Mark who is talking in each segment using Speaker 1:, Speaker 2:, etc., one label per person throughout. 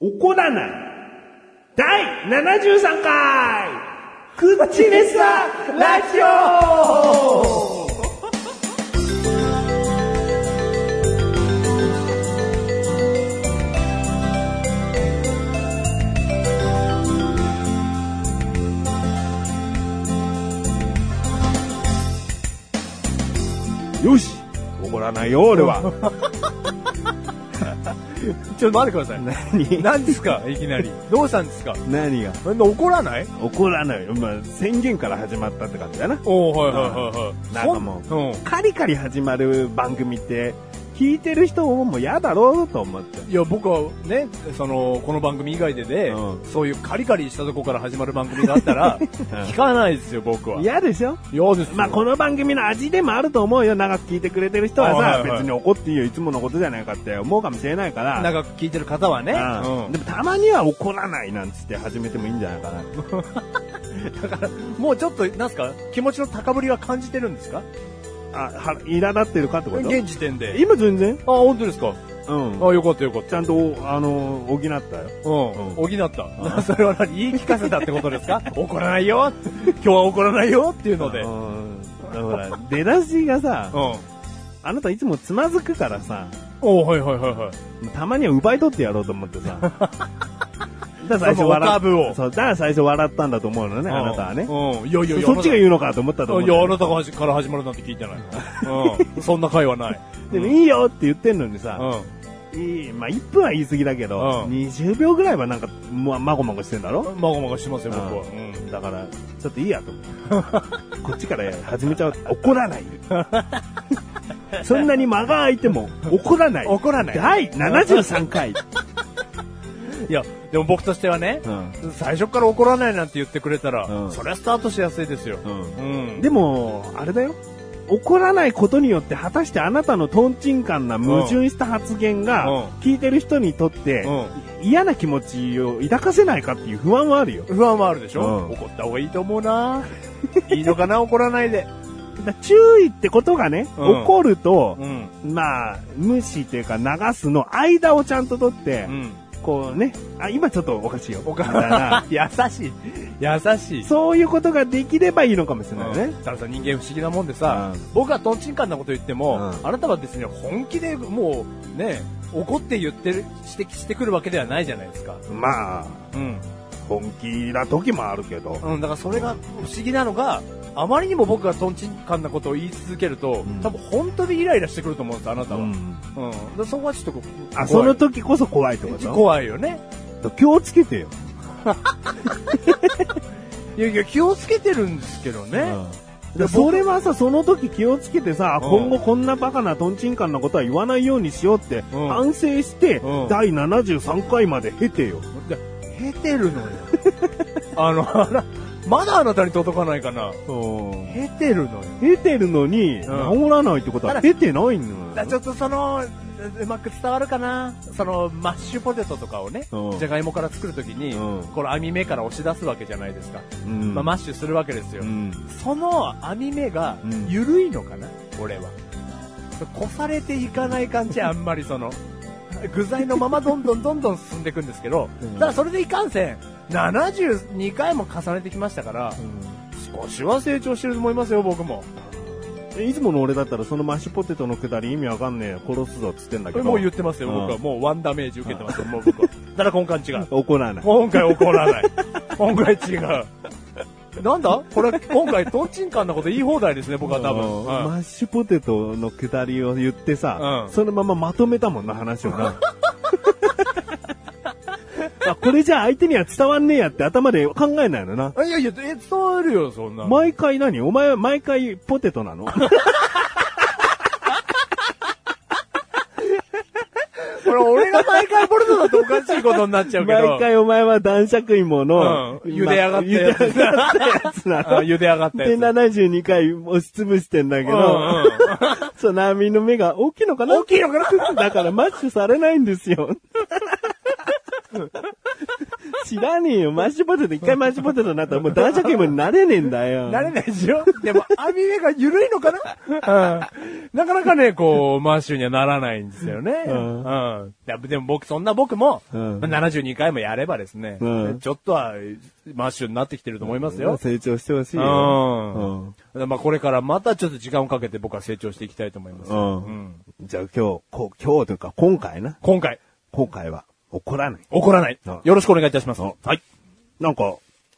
Speaker 1: 怒らない。第73回口ッチレスラジオよし怒らないよ、俺は。
Speaker 2: ちょっと待ってください。
Speaker 1: 何
Speaker 2: 何ですかいきなり。どうしたんですか
Speaker 1: 何が
Speaker 2: そんな怒らない
Speaker 1: 怒らないよ。まあ、宣言から始まったって感じだな。
Speaker 2: おおはいはいはいはい。
Speaker 1: なんかもう
Speaker 2: そんうん。
Speaker 1: カリカリ始まる番組って、聞いてる人も嫌だろうと思って。
Speaker 2: いや、僕はね、その、この番組以外でで、
Speaker 1: うん
Speaker 2: そういうカリカリしたとこから始まる番組があったら、聞かないですよ、僕は。、
Speaker 1: 嫌でしょ
Speaker 2: 嫌ですよ。
Speaker 1: まあ、この番組の味でもあると思うよ。長く聞いてくれてる人はさ、
Speaker 2: はいはいはい
Speaker 1: 別に怒っていいよ。いつものことじゃないかって思うかもしれないから。
Speaker 2: 長く聞いてる方はね。
Speaker 1: うんでもたまには怒らないなんつって始めてもいいんじゃないかな。
Speaker 2: うんもうちょっと、なんすか気持ちの高ぶりは感じてるんですか
Speaker 1: あ、は、苛立ってるかってこと
Speaker 2: 現時点で。
Speaker 1: 今全然
Speaker 2: あ、本当ですか
Speaker 1: うん。
Speaker 2: あ、よかったよかっ
Speaker 1: ちゃんと、あの、補ったよ。
Speaker 2: た。うん。
Speaker 1: うん
Speaker 2: 補った。 それは何言い聞かせたってことですか怒らないよ今日は怒らないよっていうので。うん。
Speaker 1: うん。だから、出だしがさ、あなたいつもつまずくからさ、
Speaker 2: おはいはいはいはい。
Speaker 1: たまには奪い取ってやろうと思って さ。だから最初
Speaker 2: そのオ
Speaker 1: 笑
Speaker 2: タブを
Speaker 1: そう、だから最初笑ったんだと思うのね、あなたはね。
Speaker 2: うん。いやいやいや。
Speaker 1: そっちが言うのかと思ったと思う
Speaker 2: い
Speaker 1: んだ
Speaker 2: や、あ
Speaker 1: よ。
Speaker 2: なたがから始まるなんて聞い てない。うん。そんな会はない。
Speaker 1: でもいいよって言ってんのに
Speaker 2: う
Speaker 1: さ、
Speaker 2: ん。
Speaker 1: いい、まあ1分は言い過ぎだけど、
Speaker 2: うん
Speaker 1: 20秒ぐらいはなんか、ま、まごまごしてんだろ
Speaker 2: まごまごしてますよ、僕は。
Speaker 1: う
Speaker 2: うん。
Speaker 1: だから、ちょっといい やと思う。こっちから始めちゃう。怒らない。そんなに間が空いても怒らない。
Speaker 2: 怒らない
Speaker 1: 第73回。
Speaker 2: いや、でも僕としてはね、
Speaker 1: うん
Speaker 2: 最初から怒らないなんて言ってくれたら、
Speaker 1: うん
Speaker 2: それはスタートしやすいですよ。うん。
Speaker 1: でも、あれだよ。怒らないことによって、果たしてあなたのトンチンカンな矛盾した発言が、
Speaker 2: うん
Speaker 1: 聞いてる人にとって、嫌な気持ちを抱かせないかっていう不安はあるよ。
Speaker 2: 不安はあるでしょ、
Speaker 1: うん
Speaker 2: 怒った方がいいと思うないいのかな怒らないで。
Speaker 1: だ注意ってことがね、
Speaker 2: うん
Speaker 1: 怒ると、
Speaker 2: うん。
Speaker 1: まあ、無視というか流すの間をちゃんと取って
Speaker 2: う、ん。
Speaker 1: こうね、あ、今ちょっとおかしいよ。
Speaker 2: お
Speaker 1: みたいな
Speaker 2: か優しい。優しい。
Speaker 1: そういうことができればいいのかもしれない
Speaker 2: うん
Speaker 1: ね。
Speaker 2: たださ、人間不思議なもんでさ、
Speaker 1: うん
Speaker 2: 僕はトンチンカンなこと言っても、
Speaker 1: うん
Speaker 2: あなたはですね、本気でもう、ね、怒って言ってる、指摘してくるわけではないじゃないですか。
Speaker 1: まあ、
Speaker 2: うん。
Speaker 1: 本気な時もあるけど。
Speaker 2: うん、だからそれが不思議なのが、あまりにも僕がトンチンカンなことを言い続けると、
Speaker 1: うん
Speaker 2: 多分本当にイライラしてくると思うんです、あなたは。
Speaker 1: う
Speaker 2: うん。だ
Speaker 1: ん
Speaker 2: からそこはちょっとこう怖
Speaker 1: あ、
Speaker 2: い
Speaker 1: その時こそ怖いってこと
Speaker 2: 怖いよね。
Speaker 1: 気をつけてよ。
Speaker 2: いやいや、気をつけてるんですけどね。
Speaker 1: でそれはさ、その時気をつけてさ、
Speaker 2: うん
Speaker 1: 今後こんなバカなトンチンカンなことは言わないようにしようって
Speaker 2: うん
Speaker 1: 反省して、
Speaker 2: うん
Speaker 1: 第73回まで経てよ。
Speaker 2: いや経てるのよ。あの、あらまだあなたに届かないかな。経てるのよ。
Speaker 1: 経てるのに、治らないってことは
Speaker 2: ただ
Speaker 1: 経てないの
Speaker 2: だ
Speaker 1: よ
Speaker 2: ちょっとその、うまく伝わるかなその、マッシュポテトとかをね、
Speaker 1: うん
Speaker 2: じゃがいもから作るときに、
Speaker 1: うん
Speaker 2: これ網目から押し出すわけじゃないですか。
Speaker 1: うん
Speaker 2: まあ、マッシュするわけですよ。
Speaker 1: うん
Speaker 2: その網目が
Speaker 1: うん
Speaker 2: 緩いのかな、俺は。こされていかない 感じ、あんまりその、具材のままどんどんどんどん進んでいくんですけど
Speaker 1: うん、
Speaker 2: ただそれでいかんせん、72回も重ねてきましたから、少しは成長してると思いますよ、僕も。
Speaker 1: いつもの俺だったらそのマッシュポテトのくだり意味わかんねえ殺すぞっつってんだ
Speaker 2: こ
Speaker 1: け
Speaker 2: れ
Speaker 1: ど。
Speaker 2: もう言ってますよ、
Speaker 1: うん
Speaker 2: 僕は。もうワンダメージ受けてますよ、もう僕は。ただ今回違う。
Speaker 1: 怒らない。
Speaker 2: 今回怒ら ない。今回違う。なんだこれ、今回、トンチンカンなこと言い放題ですね、僕は多
Speaker 1: うん
Speaker 2: 分。うん
Speaker 1: マッシュポテトのくだりを言ってさ、
Speaker 2: うん
Speaker 1: そのまままとめたもんな話をな。 あこれじゃ相手には伝わんねえやって頭で考えないのな。
Speaker 2: あいやいや、え伝わるよ、そんなの。
Speaker 1: 毎回何お前は毎回ポテトなの
Speaker 2: これ俺が毎回ポルトだとおかしいことになっちゃうけど。
Speaker 1: 毎回お前は男爵芋の、
Speaker 2: うん茹で上がったや
Speaker 1: 茹
Speaker 2: つ
Speaker 1: で上がったやつな
Speaker 2: あ
Speaker 1: の。
Speaker 2: 茹で上がったや
Speaker 1: で、
Speaker 2: つ。
Speaker 1: 72回押しつぶしてんだけ
Speaker 2: うん
Speaker 1: ど、
Speaker 2: うん
Speaker 1: そう、ナーミンの目が大きいのかな
Speaker 2: 大きいのかな
Speaker 1: だからマッシュされないんですよ。知らねえよ。マッシュポテト、一回マッシュポテトになったらもう男爵芋になれねえんだよ。
Speaker 2: 慣れないでしょでも、網目が緩いのかな、うん、なかなかね、こう、マッシュにはならないんですよね。
Speaker 1: うん
Speaker 2: うんだでも僕、そんな僕も、
Speaker 1: うん
Speaker 2: 72回もやればですね、
Speaker 1: うん
Speaker 2: ちょっとは、マッシュになってきてると思いますよ。
Speaker 1: 成長してほしいうよ。
Speaker 2: ん。まあ、これからまたちょっと時間をかけて僕は成長していきたいと思います。
Speaker 1: うん
Speaker 2: うん
Speaker 1: じゃあ今日、こ今日というか今回な。
Speaker 2: 今回、
Speaker 1: 今回は怒らない。
Speaker 2: 怒らない
Speaker 1: うん。
Speaker 2: よろしくお願いいたします。
Speaker 1: うん
Speaker 2: はい。
Speaker 1: なんか、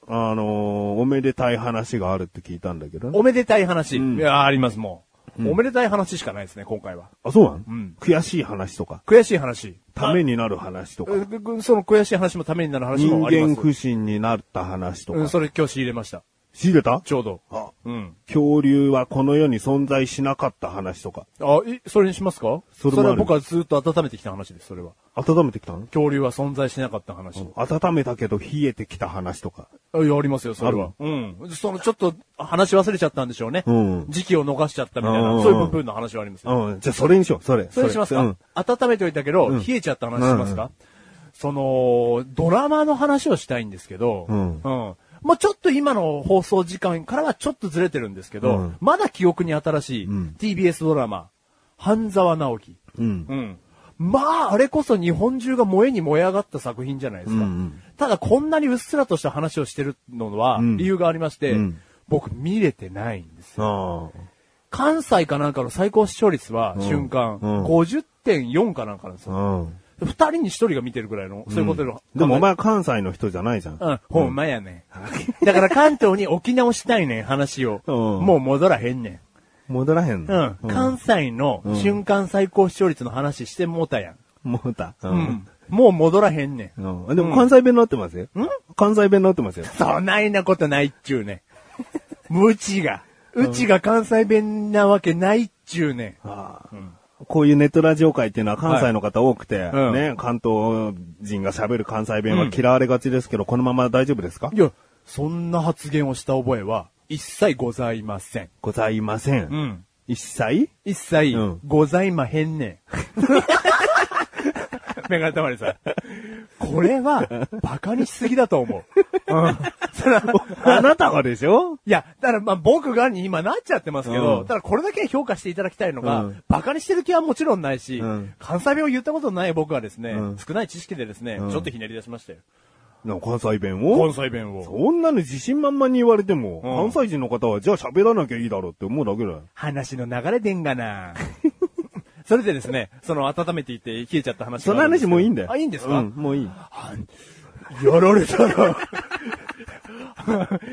Speaker 1: あのーおめでたい話があるって聞いたんだけどね。
Speaker 2: おめでたい話。
Speaker 1: うん
Speaker 2: いや、あります、もう、おめでたい話しかないですね、今回は。
Speaker 1: あ、そうなの、
Speaker 2: うん
Speaker 1: 悔しい話とか、
Speaker 2: 悔しい話。
Speaker 1: ためになる話とか、
Speaker 2: うんぐぐその悔しい話もためになる話
Speaker 1: 人
Speaker 2: もありま
Speaker 1: 間
Speaker 2: す。
Speaker 1: 不信になった話と
Speaker 2: う
Speaker 1: か
Speaker 2: ん、。それ今日仕入れました。
Speaker 1: 仕入れた
Speaker 2: ちょうど。
Speaker 1: あ
Speaker 2: うん。
Speaker 1: 恐竜はこの世に存在しなかった話とか。
Speaker 2: あ、え、それにしますか
Speaker 1: そ
Speaker 2: そ
Speaker 1: れ
Speaker 2: れ
Speaker 1: もある
Speaker 2: は僕はずっと温めてきた話です、それは。
Speaker 1: 温めてきたの
Speaker 2: 恐竜は存在しなかった話。
Speaker 1: 温めたけど冷えてきた話とか。
Speaker 2: あいや、ありますよ、それ
Speaker 1: あ
Speaker 2: は。うん。その、ちょっと、話忘れちゃったんでしょうね。
Speaker 1: うん
Speaker 2: 時期を逃しちゃったみたい
Speaker 1: うんうんうん
Speaker 2: な、そういう部分の話はありますよ。
Speaker 1: うん。じゃあそれにしよう、それ。
Speaker 2: それにしますか、
Speaker 1: うん
Speaker 2: 温めておいたけど、
Speaker 1: うん
Speaker 2: 冷えちゃった話しますか、
Speaker 1: うん
Speaker 2: その、ドラマの話をしたいんですけど、
Speaker 1: うん
Speaker 2: まあちょっと今の放送時間からはちょっとずれてるんですけど、
Speaker 1: うん
Speaker 2: まだ記憶に新しい
Speaker 1: うん
Speaker 2: TBS ドラマ、半沢直樹。
Speaker 1: うん。
Speaker 2: うん。まあ、あれこそ日本中が燃えに燃え上がった作品じゃないですか。
Speaker 1: うんうん
Speaker 2: ただ、こんなにうっすらとした話をしてるのは、
Speaker 1: うん
Speaker 2: 理由がありまして、
Speaker 1: うん
Speaker 2: 僕見れてないんです。
Speaker 1: あ
Speaker 2: 関西かなんかの最高視聴率は、
Speaker 1: うん
Speaker 2: 瞬間、
Speaker 1: うん
Speaker 2: 50.4かなんかなんです
Speaker 1: あ。
Speaker 2: よ。
Speaker 1: うん。
Speaker 2: 二人に一人が見てるぐらいの、そういうことの。
Speaker 1: でもお前は関西の人じゃないじゃん。
Speaker 2: うん、ほんまやね。だから関東に沖縄したいねん、話を。
Speaker 1: うん
Speaker 2: もう戻らへんね
Speaker 1: 戻らへん
Speaker 2: ん。うん
Speaker 1: の。。
Speaker 2: 関西の瞬間最高視聴率の話してもうたやん。
Speaker 1: もうた。う
Speaker 2: うん。もう戻らへんねん。
Speaker 1: うん。でも関西弁になってますよ。
Speaker 2: うん
Speaker 1: 関西弁になってますよ。
Speaker 2: そないなことないっちゅうねん。うちが。うちが関西弁なわけないっちゅうね
Speaker 1: ああ
Speaker 2: ん。うん
Speaker 1: こういうネットラジオ界っていうのは関西の方多くて、
Speaker 2: うん
Speaker 1: ね、関東人が喋る関西弁は嫌われがちですけど、このまま大丈夫ですか
Speaker 2: いや、そんな発言をした覚えは、一切ございません。
Speaker 1: ございません。
Speaker 2: ん。
Speaker 1: 一切
Speaker 2: 一切
Speaker 1: うん、
Speaker 2: ございまへ んねん。メガネたまりさん。これは、バカにしすぎだと思う。うん。そら
Speaker 1: あなたがでしょ
Speaker 2: いや、だからまあ僕がに今なっちゃってますけど、
Speaker 1: うん
Speaker 2: ただこれだけ評価していただきたいのが、
Speaker 1: うん
Speaker 2: バカにしてる気はもちろんないし、
Speaker 1: うん
Speaker 2: 関西弁を言ったことのない僕はですね、
Speaker 1: うん
Speaker 2: 少ない知識でですね、
Speaker 1: うん
Speaker 2: ちょっとひねり出しましたよ。
Speaker 1: なんか関西弁
Speaker 2: 関
Speaker 1: を
Speaker 2: 西弁を。
Speaker 1: そんなの自信満々に言われても、
Speaker 2: うん
Speaker 1: 関西人の方はじゃあ喋らなきゃいいだろうって思うだけだよ。
Speaker 2: 話の流れでん がなそれでですね、その温めていて冷えちゃった話
Speaker 1: その
Speaker 2: があるんで
Speaker 1: 話
Speaker 2: すけど
Speaker 1: もういいんだよ。
Speaker 2: あ、いいんですか、
Speaker 1: うん、もういい。
Speaker 2: あやられたら、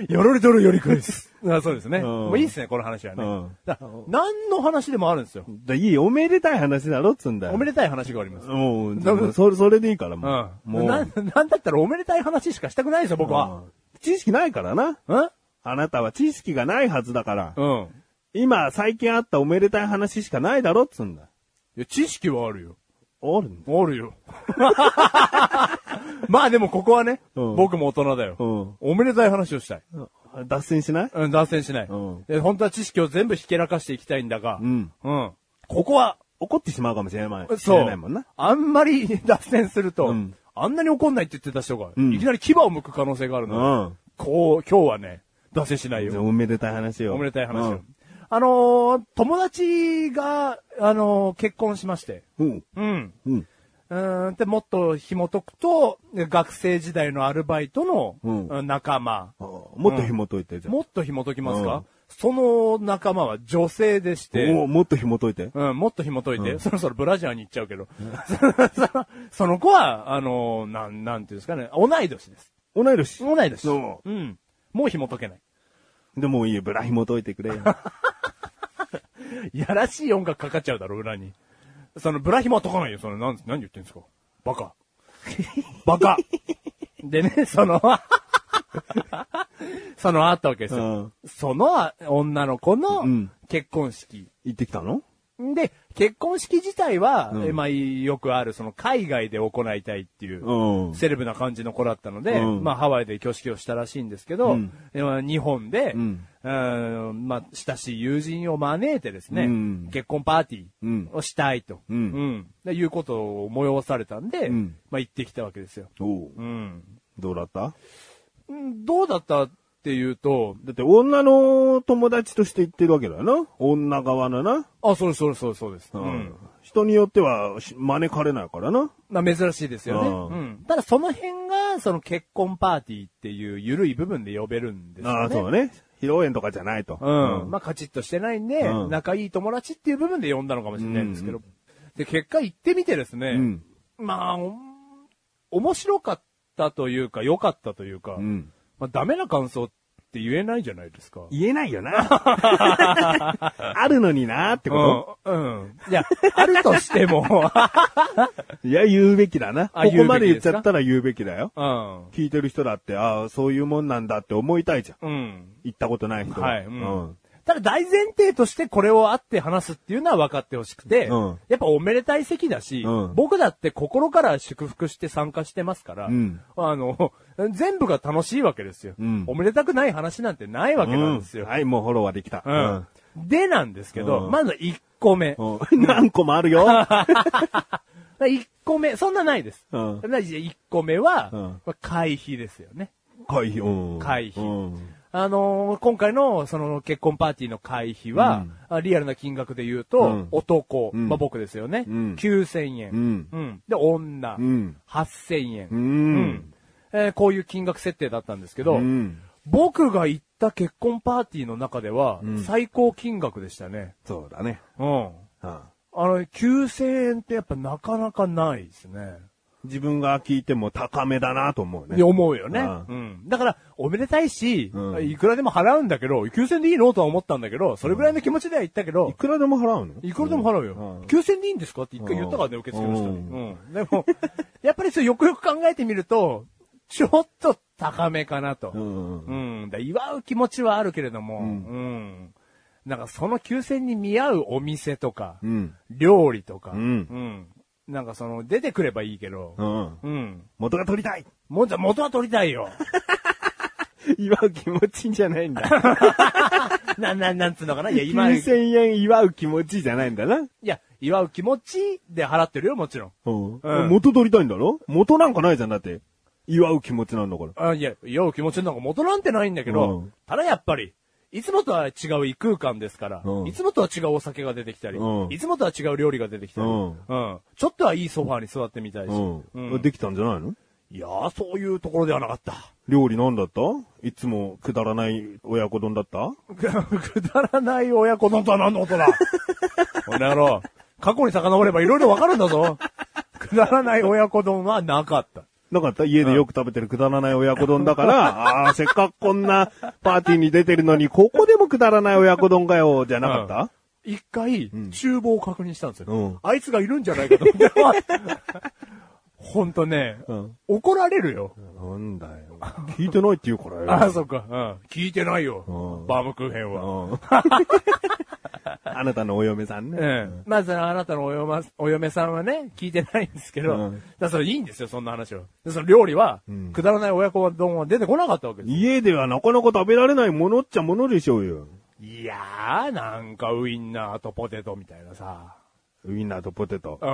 Speaker 2: やられたらやり返す。 あそうですね。
Speaker 1: うん
Speaker 2: もういいですね、この話はね。
Speaker 1: うん
Speaker 2: だ何の話でもあるんですよ。
Speaker 1: だいい、おめでたい話だろっつうんだよ。
Speaker 2: おめでたい話があります。
Speaker 1: もう、
Speaker 2: だから
Speaker 1: それ、それでいいから、
Speaker 2: うん
Speaker 1: も。う。も
Speaker 2: もう
Speaker 1: う。
Speaker 2: な、なんだったらおめでたい話しかしたくないですよ、僕は。
Speaker 1: うん知識ないからな。
Speaker 2: うん
Speaker 1: あなたは知識がないはずだから。
Speaker 2: うん。
Speaker 1: 今、最近あったおめでたい話しかないだろっつうんだ。
Speaker 2: いや、知識はあるよ。
Speaker 1: あるんだ。
Speaker 2: あるよ。 まあでもここはね、
Speaker 1: うん
Speaker 2: 僕も大人だよ、
Speaker 1: うん
Speaker 2: おめでたい話をしたい。
Speaker 1: 脱線しない
Speaker 2: うん、脱線しない、
Speaker 1: うん
Speaker 2: で本当は知識を全部ひけらかしていきたいんだが、
Speaker 1: うん。
Speaker 2: うん。ここは、
Speaker 1: 怒ってしまうかもしれない。し
Speaker 2: そ
Speaker 1: れ
Speaker 2: う。
Speaker 1: ないもんな。
Speaker 2: あんまり脱線すると、
Speaker 1: うん
Speaker 2: あんなに怒んないって言ってた人が、
Speaker 1: うん
Speaker 2: いきなり牙を剥く可能性がある
Speaker 1: う
Speaker 2: の、
Speaker 1: ん。
Speaker 2: こう、今日はね、脱線しないよ
Speaker 1: じゃあ。おめでたい話よ。
Speaker 2: おめでたい話
Speaker 1: う
Speaker 2: を
Speaker 1: ん。
Speaker 2: あのー友達が、あのー結婚しまして。
Speaker 1: うん。
Speaker 2: うん。
Speaker 1: うん。
Speaker 2: うーん、で、もっと紐解くと、学生時代のアルバイトの、
Speaker 1: うん
Speaker 2: うん仲間。
Speaker 1: あもっと紐解いて、じゃあ。
Speaker 2: もっと紐解きますか、
Speaker 1: うん
Speaker 2: その仲間は女性でして、
Speaker 1: おもっと紐解いて。
Speaker 2: うん、もっと紐解いて、
Speaker 1: うん
Speaker 2: そろそろブラジャーに行っちゃうけど、 その子は、あのーなん、なんていうんですかね、同い年です。
Speaker 1: 同い年。
Speaker 2: 同い年。
Speaker 1: そ
Speaker 2: うん。もう紐解けない。
Speaker 1: でもいいよ、ブラ紐解いて くれよ。
Speaker 2: やらしい音楽かかっちゃうだろ、裏に。その、ブラヒモは解かないよ、その、なん、何言ってんですか。バカ。バカ。でね、その、 その、あったわけですよ。その、女の子の
Speaker 1: うん
Speaker 2: 結婚式。
Speaker 1: 行ってきたの
Speaker 2: で、結婚式自体は、
Speaker 1: うん
Speaker 2: えまあ、よくある、その、海外で行いたいっていう、
Speaker 1: うん。
Speaker 2: セレブな感じの子だったので、
Speaker 1: うん
Speaker 2: まあ、ハワイで挙式をしたらしいんですけど、
Speaker 1: うん
Speaker 2: でまあ日本で、
Speaker 1: うん
Speaker 2: うんまあ、親しい友人を招いてですね、
Speaker 1: うん
Speaker 2: 結婚パーティーをしたいと、
Speaker 1: うん
Speaker 2: うんでいうことを催されたんで、
Speaker 1: うん
Speaker 2: まあ、行ってきたわけですよ。
Speaker 1: おう
Speaker 2: うん、
Speaker 1: どうだった
Speaker 2: うんどうだったっていうと、
Speaker 1: だって女の友達として言ってるわけだよな。女側のな。
Speaker 2: あ、そうです、そうです、そうですそうです。う
Speaker 1: うんん。人によってはし招かれないからな。
Speaker 2: まあ珍しいですよね。
Speaker 1: うん
Speaker 2: うん。ただその辺が、その結婚パーティーっていう緩い部分で呼べるんですよね。
Speaker 1: ああ、そうだね。披露宴とかじゃないと。
Speaker 2: うん。まあ、カチッとしてないんで、
Speaker 1: うん
Speaker 2: 仲いい友達っていう部分で呼んだのかもしれないんですけど。で、結果行ってみてですね、
Speaker 1: うん
Speaker 2: まあ、お面白かったというか、良かったというか、
Speaker 1: うん
Speaker 2: まあ、ダメな感想って言えないじゃないですか。
Speaker 1: 言えないよ な。あるのになってこ
Speaker 2: うん。うん。いや、あるとして も、
Speaker 1: と、いや、言うべきだな。
Speaker 2: あ
Speaker 1: ここまで
Speaker 2: 言
Speaker 1: 言っ
Speaker 2: うべきですか
Speaker 1: ちゃったら言うべきだよ。
Speaker 2: うん。
Speaker 1: 聞いてる人だって、ああ、そういうもんなんだって思いたいじゃん。
Speaker 2: うん。
Speaker 1: 行ったことない人
Speaker 2: はい。う
Speaker 1: うん
Speaker 2: ん。ただ大前提としてこれを会って話すっていうのは分かってほしくて、
Speaker 1: うん
Speaker 2: やっぱおめでたい席だし、
Speaker 1: うん
Speaker 2: 僕だって心から祝福して参加してますから、
Speaker 1: うん
Speaker 2: あの、全部が楽しいわけですよ、
Speaker 1: うん
Speaker 2: おめでたくない話なんてないわけなんです
Speaker 1: う
Speaker 2: よ
Speaker 1: ん。はい、もうフォローはできた。
Speaker 2: うんでなんですけど、
Speaker 1: うん
Speaker 2: まず1個目。
Speaker 1: うん。 何個もあるよ。
Speaker 2: 1個目、そんなないです。
Speaker 1: うん
Speaker 2: 1個目は、
Speaker 1: うん
Speaker 2: まあ会費ですよね。
Speaker 1: 回避。うん
Speaker 2: 回避
Speaker 1: うん
Speaker 2: あのー今回の、その、結婚パーティーの会費は、あリアルな金額で言うと、
Speaker 1: うん
Speaker 2: 男、
Speaker 1: うん
Speaker 2: まあ、僕ですよね。
Speaker 1: うん
Speaker 2: 9000円、
Speaker 1: うん
Speaker 2: で、女、
Speaker 1: うん
Speaker 2: 8000円、
Speaker 1: う。
Speaker 2: うんえーこういう金額設定だったんですけど、
Speaker 1: うん。
Speaker 2: 僕が行った結婚パーティーの中では、
Speaker 1: ん
Speaker 2: 最高金額でしたね。
Speaker 1: そうだね。
Speaker 2: うん。
Speaker 1: うん
Speaker 2: あの、9000円ってやっぱなかなかないですね。
Speaker 1: 自分が聞いても高めだなと思うね。
Speaker 2: って思うよね。
Speaker 1: うん
Speaker 2: うん。だから、おめでたいし、
Speaker 1: うん
Speaker 2: いくらでも払うんだけど、9000でいいのとは思ったんだけど、それぐらいの気持ちでは言ったけど
Speaker 1: い、くらでも払うの
Speaker 2: いくらでも払うよ。
Speaker 1: うん
Speaker 2: 9000でいいんですかって一回言ったからね、
Speaker 1: うん
Speaker 2: 受付の人
Speaker 1: う
Speaker 2: に。うん。でも、 やっぱりそれよくよく考えてみると、ちょっと高めかなと。
Speaker 1: う
Speaker 2: うん
Speaker 1: うん。
Speaker 2: ん。だ祝う気持ちはあるけれども、うん。なんかその9000に見合うお店とか、
Speaker 1: うん。
Speaker 2: 料理とか、
Speaker 1: うん
Speaker 2: うんなんかその、出てくればいいけど、
Speaker 1: うん。
Speaker 2: うん。
Speaker 1: 元が取りたい
Speaker 2: もんじゃ元は取りたいよ。
Speaker 1: 祝う気持ちじゃないんだ。
Speaker 2: な、な、 なんつうのかないや、今、い
Speaker 1: 9000円祝う気持ちじゃないんだな。
Speaker 2: や、祝う気持ちで払ってるよ、もちろん。
Speaker 1: うん
Speaker 2: うん
Speaker 1: 元取りたいんだろ元なんかないじゃん、だって。祝う気持ちなんだから。
Speaker 2: あいや、祝う気持ちなんか元なんてないんだけど、
Speaker 1: うん
Speaker 2: ただやっぱり、いつもとは違う異空間ですから、
Speaker 1: うん
Speaker 2: いつもとは違うお酒が出てきたり、
Speaker 1: うん
Speaker 2: いつもとは違う料理が出てきたり、う
Speaker 1: うんん
Speaker 2: ちょっとはいいソファーに座ってみたいし、うん
Speaker 1: できたんじゃないの
Speaker 2: いやー、そういうところではなかった。
Speaker 1: 料理なんだったいつもくだらない親子丼だった
Speaker 2: くだらない親子丼とは何のことだ この野郎、過去に遡ればいろいろわかるんだぞ。くだらない親子丼はなかった。
Speaker 1: なかった家でよく食べてるくだらない親子丼だ から、ああ、せっかくこんなパーティーに出てるのに、ここでもくだらない親子丼かよ、じゃなかった、
Speaker 2: 一回、厨房を確認したんですよ、
Speaker 1: うん
Speaker 2: あいつがいるんじゃないかと思って。 ほんとね、
Speaker 1: ん
Speaker 2: 怒られるよ。
Speaker 1: なんだよ。聞いてないって言うからよ。
Speaker 2: ああ、そっか、うん。聞いてないよ、
Speaker 1: うん
Speaker 2: バームクーヘンは。
Speaker 1: うん。 あなたのお嫁さんね。
Speaker 2: うんまずあなたのお嫁お嫁さんはね、聞いてないんですけど、
Speaker 1: うん
Speaker 2: だからそれいいんですよ、そんな話は。でその料理は、くだらない親子丼は出てこなかったわけです。
Speaker 1: 家ではなかなか食べられないものっちゃものでしょうよ。
Speaker 2: いやー、なんかウインナーとポテトみたいなさ、
Speaker 1: ウインナーとポテト。
Speaker 2: う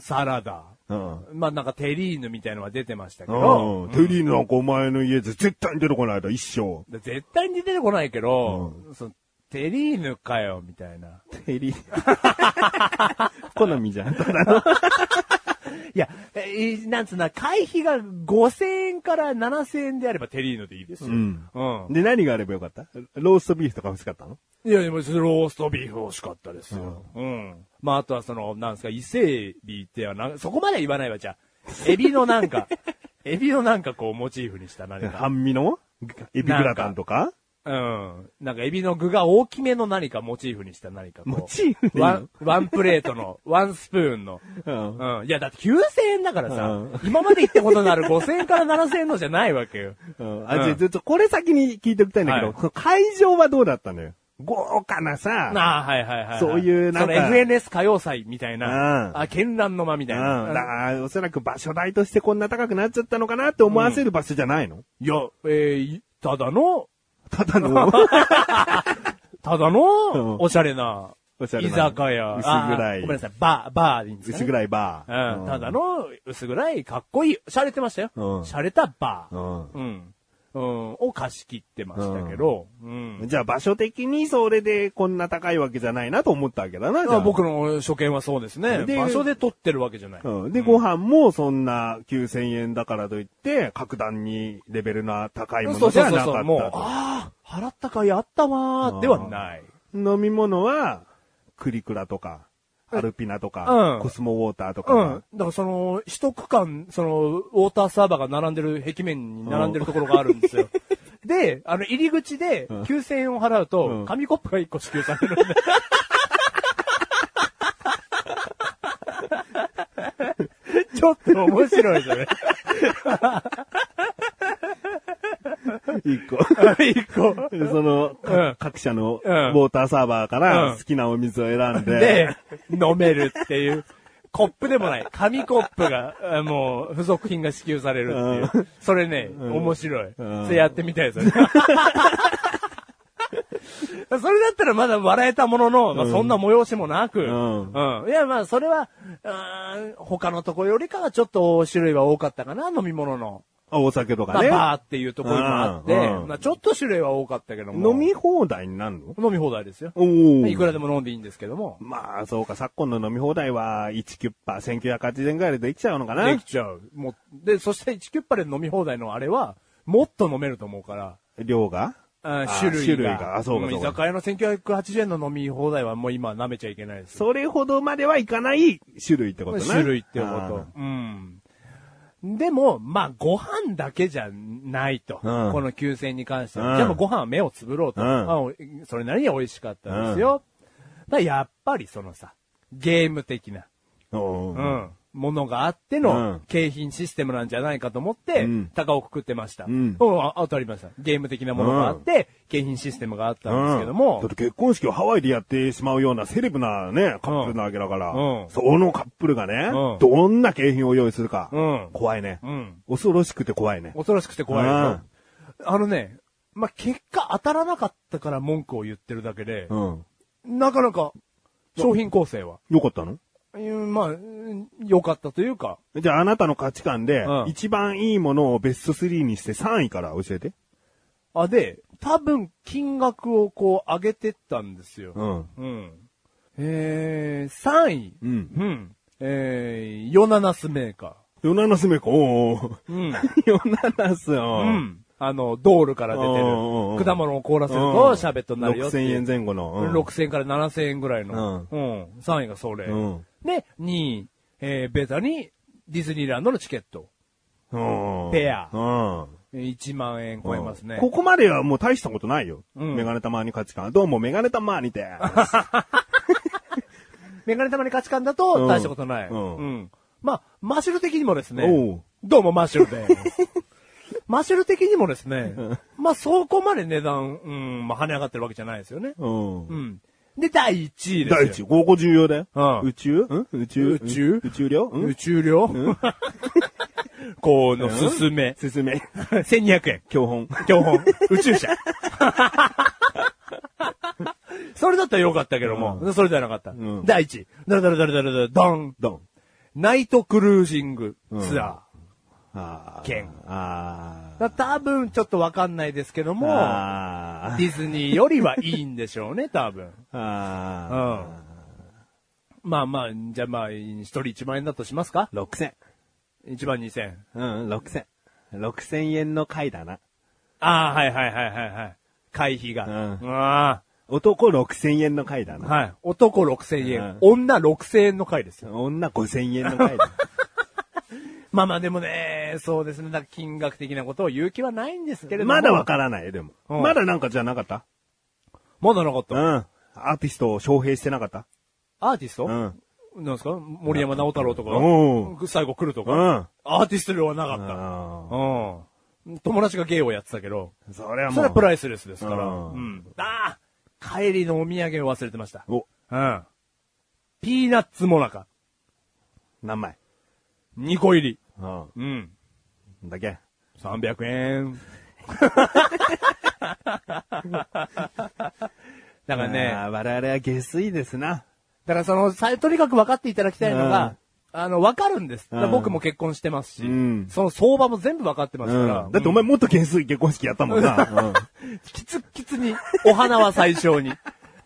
Speaker 2: ん、サラダ、
Speaker 1: うん。
Speaker 2: まあなんかテリーヌみたいのは出てましたけど、
Speaker 1: うん。テリーヌなんかお前の家で絶対に出てこないだ、一生。
Speaker 2: で絶対に出てこないけど、そのテリーヌかよ、みたいな。
Speaker 1: テリーヌ。 好みじゃん。
Speaker 2: いや、えいなんつうな、会費が5000円から7000円であればテリーヌでいいですよ。
Speaker 1: うん
Speaker 2: うん。
Speaker 1: で、何があればよかったローストビーフとか欲しかったの
Speaker 2: いや、でも、ローストビーフ欲しかったですよ。うん。まあ、あとはその、なんですか、伊勢エビってはな、そこまでは言わないわ、じゃあ。エビのなんか、エビのなんかこう、モチーフにした何か。
Speaker 1: 半身のエビグラタンとか
Speaker 2: うん。なんか、エビの具が大きめの何かモチーフにした何かこう。
Speaker 1: モチーフでいいの
Speaker 2: ワン、ワンプレートの、ワンスプーンの。
Speaker 1: うん。
Speaker 2: うん。いや、だって9000円だからさ、
Speaker 1: うん
Speaker 2: 今まで言ったことのある5000円から7000円のじゃないわけよ。
Speaker 1: うんあ、じゃあちょっとこれ先に聞いておきたいんだけ
Speaker 2: はい
Speaker 1: ど、その会場はどうだったのよ豪華なさ、
Speaker 2: ああ、はいはいはいはい。
Speaker 1: そういうなんか
Speaker 2: その FNS 歌謡祭みたいな
Speaker 1: う、ん
Speaker 2: あ、絢爛の間みたいな。
Speaker 1: うん。だから、おそらく場所代としてこんな高くなっちゃったのかなって思わせる場所じゃないの、
Speaker 2: いや、えーいただの、
Speaker 1: ただの、
Speaker 2: ただの、
Speaker 1: ん
Speaker 2: おしゃれな、
Speaker 1: おしゃれ
Speaker 2: 居
Speaker 1: な。
Speaker 2: 酒屋。
Speaker 1: 薄
Speaker 2: あー
Speaker 1: 暗い。
Speaker 2: ごめんなさい、バー、バーでいいんですか、ね、
Speaker 1: 薄暗いバー。
Speaker 2: うん。ただの薄暗い、かっこいい、洒落てましたよ。
Speaker 1: うん
Speaker 2: 洒落たバー。
Speaker 1: の。
Speaker 2: うん。うん。を貸し切ってましたけど、うん。
Speaker 1: うん。じゃあ場所的にそれでこんな高いわけじゃないなと思ったわけだな、じゃあ。
Speaker 2: あ僕の初見はそうですね。
Speaker 1: で
Speaker 2: 場所で撮ってるわけじゃない。
Speaker 1: うん。で、ご飯もそんな9000円だからといって、格段にレベルの高いも
Speaker 2: そ
Speaker 1: の
Speaker 2: う
Speaker 1: じ
Speaker 2: そう
Speaker 1: ゃ
Speaker 2: そう
Speaker 1: な
Speaker 2: そう
Speaker 1: かっ
Speaker 2: もう、
Speaker 1: たと。
Speaker 2: ああ、払ったかいあったわー、ではない。
Speaker 1: 飲み物は、クリクラとか、アルピナと
Speaker 2: う
Speaker 1: か
Speaker 2: ん、
Speaker 1: コスモウォーターと
Speaker 2: うん。
Speaker 1: か
Speaker 2: だ、からその、一区間、その、ウォーターサーバーが並んでる、壁面に並んでるところがあるんで すよ。で、あの、入り口で9000円を払うと、
Speaker 1: うん
Speaker 2: 紙コップが1個支給される んで。 ちょっと面白いじゃね。
Speaker 1: 一個。
Speaker 2: 1個。
Speaker 1: でその、
Speaker 2: うん
Speaker 1: 各社のウ
Speaker 2: う
Speaker 1: ォ
Speaker 2: ん
Speaker 1: ーターサーバーか
Speaker 2: う
Speaker 1: ら
Speaker 2: ん
Speaker 1: 好きなお水を選んで、
Speaker 2: で、飲めるっていう。コップでもない。紙コップが、あもう、付属品が支給されるっていう。それね、面白い。
Speaker 1: うん
Speaker 2: それやってみたいですよね。 それだったらまだ笑えたものの、まあ、そんな催しもなく、
Speaker 1: ん
Speaker 2: うんいや、まあ、それは、あー他のとこよりかはちょっと種類は多かったかな、飲み物の。
Speaker 1: あお酒と
Speaker 2: ま
Speaker 1: か
Speaker 2: あ、
Speaker 1: ね。
Speaker 2: バーっていうところもあって、
Speaker 1: うんうん
Speaker 2: まあ、ちょっと種類は多かったけども。
Speaker 1: 飲み放題になるの
Speaker 2: 飲み放題ですよ。
Speaker 1: お
Speaker 2: いく
Speaker 1: ー
Speaker 2: らでも飲んでいいんですけども。
Speaker 1: まあ、そうか、昨今の飲み放題は、1キュッパー、1980円ぐらいでできちゃうのかな
Speaker 2: できちゃう。もう、で、そして1キュッパで飲み放題のあれは、もっと飲めると思うから、
Speaker 1: 量が
Speaker 2: あ
Speaker 1: あ
Speaker 2: 種類が。
Speaker 1: 種類があそうか
Speaker 2: ん
Speaker 1: そうか
Speaker 2: 居酒屋の1980円の飲み放題はもう今舐めちゃいけないです。
Speaker 1: それほどまではいかない種類ってことね。
Speaker 2: 種類ってこと。うん。でも、まあ、ご飯だけじゃないと。
Speaker 1: うん
Speaker 2: この9000に関して
Speaker 1: う
Speaker 2: は。
Speaker 1: ん
Speaker 2: じゃあもうご飯は目をつぶろうと。
Speaker 1: うん
Speaker 2: あおそれなりに美味しかったですよ。だからやっぱりそのさ、ゲーム的な。
Speaker 1: あー。お
Speaker 2: う
Speaker 1: ー
Speaker 2: ん。ものがあって
Speaker 1: う
Speaker 2: の
Speaker 1: ん
Speaker 2: 景品システムなんじゃないかと思って、
Speaker 1: うん
Speaker 2: 高をくくってました。
Speaker 1: ん
Speaker 2: うんあ、当たりました。ゲーム的なものがあって、景品システムがあったんですけども、
Speaker 1: だって結婚式をハワイでやってしまうようなセレブなね、カップルなわけだから、
Speaker 2: うん
Speaker 1: そのカップルがね、
Speaker 2: うん
Speaker 1: どんな景品を用意するか、
Speaker 2: うん
Speaker 1: 怖いね、
Speaker 2: うん
Speaker 1: 恐ろしくて怖いね。
Speaker 2: 恐ろしくて怖いよ。あのね、まあ、結果当たらなかったから文句を言ってるだけで
Speaker 1: う、ん。
Speaker 2: なかなか商品構成は、
Speaker 1: よかったの
Speaker 2: うんまあ、うん良かったというか、
Speaker 1: じゃああなたの価値観で
Speaker 2: う、ん
Speaker 1: 一番いいものをベスト3にして3位から教えて。
Speaker 2: あ、で、多分金額をこう上げてったんですよ。
Speaker 1: うん。
Speaker 2: うん。えー、3位。
Speaker 1: うん
Speaker 2: うん。えー、ヨナナスメーカ
Speaker 1: ヨナナスメコ、おー
Speaker 2: ー。うん。
Speaker 1: ヨナナス、う
Speaker 2: うん。あの、道路から出て
Speaker 1: うんうんうん
Speaker 2: る。果物を凍らせる
Speaker 1: うん
Speaker 2: と、シャーベットになるよって
Speaker 1: 6000
Speaker 2: いう。
Speaker 1: 円前後の。うん
Speaker 2: 6000円から7000円ぐらいの。うん。3位がそれ。
Speaker 1: うん
Speaker 2: で、2位、えー、ベタに、ディズニーランドのチケット。
Speaker 1: うん
Speaker 2: ペア
Speaker 1: うん。
Speaker 2: 1万円超えますね。
Speaker 1: ここまではもう大したことないよ。
Speaker 2: うん
Speaker 1: メガネたまに価値観。どうもメガネたまにて。
Speaker 2: メガネ玉に価値観だ
Speaker 1: う
Speaker 2: と、
Speaker 1: ん
Speaker 2: 大したことない。
Speaker 1: うん
Speaker 2: んまあ、マシュル的にもですね
Speaker 1: おう。
Speaker 2: どうもマシュ ルで。マシュル的にもですね。まあ、そこまで値段、うん、まあ、跳ね上がってるわけじゃないですよね。
Speaker 1: うん
Speaker 2: う。ん。で、第1位ですよ。
Speaker 1: 第一、ここ重要だよ。
Speaker 2: うん
Speaker 1: 宇宙ん宇宙
Speaker 2: 宇宙
Speaker 1: 宇宙量
Speaker 2: 宇宙量、この、すすめ。
Speaker 1: すすめ。
Speaker 2: 1200円。
Speaker 1: 教本。
Speaker 2: 標本。宇宙車。それだったらよかったけども、それじゃなかった。
Speaker 1: ん
Speaker 2: 第1位。だらだらだらだらだら、ドン。
Speaker 1: ドン。
Speaker 2: ナイトクルージングツアー。
Speaker 1: あー
Speaker 2: 剣
Speaker 1: あー
Speaker 2: だ多分ちょっとわかんないですけども、
Speaker 1: あ
Speaker 2: ディズニーよりはいいんでしょうね、多分。
Speaker 1: ーあ
Speaker 2: まあまあ、じゃあまあ、一人1万円だとしますか
Speaker 1: ー。6000。
Speaker 2: ?1 万2000円。
Speaker 1: うん、6000。6000円の回だな。
Speaker 2: ああ、はいはいはいはいはい。会費が。
Speaker 1: う
Speaker 2: あ
Speaker 1: 男6000円の回だ
Speaker 2: あ、
Speaker 1: な。
Speaker 2: はい。男6000円、女6000円の会ですよ。
Speaker 1: 女5000円の回 だ。
Speaker 2: まあまあでもね、そうですね、だから金額的なことを言う気はないんですけれども。
Speaker 1: まだわからない、でも。
Speaker 2: うん
Speaker 1: まだなんかじゃなかった
Speaker 2: まだなかっ
Speaker 1: う
Speaker 2: た。
Speaker 1: ん。アーティストを招聘してなかった
Speaker 2: アーティスト、
Speaker 1: うん。
Speaker 2: なんですか森山直太郎とか
Speaker 1: お
Speaker 2: 最後来るとか、
Speaker 1: うん
Speaker 2: アーティスト量はなかった。
Speaker 1: あ
Speaker 2: うん。友達が芸をやってたけど、
Speaker 1: ーそれはもう。
Speaker 2: それはプライスレスですから。
Speaker 1: うん
Speaker 2: うん。ああ帰りのお土産を忘れてました。
Speaker 1: お、
Speaker 2: うん。ピーナッツモナカ。
Speaker 1: 何枚
Speaker 2: 2個入り。
Speaker 1: うん。
Speaker 2: うん。
Speaker 1: だけ。
Speaker 2: 300円。だからね、
Speaker 1: あー我々は下水ですな。
Speaker 2: だからその、さとにかく分かっていただきたいのが、あの、分かるんです。だから
Speaker 1: うん
Speaker 2: 僕も結婚してますし、
Speaker 1: うん
Speaker 2: その相場も全部分かってます
Speaker 1: う
Speaker 2: から、
Speaker 1: ん。だってお前もっと下水結婚式やったもんな。
Speaker 2: きつっきつに、お花は最小 に。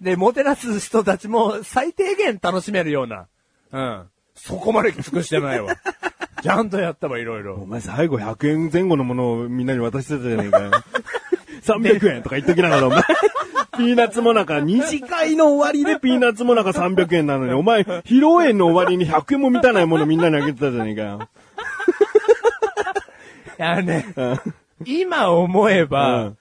Speaker 2: で、もてなす人たちも最低限楽しめるような。うん。そこまで尽くしてない わ。ちゃんとやったわ、いろい
Speaker 1: うんお
Speaker 2: ろ。
Speaker 1: 前最後100円前後のものをみんなに渡してたじゃねえかよ。300円とか言っときながらお 前。ピーナッツもなか、二次会の終わりでピーナッツもなか300円なのに、お前、披露宴の終わりに100円も満たないものみんなにあげてたじゃねえかよ。
Speaker 2: あのね、
Speaker 1: うん
Speaker 2: 今思え
Speaker 1: う
Speaker 2: ば、
Speaker 1: ん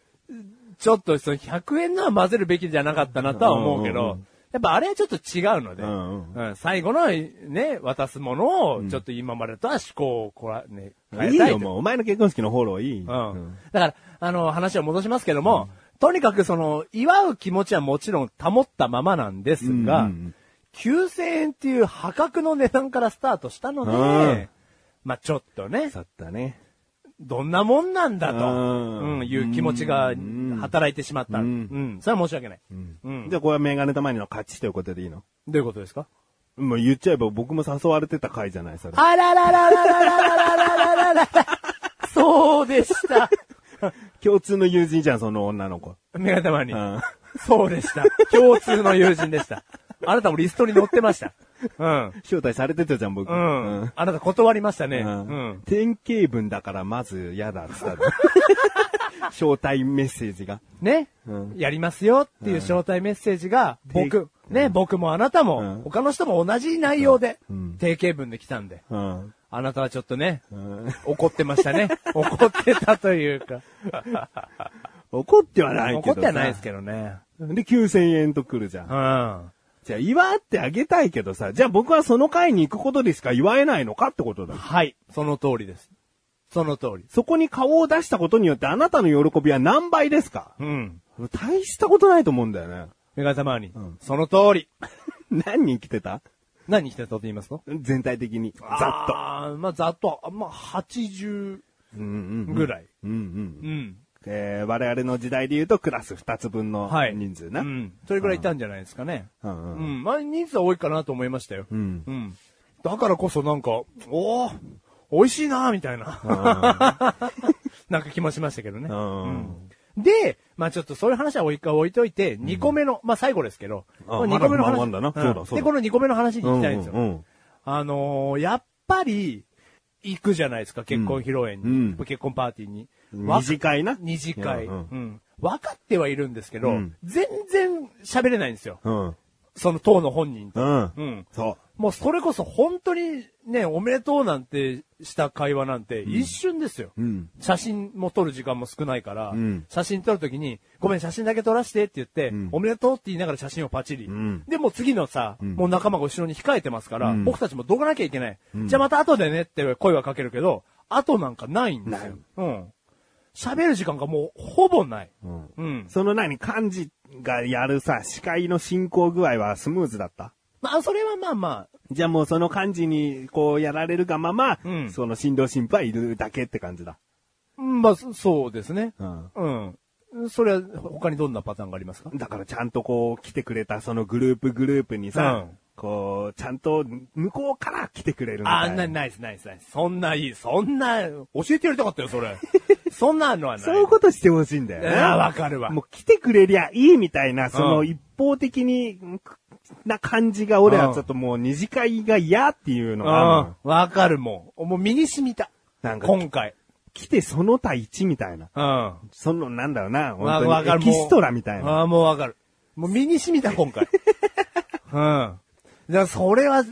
Speaker 2: ちょっとその100円のは混ぜるべきじゃなかったなとは思うけど、
Speaker 1: うんうんう
Speaker 2: やっぱあれはちょっと違うので、
Speaker 1: うん
Speaker 2: うん最後のね、渡すものを、ちょっと今までとは思考をこら、ね、変え
Speaker 1: いい
Speaker 2: たい
Speaker 1: よ、
Speaker 2: と
Speaker 1: もう。お前の結婚式のフォローいい。
Speaker 2: うん。だから、あの、話を戻しますけども、とにかくその、祝う気持ちはもちろん保ったままなんですが、
Speaker 1: うんうん
Speaker 2: 9000円っていう破格の値段からスタートしたので、
Speaker 1: うん
Speaker 2: まあちょっとね、
Speaker 1: さったね。
Speaker 2: どんなもんなんだと、
Speaker 1: うん
Speaker 2: うん、いう気持ち
Speaker 1: う
Speaker 2: が
Speaker 1: ん
Speaker 2: 働いてしまった。う
Speaker 1: うんん、
Speaker 2: それは申し訳ない。うん
Speaker 1: じゃあこれはメガネたまにの勝ちということでいいの
Speaker 2: どういうことですか
Speaker 1: もう言っちゃえば僕も誘われてた回じゃない、それ。
Speaker 2: あららららららららららららそうでした。
Speaker 1: 共通の友人じゃん、その女の子。
Speaker 2: 目がたまに。
Speaker 1: うん。
Speaker 2: そうでした。共通の友人でした。あなたもリストに載ってました。うん。
Speaker 1: 招待されてたじゃん、僕。
Speaker 2: うん。
Speaker 1: うん
Speaker 2: あなた断りましたね。う
Speaker 1: うん
Speaker 2: ん。
Speaker 1: 典型文だからまず嫌だって 言ったの招待メッセージが。
Speaker 2: ね、
Speaker 1: うん
Speaker 2: やりますよっていう招待メッセージが、僕、ね、僕もあなたも、
Speaker 1: うん
Speaker 2: 他の人も同じ内容で、
Speaker 1: うん
Speaker 2: 定型文で来たんで、
Speaker 1: うん。
Speaker 2: あなたはちょっとね、
Speaker 1: うん
Speaker 2: 怒ってましたね。怒ってたというか。
Speaker 1: 怒ってはないけどさ
Speaker 2: 怒ってはないですけどね。
Speaker 1: で、9000円と来るじゃ。
Speaker 2: うんん。
Speaker 1: じゃあ、祝ってあげたいけどさ、じゃあ僕はその会に行くことでしか祝えないのかってことだ。
Speaker 2: はい。その通りです。その通り。
Speaker 1: そこに顔を出したことによってあなたの喜びは何倍ですか
Speaker 2: うん。
Speaker 1: 大したことないと思うんだよね。
Speaker 2: 目がたまに、
Speaker 1: ん
Speaker 2: その通り。
Speaker 1: 何人来てた
Speaker 2: 何人来てたと言いますと
Speaker 1: 全体的に。ざっと。
Speaker 2: っと。まあ、ざっと、あまあ、80
Speaker 1: うんうん
Speaker 2: ぐらい。
Speaker 1: うんうん。
Speaker 2: うん。
Speaker 1: えー、我々の時代で言うとクラス2つ分の
Speaker 2: はい。
Speaker 1: 人数な。
Speaker 2: う。ん。それぐらいいたんじゃないですかね。
Speaker 1: うん
Speaker 2: う
Speaker 1: うん。
Speaker 2: ん。まあ、人数は多いかなと思いましたよ。
Speaker 1: うん。
Speaker 2: うん。だからこそなんか、おお美味しいなみたいな。 なんか気もしましたけどね。
Speaker 1: うん
Speaker 2: うんで、まあちょっとそういう話は置いか置いといて、2個目の、まあ最後ですけど、
Speaker 1: あ
Speaker 2: この二個目の
Speaker 1: まだまあまだなそうだそうだ
Speaker 2: で、この2個目の話に行きたいんですよ。
Speaker 1: うんうん
Speaker 2: あのーやっぱり、行くじゃないですか、結婚披露宴に、
Speaker 1: うん
Speaker 2: 結婚パーティーに。
Speaker 1: うん二次会な。
Speaker 2: 二次会、う
Speaker 1: うんん
Speaker 2: 分かってはいるんですけど、
Speaker 1: うん
Speaker 2: 全然喋れないんですよ。
Speaker 1: うん。
Speaker 2: その党の本人と。
Speaker 1: うん。
Speaker 2: うん。
Speaker 1: そ
Speaker 2: もうそれこそ本当にね、おめでとうなんてした会話なんて一瞬ですよ。
Speaker 1: う。うん。
Speaker 2: 写真も撮る時間も少ないから、
Speaker 1: うん
Speaker 2: 写真撮るときに、ごめん写真だけ撮らせてって言って、
Speaker 1: ん
Speaker 2: おめでとうって言いながら写真をパチリ。
Speaker 1: ん
Speaker 2: で、もう次のさ、
Speaker 1: ん
Speaker 2: もう仲間が後ろに控えてますから、
Speaker 1: うん
Speaker 2: 僕たちもどかなきゃいけない。じゃあまた後でねって声はかけるけど、後なんかないんですよ。うん。喋る時間がもうほぼない。
Speaker 1: うん。
Speaker 2: うん。
Speaker 1: その何、漢字がやるさ、司会の進行具合はスムーズだった
Speaker 2: まあ、それはまあまあ、
Speaker 1: じゃあもうその漢字にこうやられるがまま、
Speaker 2: うん
Speaker 1: その振動神父はいるだけって感じだ。
Speaker 2: うんまあ、そそうですね。
Speaker 1: うん。
Speaker 2: うん。それは他にどんなパターンがありますか
Speaker 1: だからちゃんとこう来てくれたそのグループグループにさ、
Speaker 2: うん
Speaker 1: こう、ちゃんと向こうから来てくれるみた
Speaker 2: あ
Speaker 1: い
Speaker 2: ん
Speaker 1: な。
Speaker 2: な、ナイスナイスナイス。そんないい、そんな、教えてやりたかったよ、それ。 そんなのはない。
Speaker 1: そういうことしてほしいんだよね。
Speaker 2: ああ、わかるわ。
Speaker 1: もう来てくれりゃいいみたいな、そ
Speaker 2: うん
Speaker 1: の一方的に、な感じが俺
Speaker 2: うん
Speaker 1: はちょっともう二次会が嫌っていう
Speaker 2: う
Speaker 1: の
Speaker 2: ん、
Speaker 1: があるのよ
Speaker 2: わかるもん。もう身に染みた。
Speaker 1: なんか
Speaker 2: 今回。
Speaker 1: 来てその他一みたいな。
Speaker 2: うん。わ
Speaker 1: そのなんだろうな、
Speaker 2: わ
Speaker 1: 本
Speaker 2: か
Speaker 1: 当
Speaker 2: る
Speaker 1: に
Speaker 2: もう
Speaker 1: エキストラみたいな。
Speaker 2: ああ、もうわかる。もう身に染みた、 今回。うん。じゃそれは、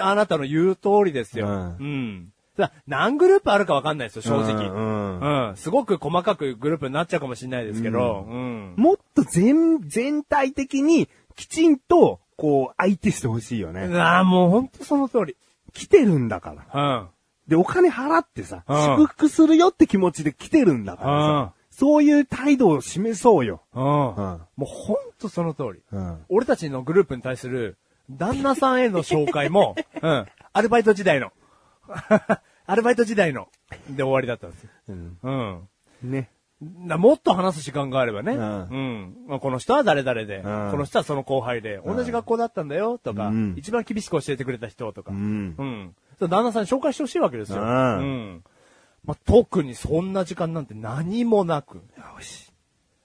Speaker 2: あなたの言う通りですよ。う
Speaker 1: うんん。
Speaker 2: さ何グループあるかわかんないですよ、正直。
Speaker 1: うんう
Speaker 2: うん。すごく細かくグループになっちゃうかもしれないですけど。うん
Speaker 1: もっと全、全体的にきちんと、こう、相手してほしいよね。
Speaker 2: ああ、もうほんとその通り。
Speaker 1: 来てるんだから。
Speaker 2: うん。
Speaker 1: で、お金払ってさ、
Speaker 2: うん
Speaker 1: 祝福するよって気持ちで来てるんだからさ、そういう態度を示そうよ。
Speaker 2: うん。もうほんとその通り。
Speaker 1: うん。
Speaker 2: 俺たちのグループに対する、旦那さんへの紹介 も、うん。アルバイト時代の。 アルバイト時代の。で終わりだったんですよ。
Speaker 1: うん。
Speaker 2: うん。
Speaker 1: ね。
Speaker 2: なもっと話す時間があればね。う
Speaker 1: うん
Speaker 2: ん。まあこの人は誰々で、
Speaker 1: うん
Speaker 2: この人はその後輩で、同じ学校だったんだよ、とか、
Speaker 1: うん
Speaker 2: 一番厳しく教えてくれた人とか。
Speaker 1: うん
Speaker 2: うん。そう旦那さんに紹介してほしいわけですよ。
Speaker 1: う
Speaker 2: うんん。まあ、特にそんな時間なんて何もなく。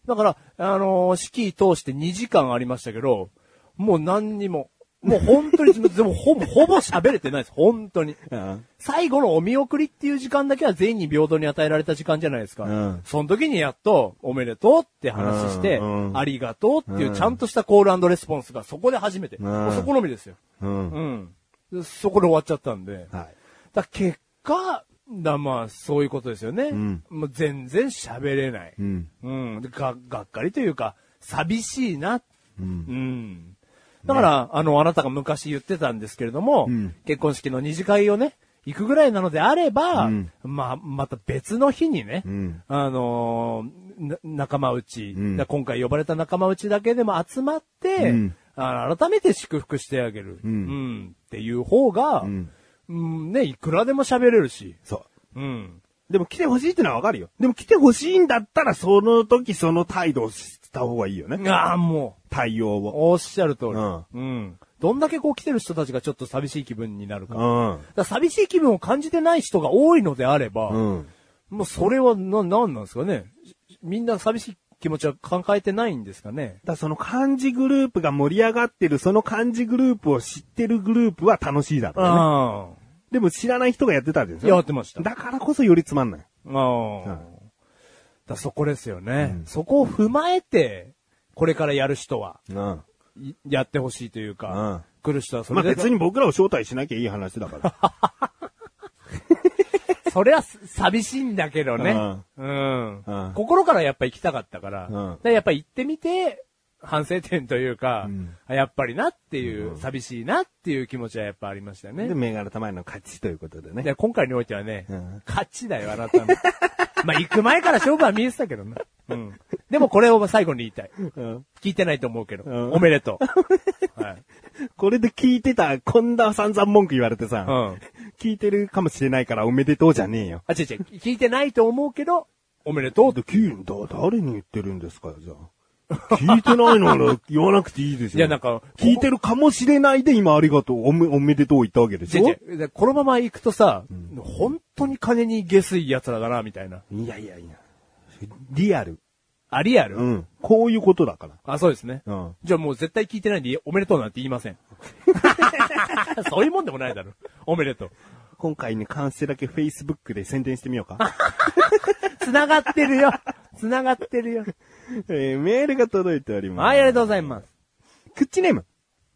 Speaker 2: だから、あのー、式通して2時間ありましたけど、もう何にも。もう本当に、でもほぼ、ほぼ喋れてないです。本当に。
Speaker 1: うん
Speaker 2: 最後のお見送りっていう時間だけは全員に平等に与えられた時間じゃないですか。
Speaker 1: うん
Speaker 2: その時にやっと、おめでとうって話して、
Speaker 1: うんうん
Speaker 2: ありがとうっていうちゃんとしたコールレスポンスがそこで初めて。
Speaker 1: ん
Speaker 2: もうそこのみですよ。
Speaker 1: うん。
Speaker 2: うん。でそこで終わっちゃったんで。
Speaker 1: は
Speaker 2: だ結果、だまあ、そういうことですよね。
Speaker 1: ん
Speaker 2: もう全然喋れない。
Speaker 1: い。うん。
Speaker 2: うん。でが、がっかりというか、寂しいな。
Speaker 1: う。
Speaker 2: うんん。だから、あの、あなたが昔言ってたんですけれども、
Speaker 1: うん
Speaker 2: 結婚式の二次会をね、行くぐらいなのであれば、
Speaker 1: うん
Speaker 2: まあ、また別の日にね、
Speaker 1: うん
Speaker 2: あのーな仲間内、
Speaker 1: ん
Speaker 2: だ今回呼ばれた仲間内だけでも集まって、
Speaker 1: うん
Speaker 2: あ改めて祝福してあげる、
Speaker 1: ん
Speaker 2: うんっていう方が、
Speaker 1: ん
Speaker 2: うんね、いくらでも喋れるし、
Speaker 1: そう。
Speaker 2: うん。
Speaker 1: でも来てほしいってのはわかるよ。でも来てほしいんだったら、その時その態度をした方がいいよね。
Speaker 2: ああ、もう。
Speaker 1: 対応を。
Speaker 2: おっしゃる通り。
Speaker 1: うん
Speaker 2: うん。どんだけこう来てる人たちがちょっと寂しい気分になるか。
Speaker 1: う
Speaker 2: だか
Speaker 1: ん。
Speaker 2: ら寂しい気分を感じてない人が多いのであれば、
Speaker 1: うん。
Speaker 2: もうそれはな、なんなんですかね。しみんな寂しい気持ちは抱えてないんですかね。
Speaker 1: だからその漢字グループが盛り上がってる、その漢字グループを知ってるグループは楽しいだろうね。
Speaker 2: あ
Speaker 1: でも知らない人がやってたわけで
Speaker 2: あ。
Speaker 1: す
Speaker 2: や
Speaker 1: よ。
Speaker 2: ってました。あ
Speaker 1: だからこそよりつまんない。
Speaker 2: あ。だからそこですよね、
Speaker 1: うん
Speaker 2: そこを踏まえて、これからやる人は、
Speaker 1: うん。
Speaker 2: いやってほしいというか、来る人はそ
Speaker 1: ま
Speaker 2: れ
Speaker 1: あ
Speaker 2: で、
Speaker 1: 別に僕らを招待しなきゃいい話だから。
Speaker 2: それはす寂しいんだけどね。うん。
Speaker 1: うん
Speaker 2: 心からやっぱ行きたかったから。
Speaker 1: うん
Speaker 2: だからやっぱ行ってみて、反省点というか、
Speaker 1: うん
Speaker 2: あやっぱりなっていう、寂しいなっていう気持ちはやっぱありましたよ ね。
Speaker 1: で、銘柄たまりの勝ちということでね。
Speaker 2: で今回においてはね、
Speaker 1: うん
Speaker 2: 勝ちだよ、あ なたの。まあ、行く前から勝負は見えてたけどな。うん。でもこれを最後に言いたい。
Speaker 1: うん
Speaker 2: 聞いてないと思うけど、
Speaker 1: うん
Speaker 2: おめでとう。はい。
Speaker 1: これで聞いてた、こんな散々文句言われてさ、
Speaker 2: うん。
Speaker 1: 聞いてるかもしれないからおめでとうじゃねえよ。
Speaker 2: あ、違う違う、聞いてないと思うけど、おめでとう
Speaker 1: だって聞いだ、誰に言ってるんですかよ、じゃあ。聞いてないなら言わなくていいでしょ。
Speaker 2: いやなんか
Speaker 1: 聞いてるかもしれないで今ありがとう、おめ、おめでとう言ったわけでし
Speaker 2: 違
Speaker 1: ょ
Speaker 2: う違うでこのまま行くとさ、本当に金に下水奴らだな、みたいな。
Speaker 1: いやいやいや。リアル。
Speaker 2: あ、リアル、
Speaker 1: うん。こういうことだから。
Speaker 2: あ、そうですね。
Speaker 1: うん
Speaker 2: じゃあもう絶対聞いてないんで、おめでとうなんて言いま せん。そういうもんでもないだろ。おめでとう。
Speaker 1: 今回に関してだけ Facebook で宣伝してみようか。
Speaker 2: 繋がってるよ。繋がってるよ。
Speaker 1: えーメールが届いております。
Speaker 2: はい、ありがとうございます。
Speaker 1: クッチネーム、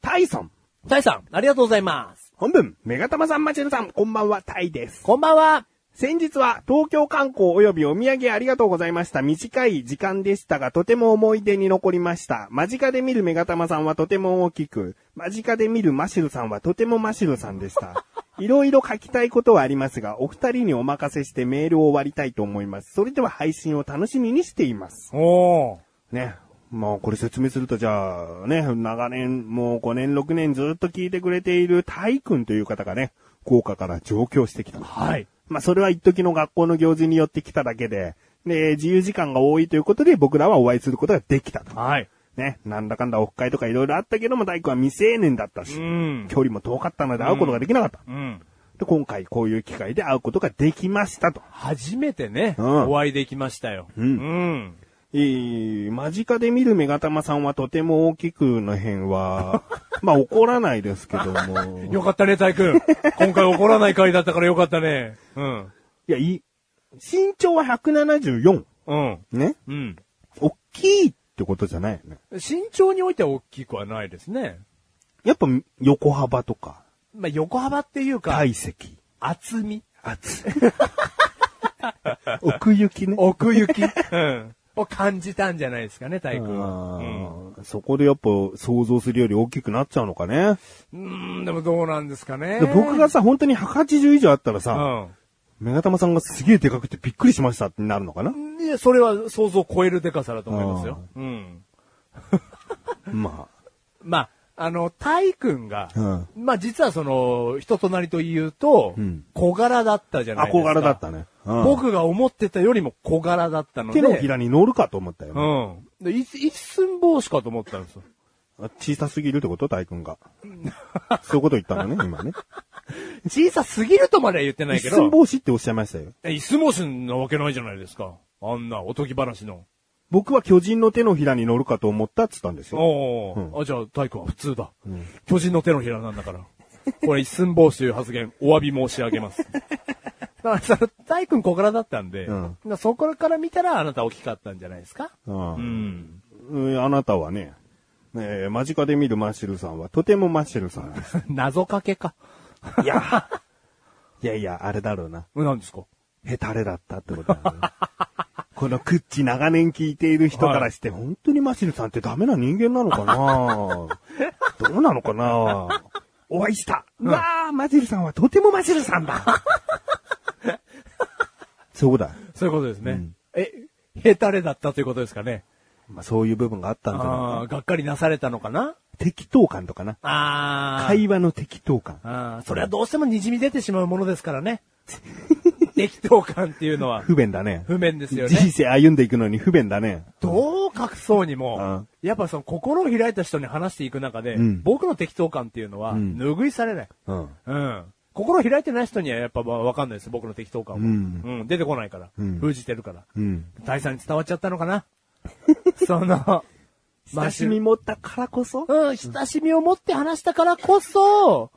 Speaker 1: タイソン。
Speaker 2: タイさん、ありがとうございます。
Speaker 1: 本文、メガタマさん、マチェルさん、こんばんは、タイです。
Speaker 2: こんばんは。
Speaker 1: 先日は東京観光及びお土産ありがとうございました。短い時間でしたが、とても思い出に残りました。間近で見るメガタマさんはとても大きく、間近で見るマシルさんはとてもマシルさんでした。いろいろ書きたいことはありますが、お二人にお任せしてメールを終わりたいと思います。それでは配信を楽しみにしています。
Speaker 2: おー。
Speaker 1: ね。まあこれ説明するとじゃあね、長年、もう5年6年ずっと聞いてくれているタイ君という方がね、福岡から上京してきた。
Speaker 2: はい。
Speaker 1: まあ、それは一時の学校の行事によって来ただけで、で、自由時間が多いということで僕らはお会いすることができたと。
Speaker 2: はい。
Speaker 1: ね、なんだかんだオフ会とかいろいろあったけども、大工は未成年だったし、
Speaker 2: うん。
Speaker 1: 距離も遠かったので会うことができなかった。
Speaker 2: うん。
Speaker 1: で、今回こういう機会で会うことができましたと。
Speaker 2: 初めてね、
Speaker 1: うん
Speaker 2: お会いできましたよ。
Speaker 1: うん
Speaker 2: うん。
Speaker 1: えー、間近で見るメガタマさんはとても大きくの辺 は、まあ怒らないですけども。
Speaker 2: よかったね、タイ 君。今回怒らない回だったからよかったね。うん。
Speaker 1: いや、いい。身長は174。
Speaker 2: うん。
Speaker 1: ね。
Speaker 2: うん。
Speaker 1: 大きいってことじゃないよね。
Speaker 2: 身長においては大きくはないですね。
Speaker 1: やっぱ横幅とか。
Speaker 2: まあ、横幅っていうか、
Speaker 1: 体積。
Speaker 2: 厚み。
Speaker 1: 厚。 奥行きね。
Speaker 2: 奥行き。うん。を感じたんじゃないですかね、タイ君は。うん
Speaker 1: あーそこでやっぱ想像するより大きくなっちゃうのかね。
Speaker 2: うーん、でもどうなんですかね
Speaker 1: で。僕がさ、本当に180以上あったらさ、
Speaker 2: うん。
Speaker 1: メガタマさんがすげえでかくてびっくりしましたってなるのかな
Speaker 2: いや、それは想像を超えるデカさだと思いますよ。うん。
Speaker 1: ま
Speaker 2: まあの、タイ君が、
Speaker 1: うん
Speaker 2: まあ実はその、人となりと言うと、
Speaker 1: うん
Speaker 2: 小柄だったじゃないですか。
Speaker 1: 憧れだったね。うん、
Speaker 2: 僕が思ってたよりも小柄だったので。
Speaker 1: 手のひらに乗るかと思ったよ、ね
Speaker 2: うん。で、いつ、一寸法師かと思ったんですよ。
Speaker 1: 小さすぎるってこと大君が。そういうこと言ったの ね、今ね。
Speaker 2: 小さすぎるとまでは言ってない
Speaker 1: 一
Speaker 2: け
Speaker 1: 寸
Speaker 2: ど。
Speaker 1: 法師っておっしゃいましたよ。
Speaker 2: え一寸法師なわけないじゃないですか。あんなおとぎ話の。
Speaker 1: 僕は巨人の手のひらに乗るかと思ったっつったんですよ。
Speaker 2: おー
Speaker 1: うん
Speaker 2: あ、じゃあ、大工は普通だ、巨人の手のひらなんだから。これ一寸法師という発言、お詫び申し上げ ます。だからその、大君小柄だったんで、
Speaker 1: うん
Speaker 2: なそこから見たらあなた大きかったんじゃないですか
Speaker 1: うん
Speaker 2: うん。
Speaker 1: うんあなたはね、えー間近で見るマッシュルさんはとてもマッシュルさんです。
Speaker 2: 謎かけか。
Speaker 1: いや、いやいや、あれだろうな。
Speaker 2: 何ですか
Speaker 1: ヘタレだったってことだね。 このクッチ長年聞いている人からして、本当にマシルさんってダメな人間なのか などうなのかなお会いした。うわあ、マシルさんはとてもマシルさんだ。そうだ。
Speaker 2: そういうことですね。
Speaker 1: うん
Speaker 2: え、ヘタレだったということですかね。
Speaker 1: まあ、そういう部分があったんじゃ
Speaker 2: あ
Speaker 1: な
Speaker 2: あ
Speaker 1: い
Speaker 2: ー、がっかりなされたのかな
Speaker 1: 適当感とかな。
Speaker 2: ああ。
Speaker 1: 会話の適当感。
Speaker 2: ああ、それはどうしても滲み出てしまうものですか らね。適当感っていうのは
Speaker 1: 不便だね。
Speaker 2: 不便ですよ
Speaker 1: 人
Speaker 2: ね。
Speaker 1: 生歩んでいくのに不便だね。
Speaker 2: どう隠そうにも
Speaker 1: あ、
Speaker 2: やっぱその心を開いた人に話していく中で、
Speaker 1: うん
Speaker 2: 僕の適当感っていうのは
Speaker 1: うん
Speaker 2: 拭いされない。
Speaker 1: うん。
Speaker 2: うん。心を開いてない人にはやっぱまあわかんないです、僕の適当感は。
Speaker 1: うん
Speaker 2: うん、出てこないから。
Speaker 1: うん
Speaker 2: 封じてるから。
Speaker 1: うん。
Speaker 2: 大佐に伝わっちゃったのかなその、
Speaker 1: 親しみ持ったからこそ
Speaker 2: うん、親しみを持って話したからこそ、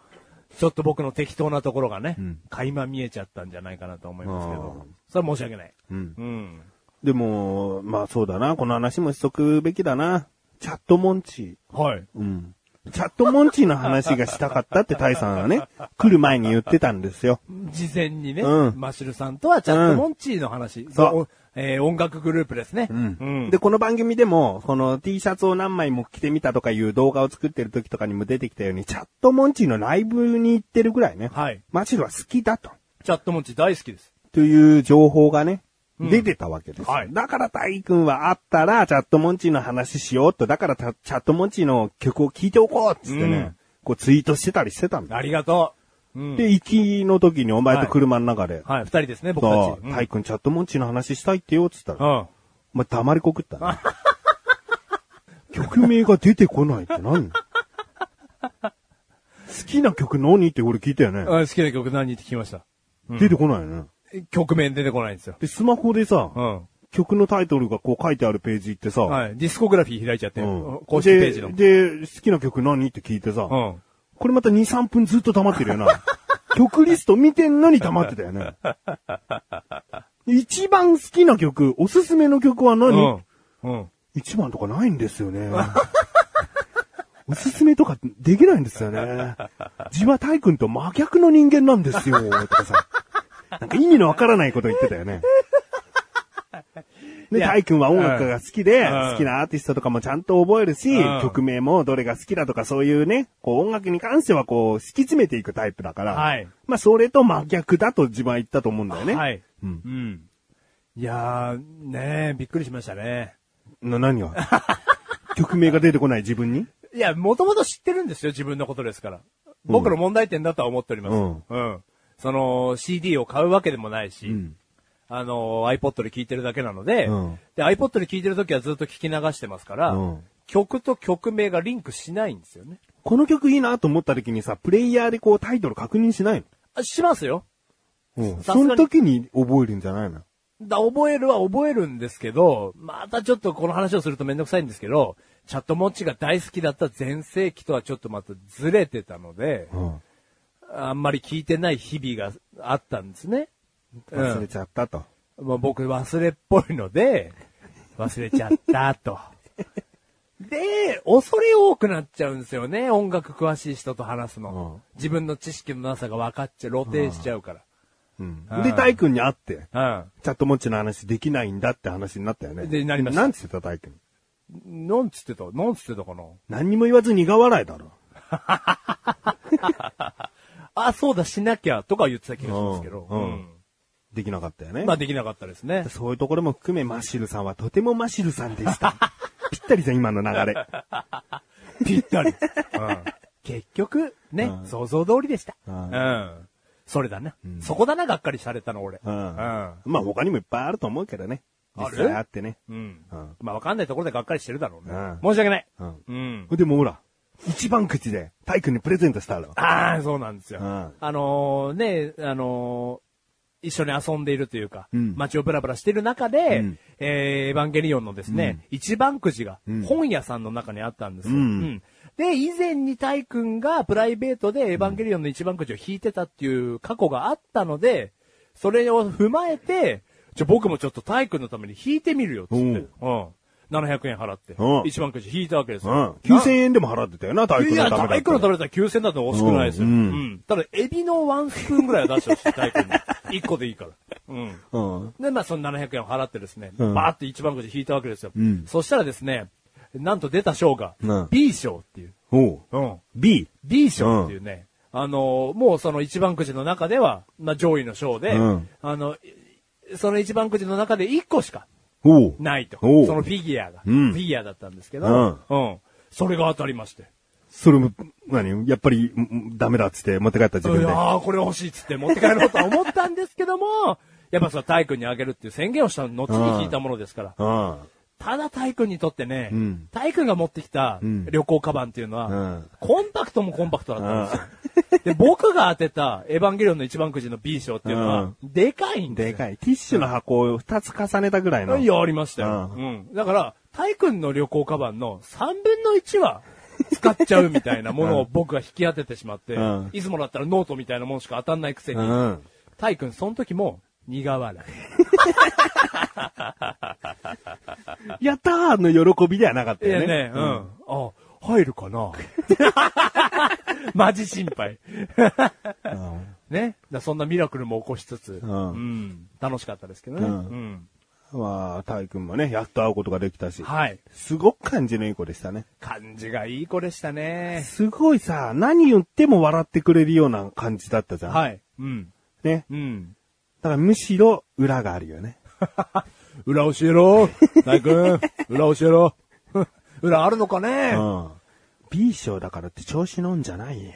Speaker 2: ちょっと僕の適当なところがね、
Speaker 1: うん
Speaker 2: 垣間見えちゃったんじゃないかなと思いますけ
Speaker 1: あー
Speaker 2: ど、それは申し訳ない。
Speaker 1: うん。
Speaker 2: うん。
Speaker 1: でも、まあそうだな。この話もしとくべきだな。チャットモンチ
Speaker 2: はい。
Speaker 1: ー。うん。チャットモンチーの話がしたかったってタイさんはね、来る前に言ってたんですよ。
Speaker 2: 事前にね、
Speaker 1: うん
Speaker 2: マシュルさんとはチャットモンチーの話、
Speaker 1: そう
Speaker 2: おえー音楽グループですね。
Speaker 1: うん。
Speaker 2: うん
Speaker 1: で、この番組でも、この T シャツを何枚も着てみたとかいう動画を作ってる時とかにも出てきたように、チャットモンチーのライブに行ってるぐらいね。
Speaker 2: はい。
Speaker 1: マチルは好きだと。
Speaker 2: チャットモンチー大好きです。
Speaker 1: という情報がね、出てたわけですよ。
Speaker 2: はい
Speaker 1: だから大君はあったら、チャットモンチーの話しようと、だからたチャットモンチーの曲を聴いておこうっつってね、
Speaker 2: うん
Speaker 1: こうツイートしてたりしてたんだ。
Speaker 2: ありがとう。うん、
Speaker 1: で、行きの時にお前と車の中で、
Speaker 2: はい、二人ですね、僕た
Speaker 1: そ
Speaker 2: ち。
Speaker 1: う、大君チャットモンチーの話したいってよっつった
Speaker 2: う
Speaker 1: ら、
Speaker 2: ん。
Speaker 1: お前黙りこくったね。曲名が出てこないって 何好きな曲何って俺聞いたよね。
Speaker 2: うん、好きな曲何って聞きました。
Speaker 1: 出てこないよね。
Speaker 2: 曲面出てこないんですよ。
Speaker 1: で、スマホでさ、
Speaker 2: うん。
Speaker 1: 曲のタイトルがこう書いてあるページ行ってさ、
Speaker 2: はい。ディスコグラフィー開いちゃって、
Speaker 1: うん
Speaker 2: 公式ページの。う
Speaker 1: で、で好きな曲何って聞いてさ、
Speaker 2: ん。
Speaker 1: これまた2、3分ずっと溜まってるよな。 曲リスト見てんのに溜まってたよ ね。一番好きな曲、おすすめの曲は
Speaker 2: う
Speaker 1: 何、
Speaker 2: ん。うん。
Speaker 1: 一番とかないんですよね。 おすすめとかできないんですよね。自は大君と真逆の人間なんですよ、とかさ。なんか意味のわからないこと言ってたよね。で、
Speaker 2: いや
Speaker 1: 大君は音楽が好きで、
Speaker 2: うん
Speaker 1: 好きなアーティストとかもちゃんと覚えるし、
Speaker 2: うん
Speaker 1: 曲名もどれが好きだとかそういうね、こう音楽に関してはこう、敷き詰めていくタイプだから、
Speaker 2: はい
Speaker 1: まあそれと真逆だと自分は言ったと思うんだよね。
Speaker 2: はい。
Speaker 1: うん。
Speaker 2: いやー、ねえ、びっくりしましたね。
Speaker 1: な、何が 曲名が出てこない自分に
Speaker 2: いや、もともと知ってるんですよ、自分のことですから。僕の問題点だとは思っております。
Speaker 1: うん
Speaker 2: その、CD を買うわけでもないし、
Speaker 1: うん
Speaker 2: あの、iPod で聴いてるだけなので、
Speaker 1: うん
Speaker 2: で、iPod で聴いてる時はずっと聞き流してますから、
Speaker 1: うん
Speaker 2: 曲と曲名がリンクしないんですよね。
Speaker 1: この曲いいなと思った時にさ、プレイヤーでこうタイトル確認しない
Speaker 2: あしますよ。
Speaker 1: のうん。
Speaker 2: さすが
Speaker 1: そ
Speaker 2: に
Speaker 1: の時に覚えるんじゃないの
Speaker 2: だ、覚えるは覚えるんですけど、またちょっとこの話をするとめんどくさいんですけど、チャットモッチが大好きだった前世紀とはちょっとまたずれてたので、
Speaker 1: うん。
Speaker 2: あんまり聞いてない日々があったんですね。
Speaker 1: 忘れちゃったと。
Speaker 2: うん。まあ、僕忘れっぽいので、忘れちゃったと。で、恐れ多くなっちゃうんですよね。音楽詳しい人と話すの。自分の知識のなさが分かっちゃう、露呈しちゃうか
Speaker 1: うん
Speaker 2: うん。
Speaker 1: で、大君に会って、
Speaker 2: ら。
Speaker 1: チャットモッチの話できないんだって話になったよね。
Speaker 2: でなりました
Speaker 1: なんつってた大君。
Speaker 2: うん。なんつってたなんつってたかな
Speaker 1: 何にも言わず苦笑いだろ。
Speaker 2: あ、そうだ、しなきゃ、とか言ってた気がしますけど。
Speaker 1: うんうんできなかったよね。
Speaker 2: まあ、できなかったですね。
Speaker 1: そういうところも含 め、マッシルさんはとてもマッシルさんでした。ぴったりじゃん、今の流れ。
Speaker 2: ぴったり。うん結局、ね、
Speaker 1: うん
Speaker 2: 想像通りでした。
Speaker 1: う
Speaker 2: うんん。それだな。
Speaker 1: ん
Speaker 2: そこだな、がっかりされたの、俺。
Speaker 1: うん。まあ他にもいっぱいあると思うけどね。
Speaker 2: ある
Speaker 1: 実際あってね。
Speaker 2: うん。
Speaker 1: うん
Speaker 2: まあ、わかんないところでがっかりしてるだろうね。
Speaker 1: うん
Speaker 2: 申し訳ない。
Speaker 1: うん。
Speaker 2: うん。
Speaker 1: でもほら、一番口で、タイ君にプレゼントしたろ。
Speaker 2: ああ、そうなんですよ。
Speaker 1: うん
Speaker 2: あのーね、あのー一緒に遊んでいるというか、
Speaker 1: うん
Speaker 2: 街をブラブラしている中で、
Speaker 1: うん
Speaker 2: えーエヴァンゲリオンのですね、一番くじが
Speaker 1: ん
Speaker 2: 本屋さんの中にあったんですよ。
Speaker 1: うん
Speaker 2: で、以前にタイ君がプライベートでエヴァンゲリオンの一番くじを引いてたっていう過去があったので、それを踏まえて、じゃあ僕もちょっとタイ君のために引いてみるよっつって、うん、700円払って
Speaker 1: うん、
Speaker 2: 一番くじ引いたわけです
Speaker 1: う
Speaker 2: よ。
Speaker 1: ん。
Speaker 2: な
Speaker 1: 9000円でも払ってたよな、タイ
Speaker 2: い
Speaker 1: 君の
Speaker 2: や、
Speaker 1: ためだったら
Speaker 2: 大工の食べたら9000だって惜しくないですよ。
Speaker 1: う
Speaker 2: うんん。ただ、エビのワンスプーンぐらいは出してほしい、大 工に。1個でいいから。うん。
Speaker 1: うん。
Speaker 2: で、まあ、その700円を払ってですね、
Speaker 1: うん
Speaker 2: バーって一番くじ引いたわけですよ。
Speaker 1: うん
Speaker 2: そしたらですね、なんと出た賞が
Speaker 1: うん、
Speaker 2: B 賞っていう。
Speaker 1: おう。
Speaker 2: うん。
Speaker 1: B。
Speaker 2: B 賞っていうね、あの、もうその一番くじの中では、まあ、上位の賞で、
Speaker 1: うん
Speaker 2: あの、いその一番くじの中で1個しか
Speaker 1: おう。
Speaker 2: ないと。そ
Speaker 1: おう
Speaker 2: のフィギュアが、
Speaker 1: うん
Speaker 2: フィギュアだったんですけど、
Speaker 1: う
Speaker 2: うん。それが当たりまして。
Speaker 1: それも、何やっぱり、んダメだっつって持って帰った自分
Speaker 2: い
Speaker 1: で。
Speaker 2: やーこれ欲しいっつって持って帰ろうとは思ったんですけ ども、やっぱそれはタイ君にあげるっていう宣言をした後に聞いたものですから。
Speaker 1: うん。
Speaker 2: ただタイ君にとってね
Speaker 1: うん、
Speaker 2: タイ君が持ってきた
Speaker 1: うん
Speaker 2: 旅行カバンっていうの
Speaker 1: う
Speaker 2: は
Speaker 1: ん、
Speaker 2: コンパクトもコンパクトだったんですよ。で、僕が当てたエヴァンゲリオンの一番くじの B 賞っていうの
Speaker 1: う
Speaker 2: は
Speaker 1: ん、
Speaker 2: でかいんで
Speaker 1: で
Speaker 2: すよ。
Speaker 1: かい。ティッシュの箱を2つ重ねたぐらいの。
Speaker 2: いや、ありましたよ。
Speaker 1: う
Speaker 2: うん。だから、タイ君の旅行カバンの3分の1は使っちゃうみたいなものを僕が引き当ててしまって
Speaker 1: うん、
Speaker 2: いつもだったらノートみたいなものしか当たんないくせ
Speaker 1: う
Speaker 2: に、
Speaker 1: ん。
Speaker 2: タイ君、その時も、苦笑
Speaker 1: やったーの喜びではなかった
Speaker 2: い。い
Speaker 1: よね。
Speaker 2: やね、うん。あ、入るかな マジ心配。
Speaker 1: うん。
Speaker 2: ね。だそんなミラクルも起こしつつ、うんん。楽しかったですけどね。
Speaker 1: う
Speaker 2: うんん。
Speaker 1: まあ、タイ君もね、やっと会うことができたし。
Speaker 2: はい。
Speaker 1: すごく感じのいい子でしたね。
Speaker 2: 感じがいい子でしたね。
Speaker 1: すごいさ、何言っても笑ってくれるような感じだったじゃん。
Speaker 2: はい。うん。
Speaker 1: ね。
Speaker 2: うん。
Speaker 1: だからむしろ裏があるよね。
Speaker 2: 裏教えろ。タイ君、裏教えろ。 裏あるのかね
Speaker 1: うん。B 賞だからって調子乗んじゃないよ。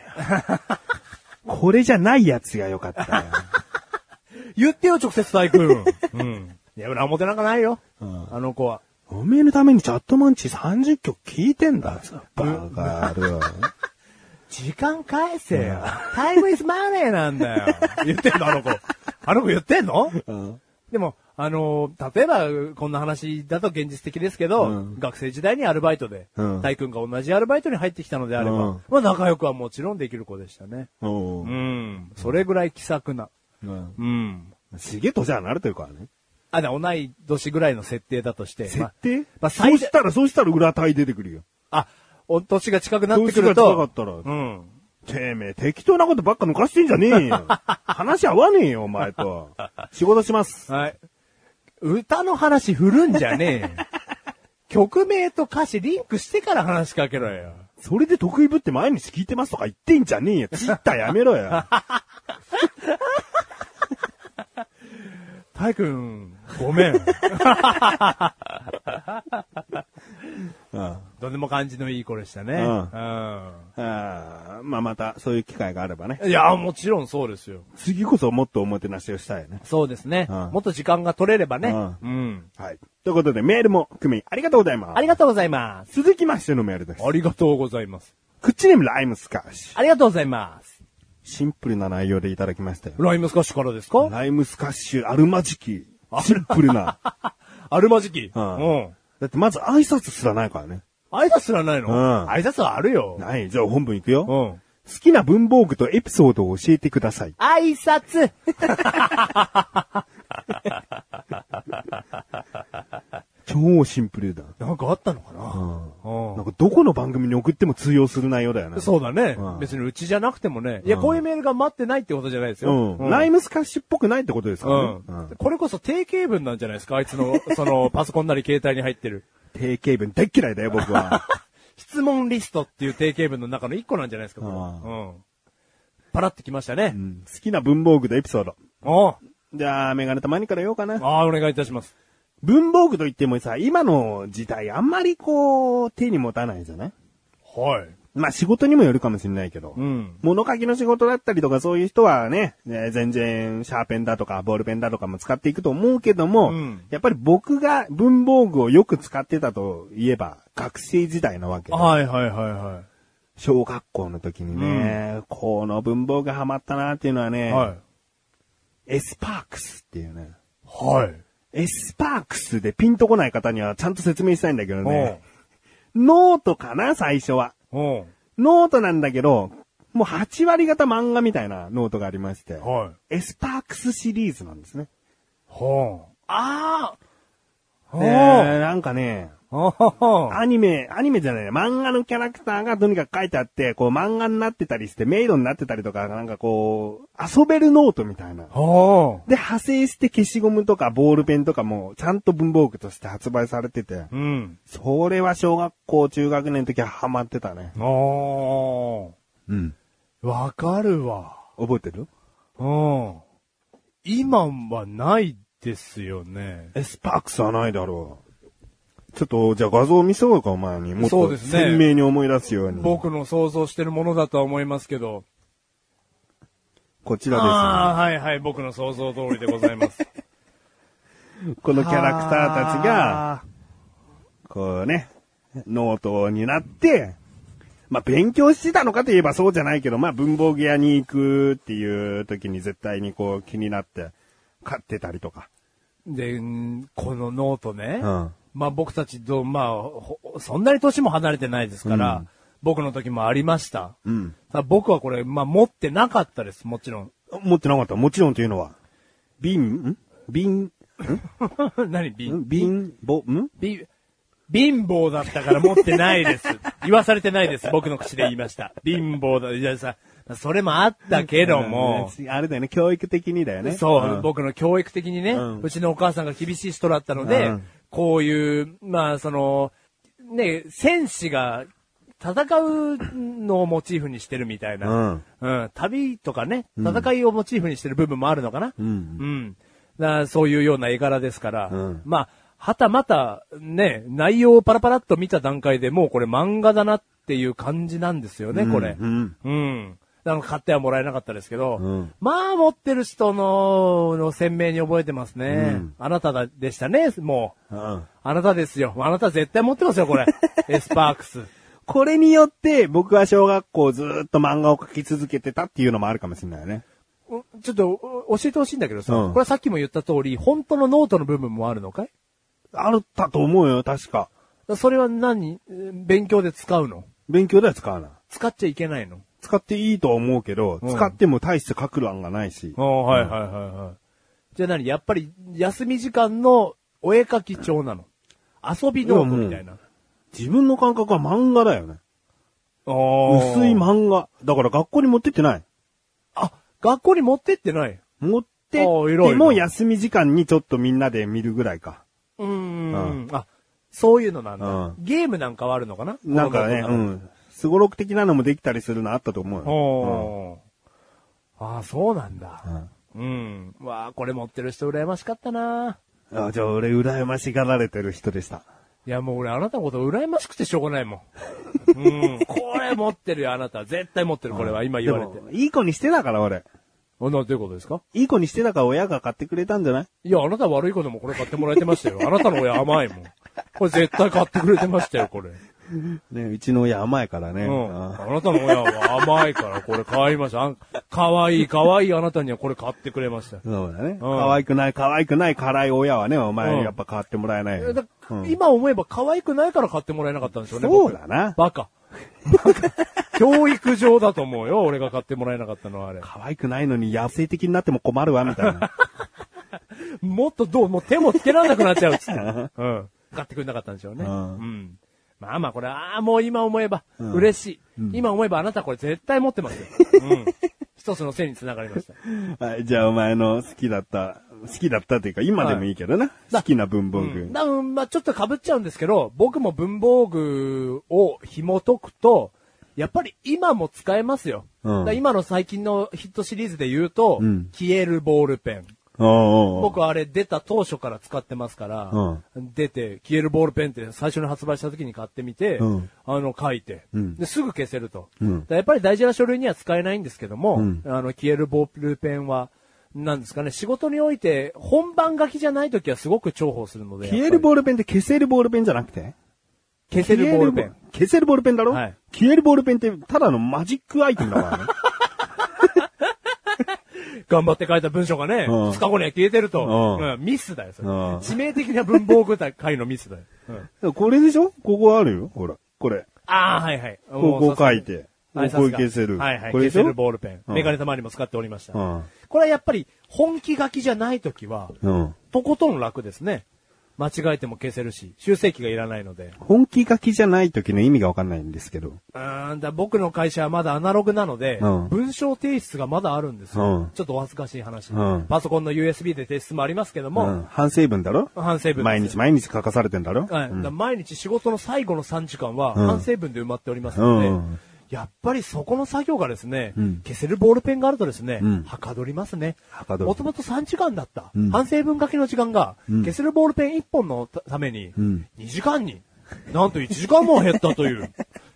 Speaker 1: これじゃないやつが良かったよ。
Speaker 2: 言ってよ、直接タイ君。うん。いや、裏表なんかないよ。
Speaker 1: うん
Speaker 2: あの子は。
Speaker 1: おめえのためにチャットマンチ30曲聞いてんだぞ。バカ野郎。
Speaker 2: 時間返せよ。タイムイズマネーなんだよ。言ってんのあの子。あの子言ってんの
Speaker 1: うん。
Speaker 2: でも、あのー例えば、こんな話だと現実的ですけど、
Speaker 1: うん
Speaker 2: 学生時代にアルバイトで、
Speaker 1: うん
Speaker 2: タイ君が同じアルバイトに入ってきたのであれば、
Speaker 1: うん
Speaker 2: まあ仲良くはもちろんできる子でしたね。
Speaker 1: お
Speaker 2: う。
Speaker 1: うん
Speaker 2: それぐらい気さくな。
Speaker 1: うん。
Speaker 2: うん。
Speaker 1: すげえ年はなるというからね。
Speaker 2: あ、で、同い年ぐらいの設定だとして。
Speaker 1: 設
Speaker 2: ま
Speaker 1: 定、
Speaker 2: まあ
Speaker 1: そ
Speaker 2: 最
Speaker 1: う
Speaker 2: 大
Speaker 1: したら、そうしたら裏タイ出てくるよ。
Speaker 2: あ、あ、お年が近くなってく
Speaker 1: 年
Speaker 2: る
Speaker 1: が
Speaker 2: と。
Speaker 1: 近かったら
Speaker 2: うん。
Speaker 1: てめえ、適当なことばっか抜かしてんじゃねえよ。話合わねえよ、お前と。仕事します。
Speaker 2: はい。歌の話振るんじゃ ねえよ。曲名と歌詞リンクしてから話しかけろよ。
Speaker 1: それで得意ぶって毎日聞いてますとか言ってんじゃねえよ。ツイッターやめろよ。
Speaker 2: タイ君、ごめ ん。
Speaker 1: うん
Speaker 2: とても感じのいい子でしたね。
Speaker 1: う
Speaker 2: うんん。
Speaker 1: あーまあまた、そういう機会があればね。
Speaker 2: いや、もちろんそうですよ。
Speaker 1: 次こそもっとおもてなしをしたいね。
Speaker 2: そうですね。
Speaker 1: うん
Speaker 2: もっと時間が取れればね。
Speaker 1: う
Speaker 2: うん。
Speaker 1: はい。ということで、メールも組み、ありがとうございます。
Speaker 2: ありがとうございます。
Speaker 1: 続きましてのメールです。
Speaker 2: ありがとうございます。
Speaker 1: クッチネームライムスカッシュ。
Speaker 2: ありがとうございます。
Speaker 1: シンプルな内容でいただきましたよ。
Speaker 2: ライムスカッシュからですか
Speaker 1: ライムスカッシュ、あるまじき。シンプルな。
Speaker 2: あるまじき。
Speaker 1: うん
Speaker 2: うん。
Speaker 1: だってまず挨拶すらないからね。
Speaker 2: 挨拶すらないの
Speaker 1: うん
Speaker 2: 挨拶はあるよ。
Speaker 1: ない。じゃあ本文いくよ。
Speaker 2: うん。
Speaker 1: 好きな文房具とエピソードを教えてください。
Speaker 2: 挨拶
Speaker 1: 超シンプルだ。
Speaker 2: なんかあったのか
Speaker 1: な
Speaker 2: なん
Speaker 1: かどこの番組に送っても通用する内容だよ
Speaker 2: う
Speaker 1: ね。
Speaker 2: ん。そうだね
Speaker 1: うん。
Speaker 2: 別にうちじゃなくてもね。いや、
Speaker 1: うん
Speaker 2: こういうメールが待ってないってことじゃないです
Speaker 1: う
Speaker 2: よ。
Speaker 1: ん。ライムスカッシュっぽくないってことですか
Speaker 2: う
Speaker 1: らね
Speaker 2: ん。。これこそ定型文なんじゃないですかあい つの、その、パソコンなり携帯に入ってる。
Speaker 1: 定型文大っ嫌いだよ、僕 は。
Speaker 2: 質問リストっていう定型文の中の一個なんじゃないですかこれ
Speaker 1: うん
Speaker 2: うん。パラってきましたね
Speaker 1: う。ん好きな文房具とエピソード。
Speaker 2: おう
Speaker 1: じゃあ、メガネたまにから言おうかな。
Speaker 2: ああ、お願いいたします。
Speaker 1: 文房具といってもさ、今の時代あんまりこう、手に持たないじゃない
Speaker 2: はい。
Speaker 1: まあ仕事にもよるかもしれないけど、
Speaker 2: うん。
Speaker 1: 物書きの仕事だったりとかそういう人はね、ね全然シャーペンだとかボールペンだとかも使っていくと思うけども、
Speaker 2: うん
Speaker 1: やっぱり僕が文房具をよく使ってたといえば学生時代なわけで。
Speaker 2: はいはいはいは
Speaker 1: 小学校の時にね、この文房具ハマったなっていうのはね、
Speaker 2: い。はい。
Speaker 1: エスパークスっていうね。
Speaker 2: はい。
Speaker 1: エスパークスでピンとこない方にはちゃんと説明したいんだけどね。ノートかな最初は。
Speaker 2: うん。うん。
Speaker 1: ノートなんだけど、もう8割方漫画みたいなノートがありまして。
Speaker 2: はい。
Speaker 1: エスパークスシリーズなんですね。
Speaker 2: はあ。あ
Speaker 1: え
Speaker 2: あ。
Speaker 1: ー、なんかね、
Speaker 2: ああ。
Speaker 1: アニメ、アニメじゃない、漫画のキャラクターがとにかく書いてあって、こう漫画になってたりして、迷路になってたりとか、なんかこう、遊べるノートみたいな。
Speaker 2: はあ。
Speaker 1: で、派生して消しゴムとかボールペンとかも、ちゃんと文房具として発売されてて、
Speaker 2: うん。
Speaker 1: それは小学校、中学年の時はハマってたね。
Speaker 2: ああ。
Speaker 1: うん。
Speaker 2: わかるわ。
Speaker 1: 覚えてる
Speaker 2: うん。今はないですよね。
Speaker 1: エスパークスはないだろう。ちょっと、じゃあ画像見そうか、お前に。もっ
Speaker 2: そう
Speaker 1: と
Speaker 2: ですね
Speaker 1: 鮮明に思い出すように。
Speaker 2: 僕の想像してるものだとは思いますけど。
Speaker 1: こちらですね。
Speaker 2: ああ、はいはい、僕の想像通りでございます。
Speaker 1: このキャラクターたちが、こうね、ノートになって、まあ、勉強してたのかといえばそうじゃないけど、まあ、文房具屋に行くっていう時に絶対にこう気になって買ってたりとか。
Speaker 2: で、んこのノートね。
Speaker 1: うん
Speaker 2: まあ僕たちと、まあほ、そんなに年も離れてないですか
Speaker 1: う
Speaker 2: ら、
Speaker 1: ん
Speaker 2: 僕の時もありました。
Speaker 1: うん。
Speaker 2: ただ僕はこれ、まあ持ってなかったです、もちろん。
Speaker 1: 持ってなかった。もちろんというのは、瓶、ん瓶、
Speaker 2: 何、ビ
Speaker 1: ん瓶、ぼ、ん
Speaker 2: び、貧乏だったから持ってな いです。言わされてないです。僕の口で言いました。貧乏だ。いやさ、それもあったけども、
Speaker 1: うんあれだよね、教育的にだよね。
Speaker 2: そう、
Speaker 1: ん
Speaker 2: 僕の教育的にね、
Speaker 1: う
Speaker 2: うんちのお母さんが厳しい人だったので、
Speaker 1: うん
Speaker 2: こういう、まあその、ね、戦士が戦うのをモチーフにしてるみたいな、うん旅とかね、戦いをモチーフにしてる部分もあるのかな。
Speaker 1: うん。
Speaker 2: うん。なそういうような絵柄ですから、
Speaker 1: うん
Speaker 2: まあ、はたまた、ね、内容をパラパラっと見た段階でもうこれ漫画だなっていう感じなんですよね、これ。
Speaker 1: うん。
Speaker 2: うん。あの、買ってはもらえなかったですけど、
Speaker 1: うん
Speaker 2: まあ、持ってる人の、の鮮明に覚えてますね。
Speaker 1: うん
Speaker 2: あなただでしたね、もう。
Speaker 1: うん。
Speaker 2: あなたですよ。あなた絶対持ってますよ、こ れ。エスパークス。
Speaker 1: これによって僕は小学校ずーっと漫画を描き続けてたっていうのもあるかもしれないね。
Speaker 2: うちょっと、お教えてほしいんだけどさ、
Speaker 1: うん
Speaker 2: これはさっきも言った通り、本当のノートの部分もあるのかい
Speaker 1: あったと思うよ、確か。
Speaker 2: それは何えー勉強で使うの
Speaker 1: 勉強では使わない。
Speaker 2: 使っちゃいけないの
Speaker 1: 使っていいとは思うけど、
Speaker 2: うん
Speaker 1: 使っても大して書く案がないし。
Speaker 2: はいはいはいはい。じゃあ何やっぱり休み時間のお絵描き帳なの遊び道具みたいな。
Speaker 1: 自分の感覚は漫画だよね。薄
Speaker 2: 薄
Speaker 1: い。漫画。だから学校に持ってってない。
Speaker 2: あ、学校に持ってってない。
Speaker 1: 持ってっ
Speaker 2: あー偉い
Speaker 1: て
Speaker 2: な
Speaker 1: も休み時間にちょっとみんなで見るぐらいか。
Speaker 2: うー
Speaker 1: うん
Speaker 2: ん。あ、そういうのなんだ。
Speaker 1: うん
Speaker 2: ゲームなんかはあるのかな
Speaker 1: なんかね、
Speaker 2: 子
Speaker 1: う
Speaker 2: 供の
Speaker 1: ん。すごろく的なのもできたりするのあったと思うよ。
Speaker 2: 頃おーあー、そうなんだ
Speaker 1: う。ん
Speaker 2: うん。わあ、これ持ってる人羨ましかったな。
Speaker 1: あじゃあ俺羨ましがられてる人でした。
Speaker 2: いや、もう俺あなたのこと羨ましくてしょうがない もん。うん。これ持ってるよ、あなた。絶対持ってる、これは。今言われて
Speaker 1: で。もいい子にしてたから俺。
Speaker 2: あな、どういうことですか
Speaker 1: いい子にしてたから親が買ってくれたんじゃない
Speaker 2: いや、あなた悪い子でもこれ買ってもらえてましたよ。あなたの親甘いもん。これ絶対買ってくれてましたよ、これ。
Speaker 1: ね、うちの親甘いからね。
Speaker 2: うん。
Speaker 1: あ
Speaker 2: あなたの親は甘いから、これ買いました。あかわいい、かわいいあなたにはこれ買ってくれました。
Speaker 1: そうだね。可愛くない、可愛くない、辛い親はね、お前やっぱ変わってもらえないよ。
Speaker 2: だ
Speaker 1: うん
Speaker 2: 今思えば可愛くないから買ってもらえなかったんでしょうね。
Speaker 1: そう
Speaker 2: 僕
Speaker 1: だな。
Speaker 2: バカ。バカ教育上だと思うよ、俺が買ってもらえなかったのはあれ。
Speaker 1: 可愛くないのに野生的になっても困るわ、みたい な。
Speaker 2: もっとどう、もう手もつけられなくなっちゃうっつって。うん。買ってくれなかったんでしょうね。
Speaker 1: う
Speaker 2: うんん。まあまあこれ、ああ、もう今思えば
Speaker 1: うん
Speaker 2: 嬉しい。今思えばあなたこれ絶対持ってますよ。 うん。一つの線につながりました。
Speaker 1: はい、じゃあお前の好きだった、好きだったというか、今でもいいけどな。好きな文房具。
Speaker 2: だうん、まあちょっと被っちゃうんですけど、僕も文房具を紐解くと、やっぱり今も使えますよ。
Speaker 1: うん
Speaker 2: だ今の最近のヒットシリーズで言うと、
Speaker 1: うん
Speaker 2: 消えるボールペン。
Speaker 1: うんうん
Speaker 2: 僕はあれ出た当初から使ってますから、出て、消えるボールペンって最初に発売した時に買ってみて、
Speaker 1: うん
Speaker 2: あの、書いて、
Speaker 1: うん
Speaker 2: ですぐ消せると。
Speaker 1: うん
Speaker 2: だからやっぱり大事な書類には使えないんですけども、
Speaker 1: うん
Speaker 2: あの、消えるボールペンは、なんですかね、仕事において、本番書きじゃない時はすごく重宝するので。
Speaker 1: 消えるボ
Speaker 2: ール
Speaker 1: ールペンって消せるボールペンじゃなくて
Speaker 2: 消せるボールペン。。
Speaker 1: 消せるボールペンだろ
Speaker 2: はい
Speaker 1: 消えるボールペンってただのマジックアイテムだからね。
Speaker 2: 頑張って書いた文章がね、
Speaker 1: うん
Speaker 2: 2日後には消えてると、
Speaker 1: うん
Speaker 2: ミスだよ、それ。
Speaker 1: うん
Speaker 2: 致命的な文房具界のミスだよ。うん
Speaker 1: これでしょここあるよほら。これ。
Speaker 2: ああ、はい はい。
Speaker 1: ここ書い
Speaker 2: て
Speaker 1: て。こ
Speaker 2: はい
Speaker 1: こ
Speaker 2: さすが
Speaker 1: 消せる。
Speaker 2: はいはい。
Speaker 1: これ
Speaker 2: 消
Speaker 1: でし
Speaker 2: せ
Speaker 1: ょ
Speaker 2: るボールペン。
Speaker 1: うん
Speaker 2: メガネたまりも使っておりました。
Speaker 1: うん
Speaker 2: これはやっぱり本気書きじゃないときは、
Speaker 1: うん。
Speaker 2: とことん楽ですね。間違えても消せるし、修正機がいらないので。
Speaker 1: 本気書きじゃない時の意味がわかんないんですけど。
Speaker 2: うーんだ僕の会社はまだアナログなので、
Speaker 1: うん
Speaker 2: 文章提出がまだあるんですよ。
Speaker 1: うん
Speaker 2: ちょっとお恥ずかしい話、
Speaker 1: うん
Speaker 2: パソコンの USB で提出もありますけど
Speaker 1: う
Speaker 2: も、
Speaker 1: ん。反省文だろ
Speaker 2: 反省文です
Speaker 1: 毎日毎日書かされてんだろ
Speaker 2: はい。
Speaker 1: う
Speaker 2: だから
Speaker 1: ん
Speaker 2: 毎日仕事の最後の3時間は
Speaker 1: うん
Speaker 2: 反省文で埋まっておりますので、
Speaker 1: うん
Speaker 2: やっぱりそこの作業がですね、
Speaker 1: うん
Speaker 2: 消せるボールペンがあるとですね、
Speaker 1: うん
Speaker 2: はかどりますね。
Speaker 1: はかどる
Speaker 2: もともと3時間だった、
Speaker 1: うん
Speaker 2: 反省文書きの時間が、
Speaker 1: うん
Speaker 2: 消せるボールペン1本のたために、
Speaker 1: うん
Speaker 2: 2時間に、なんと1時間も減ったと いう、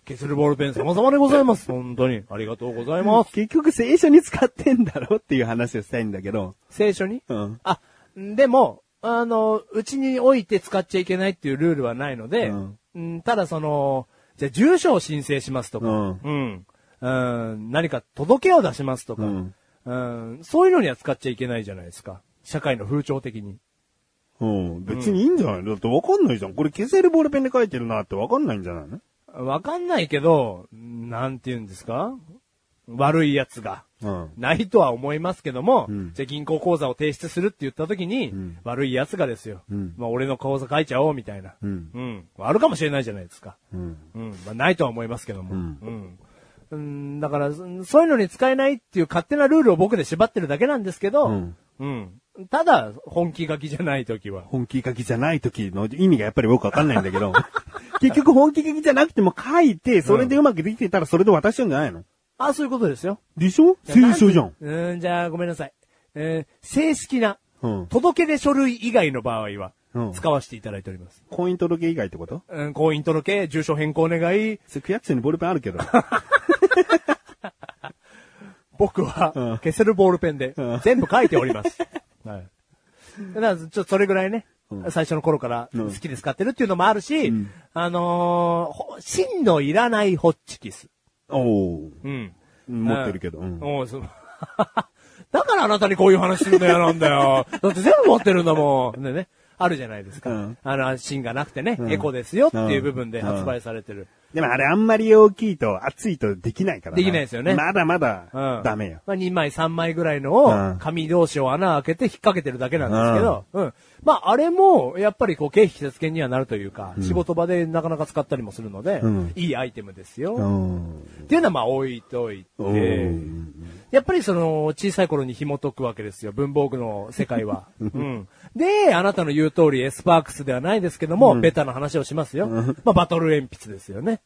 Speaker 2: 消せるボールペン様々でございます。本当に。ありがとうございます。
Speaker 1: 結局聖書に使ってんだろっていう話をしたいんだけど。
Speaker 2: 聖書に
Speaker 1: うん。
Speaker 2: あ、でも、あの、うちに置いて使っちゃいけないっていうルールはないので、
Speaker 1: うん
Speaker 2: うんただその、じゃあ住所を申請しますとか、
Speaker 1: うん
Speaker 2: うん、うん何か届けを出しますとか、
Speaker 1: うん
Speaker 2: うんそういうのには使っちゃいけないじゃないですか。社会の風潮的に。
Speaker 1: うん。別にいいんじゃないだってわかんないじゃん。これ消せるボールペンで書いてるなってわかんないんじゃないの
Speaker 2: わかんないけど、なんて言うんですか悪い奴が。
Speaker 1: うん。
Speaker 2: ないとは思いますけども、
Speaker 1: うん
Speaker 2: じゃあ銀行口座を提出するって言った時に、
Speaker 1: ん
Speaker 2: 悪い奴がですよ、
Speaker 1: うん
Speaker 2: まあ俺の口座書いちゃおうみたいな、
Speaker 1: うん
Speaker 2: あるかもしれないじゃないですか。
Speaker 1: うん。
Speaker 2: うん。まあないとは思いますけども。
Speaker 1: うん
Speaker 2: うん。うん、だから、そそういうのに使えないっていう勝手なルールを僕で縛ってるだけなんですけど、
Speaker 1: うん
Speaker 2: うん。ただ、本気書きじゃない時は。
Speaker 1: 本気書きじゃない時の意味がやっぱりよくわかんないんだけ ど。結局本気書きじゃなくても書いて、それでうまくできてたらそれで渡しちゃうんじゃないの
Speaker 2: あ、そういうことですよ。
Speaker 1: でしょ聖書じゃん。
Speaker 2: うん、じゃあごめんなさい。えー正式な、
Speaker 1: うん
Speaker 2: 届け出書類以外の場合は
Speaker 1: う、ん
Speaker 2: 使わせていただいております。
Speaker 1: 婚姻届以外ってこと
Speaker 2: うん、婚姻届け、住所変更願い、
Speaker 1: それ区役所にボールペンある けど。
Speaker 2: 僕は、
Speaker 1: うん
Speaker 2: 消せるボールペンで
Speaker 1: うん、
Speaker 2: 全部書いてお ります。はい。だから、ちょっとそれぐらいね、
Speaker 1: うん
Speaker 2: 最初の頃から
Speaker 1: うん
Speaker 2: 好きで使ってるっていうのもあるし、
Speaker 1: うん
Speaker 2: あのーほ芯のいらないホッチキス。
Speaker 1: おー
Speaker 2: うん。
Speaker 1: 持ってるけど。
Speaker 2: う
Speaker 1: うんん。
Speaker 2: おうそう だからあなたにこういう話するの嫌なん だよ。だって全部持ってるんだもん。でね、あるじゃないですか。
Speaker 1: うん
Speaker 2: あの、芯がなくてね、
Speaker 1: うん
Speaker 2: エコですよっていう部分で発売されてる。
Speaker 1: でもあれあんまり大きいと熱いとできないから
Speaker 2: できないですよね
Speaker 1: まだまだ
Speaker 2: うん、
Speaker 1: ダメよ。
Speaker 2: まあ、2枚3枚ぐらいの
Speaker 1: う
Speaker 2: を
Speaker 1: ん、
Speaker 2: 紙同士を穴開けて引っ掛けてるだけなんですけど、うん。まあ、あれも、やっぱりこう、経費節減にはなるというか、仕事場でなかなか使ったりもするので、
Speaker 1: うん
Speaker 2: いいアイテムです
Speaker 1: う
Speaker 2: よ。
Speaker 1: ん。
Speaker 2: っていうのはまあ、置いとい
Speaker 1: お
Speaker 2: て、
Speaker 1: ー
Speaker 2: やっぱりその、小さい頃に紐解くわけですよ、文房具の世界は。うん。で、あなたの言う通り、エスパークスではないですけども、ベタな話をしますよ。まあ、バトル鉛筆ですよね。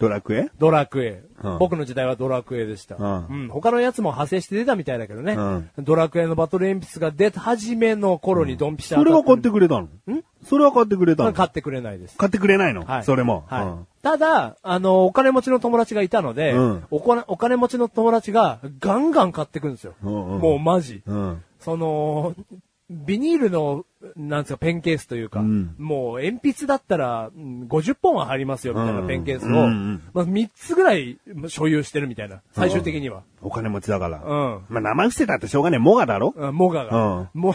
Speaker 1: ドラクエ
Speaker 2: ドラクエ、
Speaker 1: うん
Speaker 2: 僕の時代はドラクエでした。
Speaker 1: うん
Speaker 2: うん他のやつも派生して出たみたいだけどね。
Speaker 1: うん
Speaker 2: ドラクエのバトル鉛筆が出た初めの頃にドンピシャ
Speaker 1: それは買って
Speaker 2: く
Speaker 1: くれたのんそれは買ってくれたの
Speaker 2: 買ってくれないです。
Speaker 1: 買ってくれない
Speaker 2: は
Speaker 1: の
Speaker 2: い。
Speaker 1: それも。
Speaker 2: はい
Speaker 1: うん
Speaker 2: ただ、あの、お金持ちの友達がいたので、
Speaker 1: うん
Speaker 2: お金お金持ちの友達がガンガン買ってくるんですよ。
Speaker 1: うんうん
Speaker 2: もうマジ。
Speaker 1: うん。
Speaker 2: その、ビニールの、なんですか、ペンケースというか、
Speaker 1: うん
Speaker 2: もう鉛筆だったら、うん50本は入りますよ、みたいな
Speaker 1: うん
Speaker 2: ペンケースを、
Speaker 1: うんうん
Speaker 2: まあ、3つぐらい所有してるみたいな、最終的には。
Speaker 1: お金持ちだから。
Speaker 2: うん
Speaker 1: まあ、名前伏せたってしょうがねえ。モガだろ
Speaker 2: うん、モガが。
Speaker 1: うん
Speaker 2: もう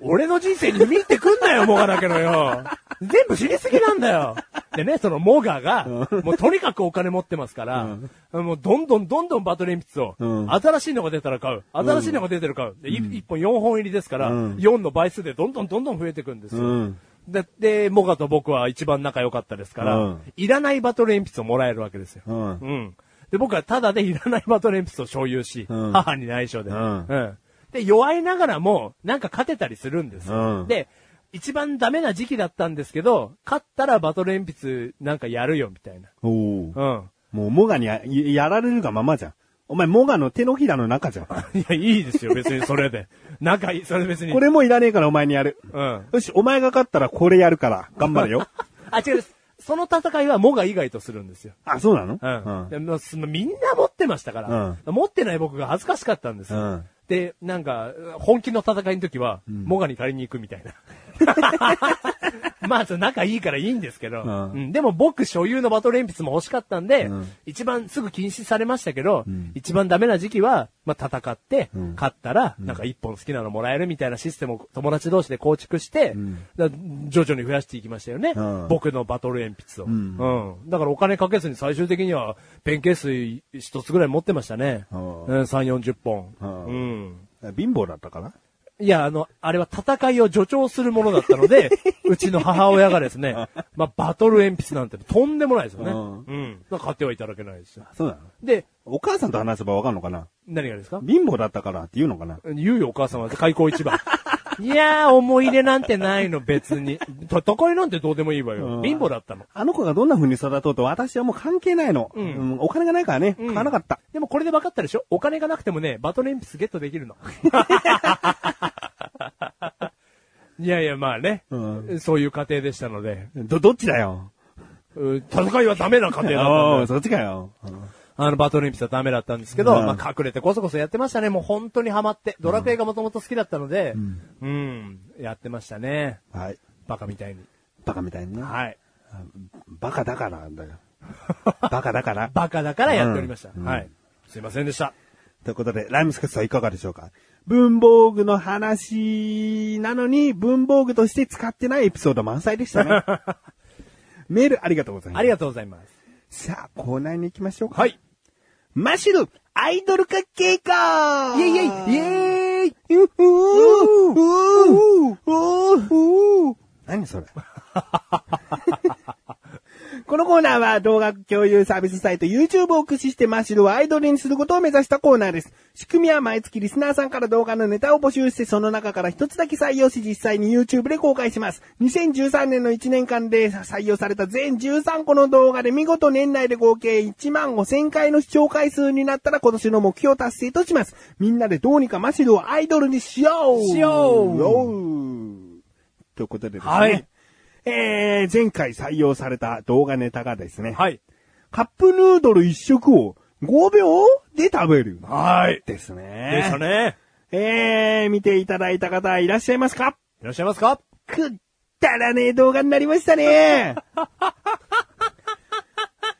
Speaker 2: 俺の人生に見てくん なよ、モガだけどよ。全部知りすぎなんだよ。でね、そのモガが、もうとにかくお金持ってますから、もうどんどんどんどんバトル鉛筆を、
Speaker 1: うん
Speaker 2: 新しいのが出たら買う、新しいのが出てる買う、で 1, 本4本入りですから、
Speaker 1: うん
Speaker 2: 4の倍数でどんどんどんどん増えていくんですよ。
Speaker 1: うん。
Speaker 2: でで、モガと僕は一番仲良かったですから、
Speaker 1: うん
Speaker 2: いらないバトル鉛筆をもらえるわけですよ。
Speaker 1: うん。
Speaker 2: うん。で、僕はタダでいらないバトル鉛筆を所有し、
Speaker 1: うん
Speaker 2: 母に内緒で、
Speaker 1: うん
Speaker 2: で、弱いながらも、なんか勝てたりするんですよ。
Speaker 1: うん
Speaker 2: で、一番ダメな時期だったんですけど、勝ったらバトル鉛筆なんかやるよ、みたいな。
Speaker 1: おー
Speaker 2: うん。
Speaker 1: もう、モガにややられるがままじゃん。お前、モガの手のひらの中じゃん。
Speaker 2: いや、いいですよ、別にそれで。仲いい、それ別に。
Speaker 1: これもいらねえからお前にやる。
Speaker 2: うん。
Speaker 1: よし、お前が勝ったらこれやるから、頑張れよ。
Speaker 2: あ、違うです。その戦いはモガ以外とするんですよ。
Speaker 1: あ、そうなの
Speaker 2: うん。でもうそのみんな持ってましたから、持ってない僕が恥ずかしかったんですよ。
Speaker 1: うん
Speaker 2: で、なんか、本気の戦いの時は、モガに借りに行くみたいな。 まあ、その仲いいからいいんですけど、
Speaker 1: うん
Speaker 2: うんでも僕所有のバトル鉛筆も欲しかったんで、
Speaker 1: うん
Speaker 2: 一番すぐ禁止されましたけど、一番ダメな時期は、まあ戦って、
Speaker 1: ん
Speaker 2: 勝ったら、なんか一本好きなのもらえるみたいなシステムを友達同士で構築して、だ徐々に増やしていきましたよね。
Speaker 1: うん
Speaker 2: 僕のバトル鉛筆を、
Speaker 1: ん
Speaker 2: うんだからお金かけずに最終的には、ペンケース一つぐらい持ってましたね。
Speaker 1: う
Speaker 2: うんん、3、40本、
Speaker 1: うん
Speaker 2: うん。
Speaker 1: うん。貧乏だったかない
Speaker 2: や、あの、あれは戦いを助長するものだったの で、うちの母親がですね、まあ、バトル鉛筆なんてとんでもないですよね。
Speaker 1: う
Speaker 2: うんん。まあ買ってはいただけないですよ。
Speaker 1: そうなの
Speaker 2: で、
Speaker 1: お母さんと話せばわかんのかな
Speaker 2: 何がですか
Speaker 1: 貧乏だったからって言うのかな
Speaker 2: 言うよ、お母さんは。開口 一番。いやー、思い入れなんてないの、別に。戦いなんてどうでもいいわ
Speaker 1: う
Speaker 2: よ
Speaker 1: ん。
Speaker 2: 貧乏だったの。
Speaker 1: あの子がどんな風に育とうと私はもう関係ないの。
Speaker 2: ん
Speaker 1: うんお金がないからね、買わなかった。
Speaker 2: でもこれで分かったでしょお金がなくてもね、バトル鉛筆ゲットでき るの。いやいや、まあね、
Speaker 1: うん
Speaker 2: そういう家庭でしたので、
Speaker 1: ど、どっちだよ。
Speaker 2: う戦いはダメな家庭だった
Speaker 1: お
Speaker 2: ん
Speaker 1: う
Speaker 2: で、
Speaker 1: そっちかよ。うん
Speaker 2: あの、バトル鉛筆はダメだったんですけど、
Speaker 1: うん
Speaker 2: まあ隠れてこそこそやってましたね。もう本当にハマって。ドラクエがもともと好きだったので、うん、やってましたね。
Speaker 1: はい。
Speaker 2: バカみたいに。
Speaker 1: バカみたいにな。
Speaker 2: はい。
Speaker 1: バカだからだよ。 バカだから。
Speaker 2: バカだからやっておりました。
Speaker 1: うん
Speaker 2: はい。すいませんでした。
Speaker 1: ということで、ライムスカスはいかがでしょうか文房具の話なのに、文房具として使ってないエピソード満載でした ね。メールありがとうございます。
Speaker 2: ありがとうございます。
Speaker 1: さあ、コーナーに行きましょうか。
Speaker 2: はい。
Speaker 1: マシュル、アイドル化計画
Speaker 2: イェイイェイイェイ
Speaker 1: イうーうーうーうー何それこのコーナーは動画共有サービスサイト YouTube を駆使してマッシュルをアイドルにすることを目指したコーナーです。仕組みは毎月リスナーさんから動画のネタを募集してその中から一つだけ採用し実際に YouTube で公開します。2013年の1年間で採用された全13個の動画で見事年内で合計1万5000回の視聴回数になったら今年の目標達成とします。みんなでどうにかマッシュルをアイドルにしよう
Speaker 2: しよう
Speaker 1: ようということでですね。
Speaker 2: はい
Speaker 1: えー、前回採用された動画ネタがですね、
Speaker 2: はい。
Speaker 1: カップヌードル1食を5秒で食べる。
Speaker 2: はい。
Speaker 1: ですね。
Speaker 2: でした。ね。
Speaker 1: えー、見ていただいた方いらっしゃいますか
Speaker 2: いらっしゃいますか
Speaker 1: くったらねえ動画になりました ね。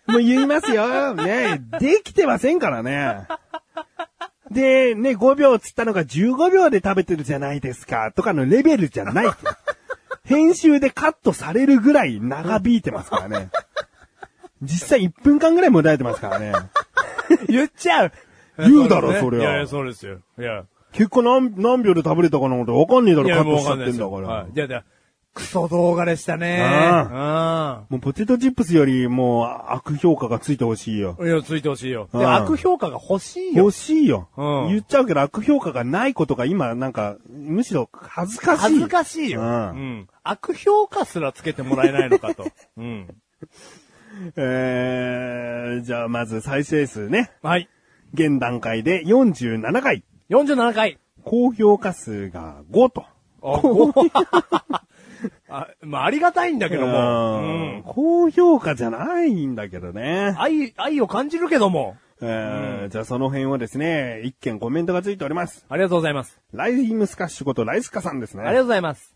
Speaker 1: もう言いますよ。ねできてませんからね。で、ね、5秒つったのが15秒で食べてるじゃないですか、とかのレベルじゃない。編集でカットされるぐらい長引いてますからね。実際1分間ぐらいもたれてますからね。
Speaker 2: 言っちゃう
Speaker 1: 言うだろそれはい
Speaker 2: やいや、そうですよ。いや。
Speaker 1: 結構何、何秒で食べれたかなことわかんねえだろ、
Speaker 2: い
Speaker 1: カ
Speaker 2: や、
Speaker 1: ッ
Speaker 2: もう
Speaker 1: トしちゃ
Speaker 2: わ
Speaker 1: っ
Speaker 2: か
Speaker 1: て
Speaker 2: んなんいです
Speaker 1: だ
Speaker 2: よ。
Speaker 1: から。
Speaker 2: はい。いやいや、クソ動画でしたね。うん。
Speaker 1: もうポテトチップスよりもう悪評価がついてほしいよ。
Speaker 2: いや、ついてほしいよ。
Speaker 1: う
Speaker 2: で、
Speaker 1: ん
Speaker 2: 悪評価が欲しいよ
Speaker 1: 欲。しいよ、
Speaker 2: うん
Speaker 1: 言っちゃうけど悪評価がないことが今なんか、むしろ恥ずかしい。
Speaker 2: 恥ずかしいよ。
Speaker 1: う
Speaker 2: うんん。悪評価すらつけてもらえない のかと。うん。
Speaker 1: えー、じゃあまず再生数ね。
Speaker 2: はい。
Speaker 1: 現段階で47回。
Speaker 2: 47回。
Speaker 1: 高評価数が5と。
Speaker 2: あ、こうあ、まあ、ありがたいんだけども。うん。
Speaker 1: 高評価じゃないんだけどね。
Speaker 2: 愛、愛を感じるけども。
Speaker 1: えーじゃあその辺をですね、一件コメントがついております。
Speaker 2: ありがとうございます。
Speaker 1: ライムスカッシュことライスカさんですね。
Speaker 2: ありがとうございます。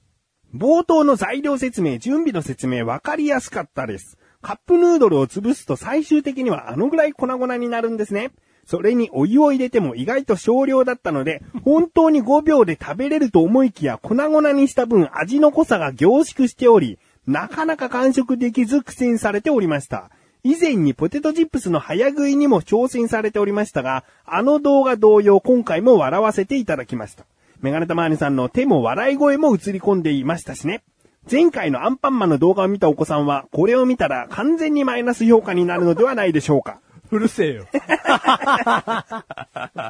Speaker 1: 冒頭の材料説明、準備の説明、わかりやすかったです。カップヌードルを潰すと最終的にはあのぐらい粉々になるんですね。それにお湯を入れても意外と少量だったので、本当に5秒で食べれると思いきや粉々にした分味の濃さが凝縮しており、なかなか完食できず苦戦されておりました。以前にポテトチップスの早食いにも挑戦されておりましたが、あの動画同様今回も笑わせていただきました。メガネタマーニさんの手も笑い声も映り込んでいましたしね。前回のアンパンマンの動画を見たお子さんは、これを見たら完全にマイナス評価になるのではないで しょうか。
Speaker 2: うるせえよ。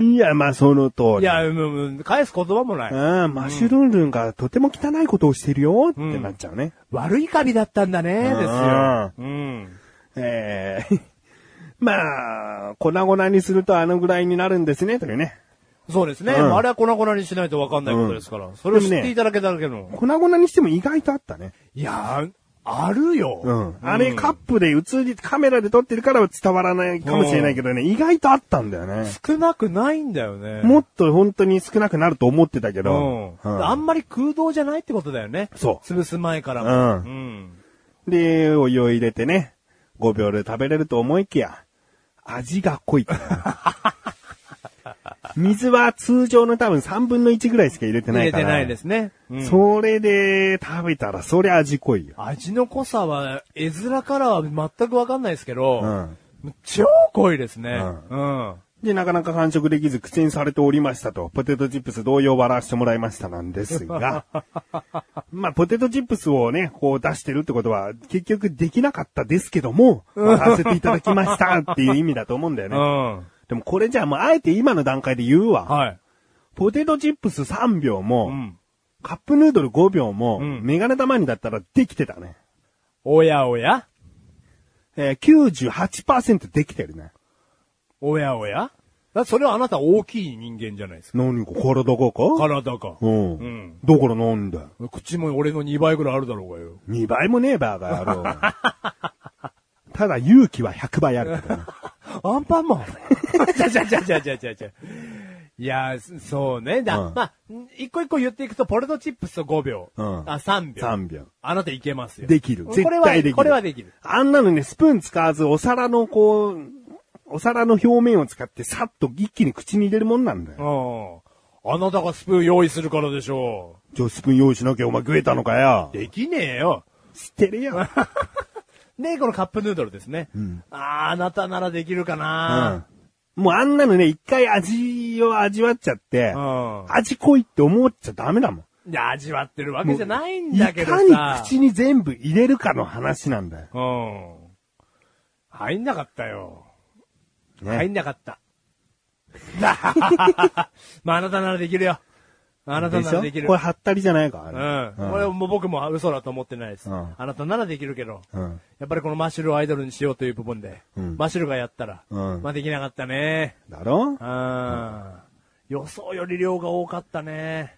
Speaker 1: いや、まあその通り。
Speaker 2: いや、うんうん返す言葉もない。
Speaker 1: うん、マッシュルンルンがとても汚いことをしてるよってなっちゃうね。
Speaker 2: 悪いカビだったんだね、ですよ。
Speaker 1: う
Speaker 2: うん。
Speaker 1: えー まあ、粉々にするとあのぐらいになるんですね、とかね。
Speaker 2: そうですね。
Speaker 1: うん
Speaker 2: あれは粉々にしないと分かんないことですから。それを知っていただけただけの。
Speaker 1: 粉々にしても意外とあったね。
Speaker 2: いやー、あるよ。
Speaker 1: うん。あれカップで映り、カメラで撮ってるから伝わらないかもしれないけどね、意外とあったんだよね。
Speaker 2: 少なくないんだよね。
Speaker 1: もっと本当に少なくなると思ってたけ
Speaker 2: う
Speaker 1: ど
Speaker 2: ん。。あんまり空洞じゃないってことだよね。
Speaker 1: そ
Speaker 2: 潰す前からも。。
Speaker 1: うんう。で、お湯を入れてね、5秒で食べれると思いきや、味が濃 い。水は通常の多分3分の1ぐらいしか入れてな
Speaker 2: 入
Speaker 1: い
Speaker 2: れ
Speaker 1: か
Speaker 2: て
Speaker 1: ら。
Speaker 2: ないですね。うん
Speaker 1: それで食べたら、そりゃ味濃いよ。
Speaker 2: 味の濃さは、絵面からは全くわかんないですけど、
Speaker 1: ん。
Speaker 2: 超濃いですね。
Speaker 1: う
Speaker 2: うん。
Speaker 1: で、なかなか完食できず口にされておりましたと、ポテトチップス同様笑わせてもらいましたなんです が、まあ、ポテトチップスをね、こう出してるってことは、結局できなかったですけども、笑わせていただきましたっていう意味だと思うんだよ
Speaker 2: う
Speaker 1: ね。
Speaker 2: ん。
Speaker 1: でもこれじゃあもうあえて今の段階で言うわ。
Speaker 2: はい。
Speaker 1: ポテトチップス3秒
Speaker 2: う
Speaker 1: も、
Speaker 2: ん。
Speaker 1: カップヌードル5秒も、
Speaker 2: うん
Speaker 1: メガネ玉にだったらできてたね。
Speaker 2: おやおや
Speaker 1: えー、98%できてるね。
Speaker 2: おやおやだそれはあなた大きい人間じゃないですか。
Speaker 1: 何か体がか
Speaker 2: 体が。
Speaker 1: うん。
Speaker 2: うん
Speaker 1: だからなんだよ。
Speaker 2: 口も俺の2倍ぐらいあるだろうがよ。
Speaker 1: 2倍もねえバーガー野郎。 ただ勇気は100倍あるけどね。
Speaker 2: アンパンマンちゃちゃちゃちゃちゃちゃちゃ。いやー、そうね。だ、
Speaker 1: うん
Speaker 2: まあ、ん一個一個言っていくと、ポルトチップスと5秒。
Speaker 1: うん
Speaker 2: あ、3秒。
Speaker 1: 3秒。
Speaker 2: あなたいけますよ。
Speaker 1: できる。
Speaker 2: こ
Speaker 1: 絶
Speaker 2: れは
Speaker 1: 対できる。
Speaker 2: これはできる。。
Speaker 1: あんなのね、スプーン使わず、お皿のこう、お皿の表面を使って、さっと一気に口に入れるもんなんだ
Speaker 2: う
Speaker 1: よ。
Speaker 2: ん。あなたがスプーン用意するからでしょ
Speaker 1: じゃあスプーン用意しなきゃお前食えたのかよ
Speaker 2: う。。できねえよ。
Speaker 1: 知ってるよ。
Speaker 2: で、このカップヌードルですね。
Speaker 1: ん
Speaker 2: あーあなたならできるか
Speaker 1: う、
Speaker 2: なん
Speaker 1: もうあんなのね、一回味を味わっちゃって、
Speaker 2: うん
Speaker 1: 味濃いって思っちゃダメだもん。
Speaker 2: いや、味わってるわけじゃないん
Speaker 1: い
Speaker 2: だけど
Speaker 1: か
Speaker 2: さ。
Speaker 1: に口に全部入れるかの話なんだよ。
Speaker 2: うん。入んなかったよ。
Speaker 1: ね
Speaker 2: 入んなか った。まあ、あなたならできるよ。あなたならでき
Speaker 1: しょ
Speaker 2: る。
Speaker 1: これ、ハったりじゃないかあ
Speaker 2: う
Speaker 1: れ
Speaker 2: ん。これも僕も嘘だと思ってないです。
Speaker 1: うん
Speaker 2: あなたならできるけど、
Speaker 1: うん
Speaker 2: やっぱりこのマッシュルをアイドルにしようという部分で、
Speaker 1: うん
Speaker 2: マッシュルがやったら、
Speaker 1: うん
Speaker 2: まあできなかったね。
Speaker 1: だろ
Speaker 2: うん。予想より量が多かった ね。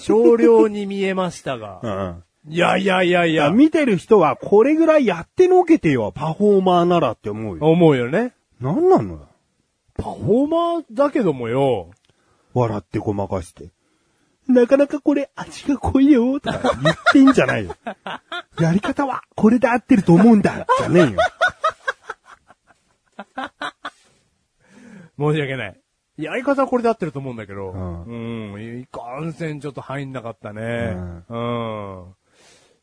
Speaker 2: 少量に見えましたが。
Speaker 1: うん。
Speaker 2: いやいやいやい
Speaker 1: いや、
Speaker 2: や、
Speaker 1: 見てる人はこれぐらいやってのけてよ、パフォーマーならって思うよ。
Speaker 2: 思うよね。
Speaker 1: なんなのよ。
Speaker 2: パフォーマーだけどもよ、
Speaker 1: 笑ってごまかして。なかなかこれ味が濃いよ、とか言ってんじゃ ないよ。やり方はこれで合ってると思うんだ、じゃねえよ。
Speaker 2: 申し訳ない。やり方はこれで合ってると思うんだけど、
Speaker 1: うん
Speaker 2: うん、いかんせんちょっと入んなかったね。う。
Speaker 1: うん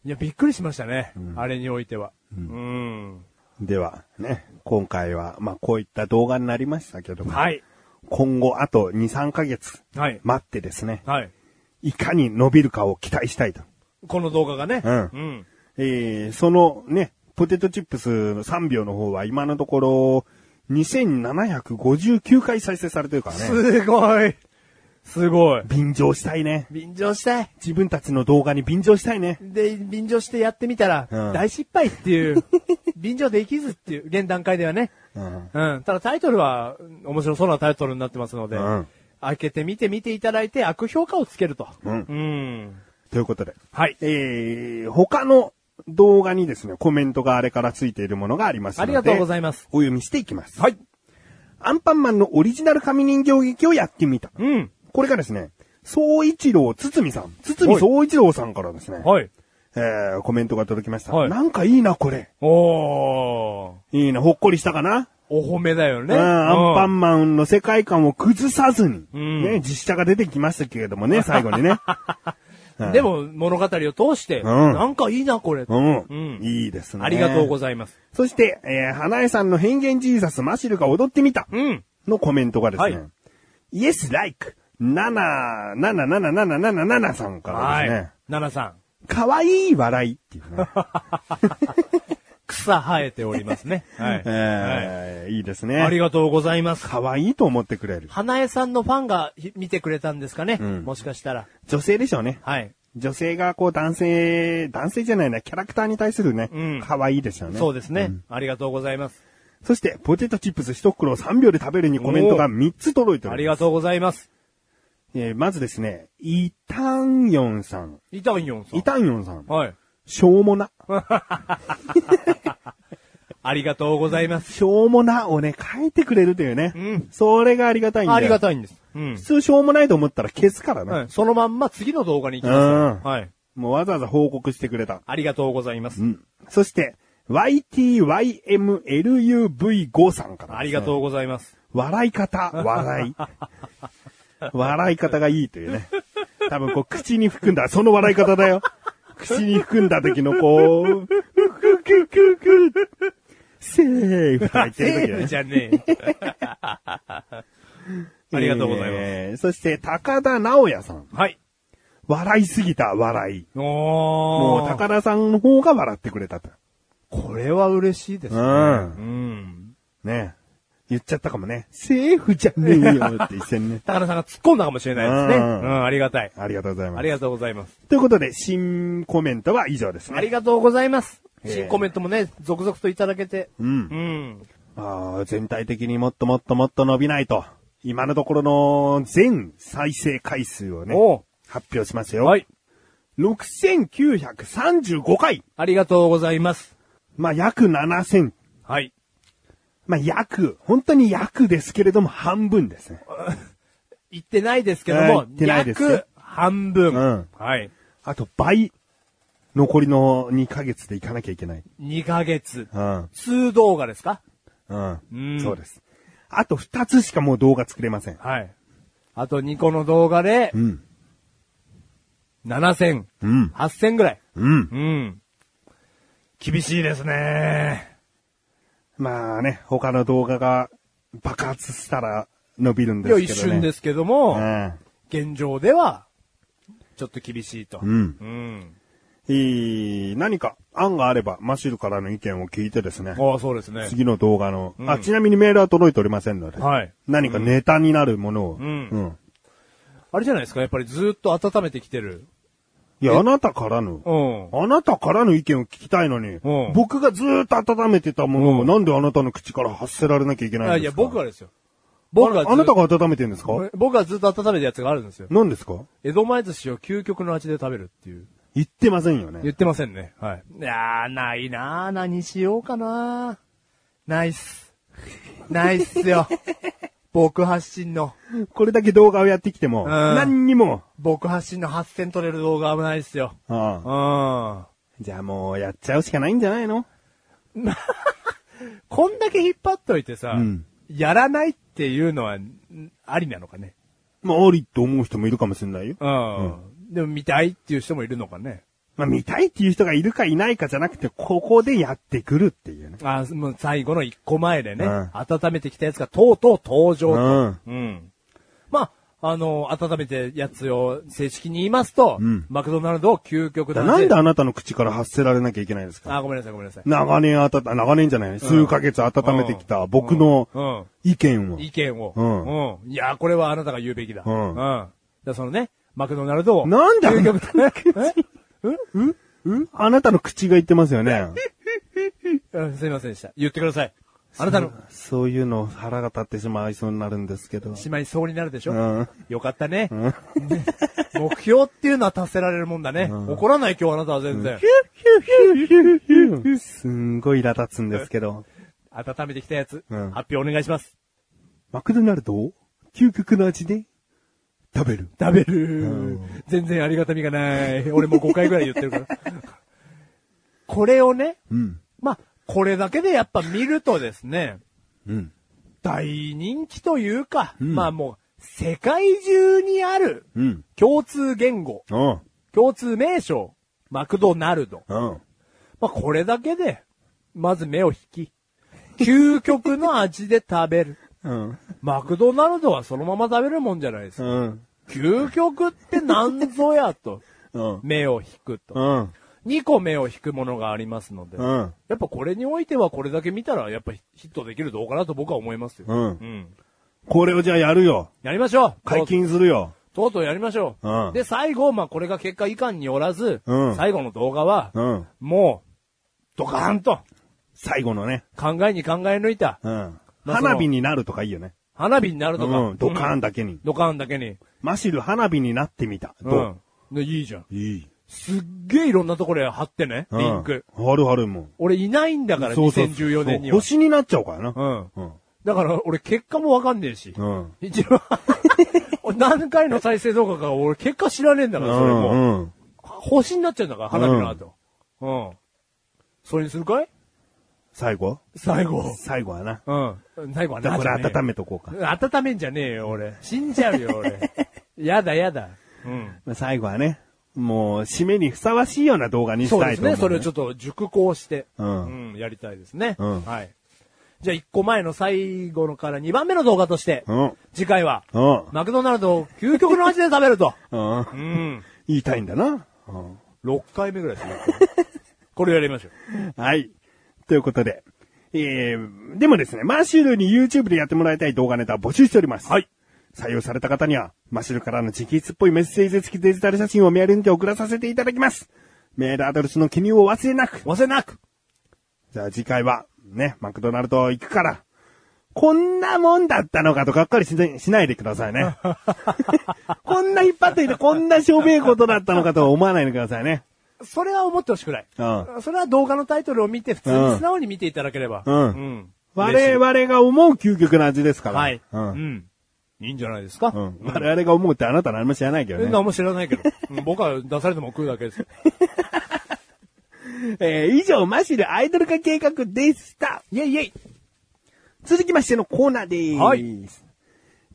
Speaker 2: いや、びっくりしましたね。あれにおいては。うん。
Speaker 1: では、ね、今回は、まあ、こういった動画になりましたけども、
Speaker 2: はい。
Speaker 1: 今後あと2、3ヶ月
Speaker 2: はい。
Speaker 1: 待ってですね、
Speaker 2: はい。
Speaker 1: いかに伸びるかを期待したいと。
Speaker 2: この動画がね。
Speaker 1: うん
Speaker 2: うん。
Speaker 1: えーそのね、ポテトチップスの3秒の方は今のところ、2759回再生されてるからね。
Speaker 2: すごい。すごい。
Speaker 1: 便乗したいね。
Speaker 2: 便乗したい。
Speaker 1: 自分たちの動画に便乗したいね。
Speaker 2: で、便乗してやってみたら、
Speaker 1: うん
Speaker 2: 大失敗っていう、便乗できずっていう、現段階ではね。
Speaker 1: うん。
Speaker 2: うん。ただタイトルは、うん面白そうなタイトルになってますので、
Speaker 1: うん
Speaker 2: 開けてみて見ていただいて、悪評価をつけると。
Speaker 1: うん
Speaker 2: うん。
Speaker 1: ということで。
Speaker 2: はい。
Speaker 1: えー他の動画にですね、コメントがあれからついているものがありますので。
Speaker 2: ありがとうございます。
Speaker 1: お読みしていきます。
Speaker 2: はい。
Speaker 1: アンパンマンのオリジナル紙人形劇をやってみた。
Speaker 2: うん。
Speaker 1: これがですね、総一郎つつみさん、つつみ総一郎さんからですね、
Speaker 2: はい。
Speaker 1: えーコメントが届きました。
Speaker 2: はい
Speaker 1: なんかいいな、これ。
Speaker 2: おー。
Speaker 1: いいな、ほっこりしたかな、
Speaker 2: お褒めだよね。
Speaker 1: うん、アンパ
Speaker 2: ン。
Speaker 1: ンマンの世界観を崩さずに、
Speaker 2: うん
Speaker 1: ね、実写が出てきましたけれども ね、最後にね。うん
Speaker 2: で、も、物語を通して、
Speaker 1: ん
Speaker 2: なんかいいな、これ。
Speaker 1: うん、
Speaker 2: うん
Speaker 1: いいですね。
Speaker 2: ありがとうご
Speaker 1: ざいます。
Speaker 2: ざいます。
Speaker 1: そして、えー、花江さんの変幻ジーザスマシルが踊ってみた
Speaker 2: うん。
Speaker 1: のコメントがですね、
Speaker 2: はい
Speaker 1: Yes, like, 777777さんから
Speaker 2: は
Speaker 1: です
Speaker 2: い
Speaker 1: ね、。
Speaker 2: 奈々さん、
Speaker 1: かわいい笑いって いうね。
Speaker 2: 草生えておりま すね。はい。は
Speaker 1: えーいいです
Speaker 2: い。
Speaker 1: ね。
Speaker 2: ありがとうございます。
Speaker 1: 可愛いと思ってくれる。
Speaker 2: 花江さんのファンがひ見てくれたんですかね。
Speaker 1: うん
Speaker 2: もしかしたら。
Speaker 1: 女性でしょうね。
Speaker 2: はい。
Speaker 1: 女性がこう男性、男性じゃないな、キャラクターに対するね
Speaker 2: うん、
Speaker 1: 可愛いですよね。
Speaker 2: そうですね。ありがとうございます。
Speaker 1: そして、ポテトチップス一袋を3秒で食べるにコメントが3つ届いてお
Speaker 2: あ
Speaker 1: り
Speaker 2: り
Speaker 1: ま
Speaker 2: が
Speaker 1: す。
Speaker 2: とうございます。
Speaker 1: えーまずですね、イタンヨンさん。
Speaker 2: イタンヨンさん。
Speaker 1: イタンヨンさん。
Speaker 2: はい。
Speaker 1: しょうもな。
Speaker 2: ありがとうございます。
Speaker 1: しょうもなをね、書いてくれるというね。
Speaker 2: うん
Speaker 1: それがありがたいんだよ。
Speaker 2: ありがたいんです。うん
Speaker 1: 普。通しょうもないと思ったら消すからね。
Speaker 2: はい。そのまんま次の動画に行きますから。はい。
Speaker 1: もうわざわざ報告してくれた。
Speaker 2: ありがとうございます
Speaker 1: う。ん。そして、YTYMLUV5 さんから、
Speaker 2: ありがとうございます。
Speaker 1: う。笑い方、笑い。笑い方がいいというね。多分こう、口に含んだ、その笑い方だよ。口に含んだ時のこう、クククククセーフとか言ってる時だね
Speaker 2: じゃねえ。 ありがとうございます
Speaker 1: ます。そして、高田直也さん。
Speaker 2: はい。
Speaker 1: 笑いすぎた笑い。
Speaker 2: お
Speaker 1: もう、
Speaker 2: ー。
Speaker 1: 高田さんの方が笑ってくれたと。
Speaker 2: これは嬉しいです
Speaker 1: う
Speaker 2: ね。
Speaker 1: ん
Speaker 2: う。ん。。
Speaker 1: ね言っちゃったかもね。セーフじゃねえよって一線ね
Speaker 2: 高田さんが突っ込んだかもしれないですね。
Speaker 1: う
Speaker 2: うんん、ありがたい。
Speaker 1: ありがとうございま
Speaker 2: あ
Speaker 1: す。
Speaker 2: りがとうございます。
Speaker 1: ということで、新コメントは以上です
Speaker 2: あ
Speaker 1: ね。
Speaker 2: りがとうございます。
Speaker 1: えー
Speaker 2: 新コメントもね、続々といただけて。
Speaker 1: う。
Speaker 2: うんん。
Speaker 1: あー全体的にもっともっともっと伸びないと。今のところの全再生回数をね
Speaker 2: おう、
Speaker 1: 発表しますよ。
Speaker 2: はい。
Speaker 1: 6935回。
Speaker 2: ありがとうございます。
Speaker 1: まあ、約7000。
Speaker 2: はい。
Speaker 1: まあ、約、本当に約ですけれども、半分ですね。
Speaker 2: 言ってないですけど
Speaker 1: はい
Speaker 2: も
Speaker 1: 言っ、てないですよ
Speaker 2: 約半分。
Speaker 1: うん
Speaker 2: はい。
Speaker 1: あと倍、残りの2ヶ月でいかなきゃいけない。
Speaker 2: 2ヶ月。
Speaker 1: うん。
Speaker 2: 2動画ですか
Speaker 1: うん。
Speaker 2: うん
Speaker 1: そうです。あと2つしかもう動画作れません。
Speaker 2: はい。あと2個の動画で
Speaker 1: う、ん。
Speaker 2: 7000、
Speaker 1: うん。
Speaker 2: 8000ぐらい。
Speaker 1: うん。
Speaker 2: うん。厳しいですね。
Speaker 1: まあね、他の動画が爆発したら伸びるん
Speaker 2: い
Speaker 1: です
Speaker 2: や、
Speaker 1: けどね。。
Speaker 2: 一瞬ですすけども、
Speaker 1: うん。
Speaker 2: 現状では、ちょっと厳しいと。
Speaker 1: ん
Speaker 2: うん。
Speaker 1: いい、何か案があれば、マシルからの意見を聞いてですね。
Speaker 2: ああ、そうですね。
Speaker 1: 次の動画の、
Speaker 2: うん
Speaker 1: あ、ちなみにメールは届いておりませんので。
Speaker 2: はい。
Speaker 1: 何かネタになるものを。
Speaker 2: んあれじゃないですか、やっぱりずっと温めてきてる。
Speaker 1: いや、あなたからの、
Speaker 2: うん。
Speaker 1: あなたからの意見を聞きたいのに、
Speaker 2: うん
Speaker 1: 僕がずーっと温めてたものを、なんであなたの口から発せられなきゃいけないんです
Speaker 2: あ
Speaker 1: か
Speaker 2: いや、僕はですよ。僕
Speaker 1: 僕
Speaker 2: はず
Speaker 1: あ、あなたが温めてるんですか
Speaker 2: 僕はずっと温めたやつがあるんですよ。
Speaker 1: 何ですか
Speaker 2: 江戸前寿司を究極の味で食べるっていう。
Speaker 1: 言ってませんよ
Speaker 2: 言
Speaker 1: ね
Speaker 2: っ。てませんね。はい。いやー、ないなー。何しようかなー。ないっす。ないっす よ。僕発信の、
Speaker 1: これだけ動画をやってきても、
Speaker 2: ん
Speaker 1: 何にも、
Speaker 2: 僕発信の8000取れる動画危ないっすよ。
Speaker 1: あ
Speaker 2: う
Speaker 1: あ
Speaker 2: ん。
Speaker 1: じゃあもうやっちゃうしかないんじゃないの
Speaker 2: こんだけ引っ張っといてさ、
Speaker 1: うん
Speaker 2: やらないっていうのは、んありなのかね。
Speaker 1: まあ、ありと思う人もいるかもしれないよ。
Speaker 2: うん。でも見たいっていう人もいるのかね。
Speaker 1: まあ、見たいっていう人がいるかいないかじゃなくて、ここでやってくるっていうね。
Speaker 2: あもう最後の一個前でね、
Speaker 1: うん
Speaker 2: 温めてきたやつがとうとう登場と。
Speaker 1: うん。
Speaker 2: うん。まあ、あの、温めてやつを正式に言いますと、
Speaker 1: うん
Speaker 2: マクドナルドを究極
Speaker 1: だ
Speaker 2: の
Speaker 1: なんで
Speaker 2: だ
Speaker 1: あなたの口から発せられなきゃいけないんですか
Speaker 2: あ、ごめんなさいごめんなさい。
Speaker 1: 長年あたた、長年じゃない、数ヶ月温めてきた僕の
Speaker 2: うん
Speaker 1: 意見を。
Speaker 2: 意見を。
Speaker 1: う
Speaker 2: うん。いや、これはあなたが言うべきだ。
Speaker 1: うん
Speaker 2: うん。じゃあそのね、マクドナルドを。
Speaker 1: なんであ
Speaker 2: 究
Speaker 1: な
Speaker 2: 極の
Speaker 1: あなたの口が言ってますよね。
Speaker 2: うんすいませんでした。言ってください。あなたの、
Speaker 1: そういうの腹が立ってしまいそうになるんですけど。
Speaker 2: しまいそうになるでしょ、
Speaker 1: うん
Speaker 2: よかったね、ね 目標っていうのは達せられるもんだね。怒らない今日あなたは全然。
Speaker 1: すんごい苛立つんですけど。
Speaker 2: 温めてきたやつ、
Speaker 1: うん
Speaker 2: 発表お願いします。
Speaker 1: マクドナルドを究極の味で食べる。
Speaker 2: 食べる、全然ありがたみがない。俺もう5回ぐらい言ってるから。 これをね、
Speaker 1: うん。
Speaker 2: まあ、これだけでやっぱ見るとですね、
Speaker 1: うん。
Speaker 2: 大人気というか、
Speaker 1: ん
Speaker 2: まあもう、世界中にある
Speaker 1: うん。
Speaker 2: 共通言語、
Speaker 1: うん。
Speaker 2: 共通名称、マクドナルド。
Speaker 1: うん。
Speaker 2: まあ、これだけで、まず目を引き、究極の味で食べる。
Speaker 1: うん。
Speaker 2: マクドナルドはそのまま食べるもんじゃないですか。
Speaker 1: うん。
Speaker 2: 究極って何ぞやと、
Speaker 1: うん。
Speaker 2: 目を引く
Speaker 1: う
Speaker 2: と。
Speaker 1: ん。
Speaker 2: 2個目を引くものがありますので、や
Speaker 1: うん。
Speaker 2: っぱこれにおいてはこれだけ見たら、やっぱヒットできる動画だと僕は思いますよ。
Speaker 1: うん
Speaker 2: うん。
Speaker 1: これをじゃあやるよ。
Speaker 2: やりましょう
Speaker 1: 解禁するよ。
Speaker 2: とうとうやりましょう。
Speaker 1: うん
Speaker 2: で、最後、まあ、これが結果いかんによらず、
Speaker 1: うん
Speaker 2: 最後の動画は、
Speaker 1: うん。
Speaker 2: もう、ドカーンと、
Speaker 1: 最後のね。
Speaker 2: 考えに考え抜いた。
Speaker 1: うん。
Speaker 2: まあ
Speaker 1: 花火になるとかいいよね。
Speaker 2: 花火になるとか。
Speaker 1: うん。ドカーンだけに。
Speaker 2: ドカーンだけに。
Speaker 1: マシル花火になってみた。
Speaker 2: う
Speaker 1: ど
Speaker 2: ん。でいいじゃん。
Speaker 1: ういい。
Speaker 2: すっげえいろんなところへ貼ってね、
Speaker 1: うん
Speaker 2: リンク。。
Speaker 1: あるあるもん。
Speaker 2: 俺いないんだから、
Speaker 1: そうそう
Speaker 2: 2014年に
Speaker 1: そう
Speaker 2: は。
Speaker 1: 星になっちゃうからな。
Speaker 2: うん。
Speaker 1: うん。
Speaker 2: だから俺結果もわかんねえし。
Speaker 1: うん。
Speaker 2: 一応、俺 何回の再生動画か俺結果知らねえんだから、それも。
Speaker 1: うんうん。
Speaker 2: 星になっちゃうんだから、花火の後。うん。それにするかい
Speaker 1: 最後
Speaker 2: 最後。
Speaker 1: 最後はな。
Speaker 2: うん。最後は
Speaker 1: じゃあ
Speaker 2: な
Speaker 1: これ温めとこうか。
Speaker 2: め。温めんじゃねえよ、俺。死んじゃうよ、 俺。やだ、やだ。うん。
Speaker 1: まあ最後はね、もう締めにふさわしいような動画にし
Speaker 2: そう
Speaker 1: た
Speaker 2: で
Speaker 1: い
Speaker 2: す
Speaker 1: と思う、
Speaker 2: ね。それをちょっと熟考して、
Speaker 1: うん
Speaker 2: うんやりたいですね。
Speaker 1: うん
Speaker 2: はい。じゃあ、1個前の最後のから2番目の動画として、
Speaker 1: うん。
Speaker 2: 次回は、
Speaker 1: うん。
Speaker 2: マクドナルドを究極の味で食べると。
Speaker 1: うん。
Speaker 2: うん。
Speaker 1: 言いたいんだな。うん
Speaker 2: 6回目ぐらいですね。 これやりましょう。
Speaker 1: はい。ということで。えー、でもですね、マッシュルに YouTube でやってもらいたい動画ネタを募集しております。
Speaker 2: はい。
Speaker 1: 採用された方には、マッシュルからの直筆っぽいメッセージ付きデジタル写真をメールにて送らさせていただきます。メールアドレスの記入を忘れなく。
Speaker 2: 忘れなく。
Speaker 1: じゃあ次回は、ね、マクドナルド行くから、こんなもんだったのかとがっかりしないしないでください ね。こんな引っ張っていて、こんなしょべえことだったのかとは思わないでくださいね。
Speaker 2: それは思ってほしくない。
Speaker 1: う
Speaker 2: それは動画のタイトルを見て、普通
Speaker 1: う
Speaker 2: に
Speaker 1: ん
Speaker 2: 素直に見ていただければ。
Speaker 1: うん
Speaker 2: ん
Speaker 1: 我々が思う究極の味ですから。
Speaker 2: はい。
Speaker 1: うん。
Speaker 2: ん。いいんじゃないですか。
Speaker 1: う。
Speaker 2: うん
Speaker 1: 我々が思うってあなた何も知らないけど
Speaker 2: ん。
Speaker 1: ね。
Speaker 2: 何も知らないけど。 うん僕は出されても食うだけです。
Speaker 1: えー以上、マシルアイドル化計画でした。
Speaker 2: イェイイェイ
Speaker 1: 続きましてのコーナーでーす。
Speaker 2: はい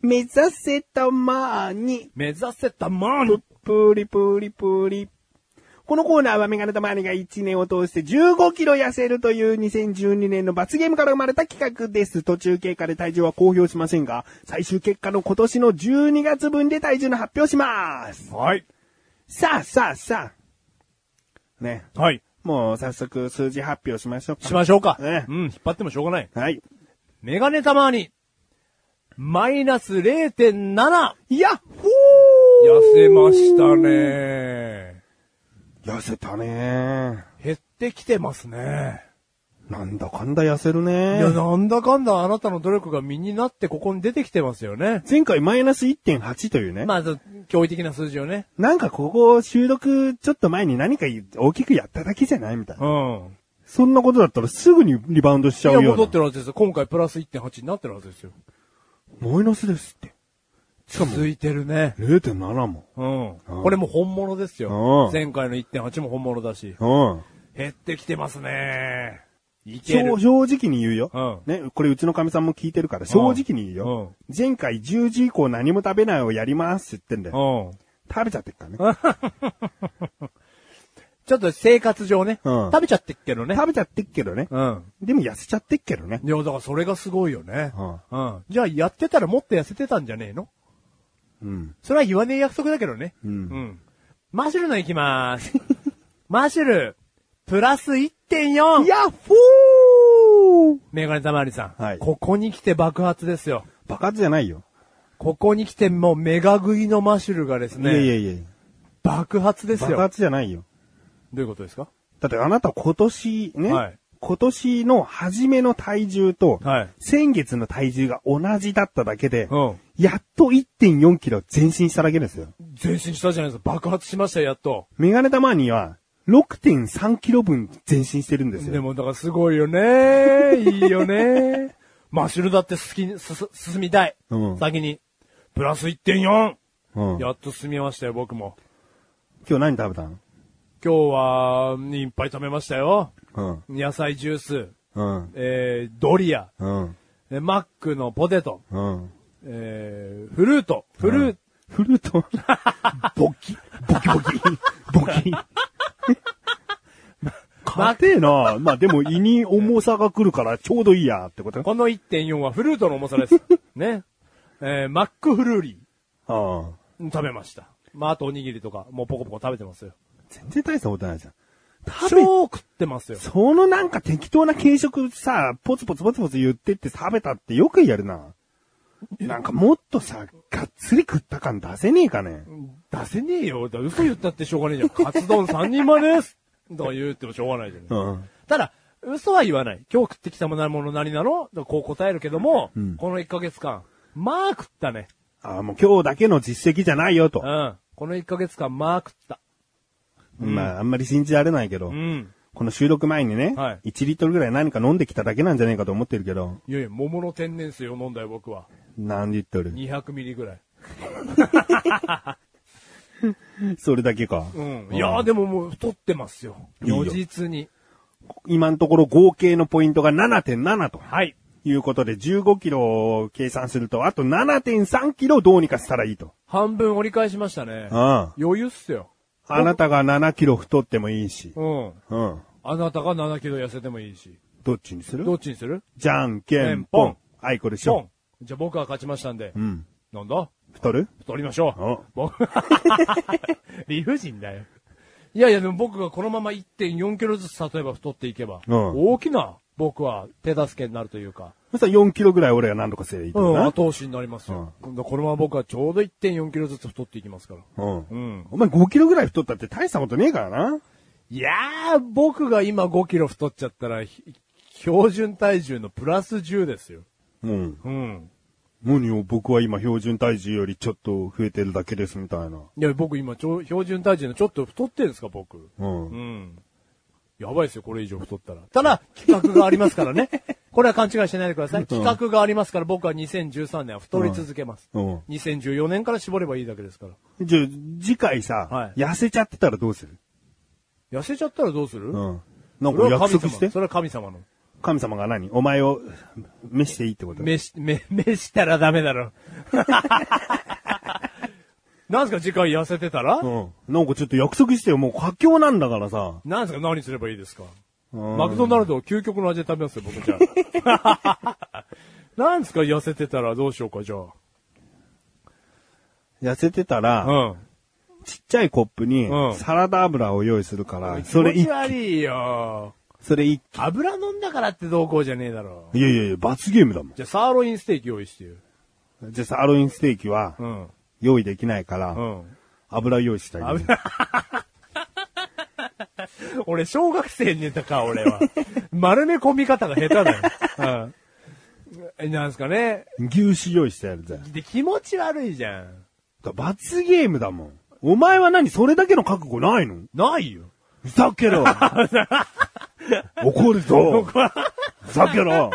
Speaker 1: 目指せたまーに。
Speaker 2: 目指せたま
Speaker 1: ぷ
Speaker 2: ん
Speaker 1: ぷりぷりぷり。このコーナーはメガネたまりが1年を通して15キロ痩せるという2012年の罰ゲームから生まれた企画です。途中経過で体重は公表しませんが、最終結果の今年の12月分で体重の発表します。
Speaker 2: はい。
Speaker 1: さあさあさあ。ね。
Speaker 2: はい。
Speaker 1: もう早速数字発表しましょうか。
Speaker 2: しましょうか。
Speaker 1: ね
Speaker 2: うん、引っ張ってもしょうがない。
Speaker 1: はい。
Speaker 2: メガネたまに、マイナス0.7、
Speaker 1: やっほ
Speaker 2: 痩せましたね。
Speaker 1: ー痩せたね
Speaker 2: 減ってきてますね。
Speaker 1: なんだかんだ痩せる
Speaker 2: い
Speaker 1: ね
Speaker 2: や、なんだかんだあなたの努力が身になってここに出てきてますよね。
Speaker 1: 前回マイナス1.8というね。
Speaker 2: まあ、驚異的な数字をね。
Speaker 1: なんかここ収録ちょっと前に何か大きくやっただけじゃないみたいな。
Speaker 2: うん。
Speaker 1: そんなことだったらすぐにリバウンドしち
Speaker 2: い
Speaker 1: ゃ
Speaker 2: や、
Speaker 1: うよう
Speaker 2: 戻
Speaker 1: な。
Speaker 2: ってるはずですよ。今回プラス1.8になってるはずですよ。
Speaker 1: マイナスですって。しかも
Speaker 2: 続いてるね。
Speaker 1: 0.7も。
Speaker 2: うん。
Speaker 1: うん
Speaker 2: これも本物です
Speaker 1: う
Speaker 2: よ
Speaker 1: ん。
Speaker 2: 前回の1.8も本物だし。
Speaker 1: うん。
Speaker 2: 減ってきてますね。いける
Speaker 1: 正。正直に言うよ。
Speaker 2: う
Speaker 1: ね、これうちの神さんも聞いてるから正直に言うよ。前回10時以降何も食べないをやりますって言ってんだよ。
Speaker 2: うん。
Speaker 1: 食べちゃってっからね。
Speaker 2: ちょっと生活上ね。
Speaker 1: うん
Speaker 2: 食べちゃってっけどね。
Speaker 1: 食べちゃってっけどね。
Speaker 2: うん。
Speaker 1: でも痩せちゃってっけどね。
Speaker 2: いや、だからそれがすごいよね。
Speaker 1: う
Speaker 2: うん。じゃあやってたらもっと痩せてたんじゃねえの
Speaker 1: うん。
Speaker 2: それは言わねえ約束だけどね。
Speaker 1: うん
Speaker 2: うん。マッシュルの行きまーす。 マッシュル、プラス1.4。
Speaker 1: やっほー
Speaker 2: メガネたまわりさん。
Speaker 1: はい
Speaker 2: ここに来て爆発ですよ。
Speaker 1: 爆発じゃないよ。
Speaker 2: ここに来てもうメガ食いのマッシュルがです
Speaker 1: いやいや
Speaker 2: ね、
Speaker 1: いや
Speaker 2: 爆発ですよ。
Speaker 1: 爆
Speaker 2: ど
Speaker 1: 発じゃないよ。
Speaker 2: ういうことですか
Speaker 1: だってあなた今年ね、
Speaker 2: はい
Speaker 1: 今年の初めの体重と、
Speaker 2: はい
Speaker 1: 先月の体重が同じだっただけで、
Speaker 2: うん
Speaker 1: やっと1.4キロ前進しただけですよ。
Speaker 2: 前進したじゃないですか。爆発しましたよ、やっと。
Speaker 1: メガネたまには6.3キロ分前進してるんです
Speaker 2: で
Speaker 1: よ。
Speaker 2: も、だからすごい よね。いいよね。マッシュルだって好きに、すす、進みたい。
Speaker 1: うん
Speaker 2: 先に。プラス 1.4!
Speaker 1: うん、
Speaker 2: や
Speaker 1: 今
Speaker 2: っと進みましたよ、僕も。
Speaker 1: 日何食べたの
Speaker 2: 今日は、いっぱい食べましたよ。
Speaker 1: うん。
Speaker 2: 野菜ジュース、
Speaker 1: うん。
Speaker 2: えー、ドリア、
Speaker 1: うん。
Speaker 2: えマックのポテト、
Speaker 1: うん。
Speaker 2: えー、フルート、フルート、
Speaker 1: フルート。ボキ。ボキボキ。ボキ。
Speaker 2: マック
Speaker 1: 硬えな。まあでも胃に重さが来るからちょうどいいやってこと
Speaker 2: この1.4はフルートの重 さです。ね。えー、マックフルーリ
Speaker 1: ああ。
Speaker 2: ー食べました。まあ、あとおにぎりとか、もうポコポコ食べてますよ。
Speaker 1: 全然大したことないじゃん。食べ、
Speaker 2: 超食ってますよ。
Speaker 1: そのなんか適当な軽食さ、ポツポツポツポツ言ってって食べたってよくやるな。なんかもっとさ、がっつり食った感出せねえかね。
Speaker 2: 出せねえよ。だ嘘言ったってしょうがねえじゃん。カツ丼3人前ですとか言うってもしょうがないじゃん。
Speaker 1: うん。
Speaker 2: ただ、嘘は言わない。今日食ってきたものもの何なのとこう答えるけども、
Speaker 1: うん
Speaker 2: この1ヶ月間、まあ食ったね。
Speaker 1: ああ、もう今日だけの実績じゃないよと
Speaker 2: う。ん。この1ヶ月間、まあ食った。ん
Speaker 1: まあ、あんまり信じられないけど、
Speaker 2: うん。
Speaker 1: この収録前にね、
Speaker 2: はい
Speaker 1: 1リットルぐらい何か飲んできただけなんじゃないかと思ってるけど、
Speaker 2: いやいや、桃の天然水を飲んだよ、僕は。
Speaker 1: 何リットル
Speaker 2: 200ミリぐらい。
Speaker 1: それだけか。
Speaker 2: うん。いやー、でももう太ってますよ。
Speaker 1: いいよ
Speaker 2: 如実に。
Speaker 1: 今のところ合計のポイントが7.7と
Speaker 2: はい。
Speaker 1: いうことで、15キロを計算すると、あと7.3キロどうにかしたらいいと。
Speaker 2: 半分折り返しましたね。
Speaker 1: あ
Speaker 2: 余裕っすよ。
Speaker 1: あ。あなたが7キロ太ってもいいし。
Speaker 2: うん。
Speaker 1: うん。
Speaker 2: あなたが7キロ痩せてもいいし。
Speaker 1: どっちにする
Speaker 2: どっちにする
Speaker 1: じゃんけん
Speaker 2: ポ
Speaker 1: ぽ
Speaker 2: ン
Speaker 1: ん。あいこでし
Speaker 2: ポ
Speaker 1: ょ
Speaker 2: ン。。じゃあ僕は勝ちましたんで。
Speaker 1: うん。
Speaker 2: なんだ
Speaker 1: 太る
Speaker 2: 太りましょう。
Speaker 1: お
Speaker 2: 僕 理不尽だよ。いやいや、でも僕がこのまま1.4キロずつ例えば太っていけば、
Speaker 1: うん
Speaker 2: 大きな僕は手助けになるというか、
Speaker 1: そしたら4キロぐらい俺は何とかせりゃいいと
Speaker 2: うん、
Speaker 1: な。
Speaker 2: 後押しになりますよ。このまま僕はちょうど1.4キロずつ太っていきますから。
Speaker 1: うん。
Speaker 2: うん。
Speaker 1: お前5キロぐらい太ったって大したことねえからな。
Speaker 2: いやー、僕が今5キロ太っちゃったら、ひ標準体重のプラス10ですよ。
Speaker 1: うん。
Speaker 2: うん。
Speaker 1: 何を僕は今標準体重よりちょっと増えてるだけですみたいな。
Speaker 2: いや、僕今ちょ、標準体重のちょっと太ってるんですか、僕。
Speaker 1: うん。
Speaker 2: うん。やばいですよ、これ以上太ったら。ただ、企画がありますから ね。これは勘違いしないでください。企画がありますから、僕は2013年は太り続けます。
Speaker 1: うん。
Speaker 2: 2014年から絞ればいいだけですから。
Speaker 1: じゃあ、次回さ、
Speaker 2: はい
Speaker 1: 痩せちゃってたらどうする
Speaker 2: 痩せちゃったらどうする、
Speaker 1: うん。なん
Speaker 2: そ
Speaker 1: か
Speaker 2: れは
Speaker 1: 約
Speaker 2: 神
Speaker 1: 束
Speaker 2: 様
Speaker 1: して
Speaker 2: そ。れは神様の。
Speaker 1: 神様が何お前を、召していいってこと
Speaker 2: めし、め、めしたらダメだろ。 なんすか次回痩せてたら、
Speaker 1: うん。なんかちょっと約束してよ。もう佳境なんだからさ。
Speaker 2: なんすか何すればいいですか
Speaker 1: うん
Speaker 2: マクドナルドを究極の味で食べますよ、僕じゃあ。 なんすか痩せてたらどうしようか、じゃ
Speaker 1: 痩せてたら、
Speaker 2: あ。うん。
Speaker 1: ちっちゃいコップに
Speaker 2: うん
Speaker 1: サラダ油を用意するから、それ
Speaker 2: 気持
Speaker 1: 一
Speaker 2: ち、悪いよ。
Speaker 1: それ一、
Speaker 2: 油飲んだからってどうこうじゃねえだろ。
Speaker 1: いやいやいや、罰ゲームだも
Speaker 2: じゃあ、サーロインステーキ用意してよ。
Speaker 1: ん。じゃあサーロインステーキは
Speaker 2: うん。
Speaker 1: 用意できないから、
Speaker 2: うん。
Speaker 1: 油用意したい、
Speaker 2: 俺、小学生にネタか、俺は。 丸め込み方が下手だよ。うんえ。なんすかね。
Speaker 1: 牛脂用意してやるぜ。
Speaker 2: で、気持ち悪いじゃん。
Speaker 1: だ罰ゲームだもん。お前は何それだけの覚悟ないの
Speaker 2: ないよ。
Speaker 1: ふざけ ろ怒るぞふざけろ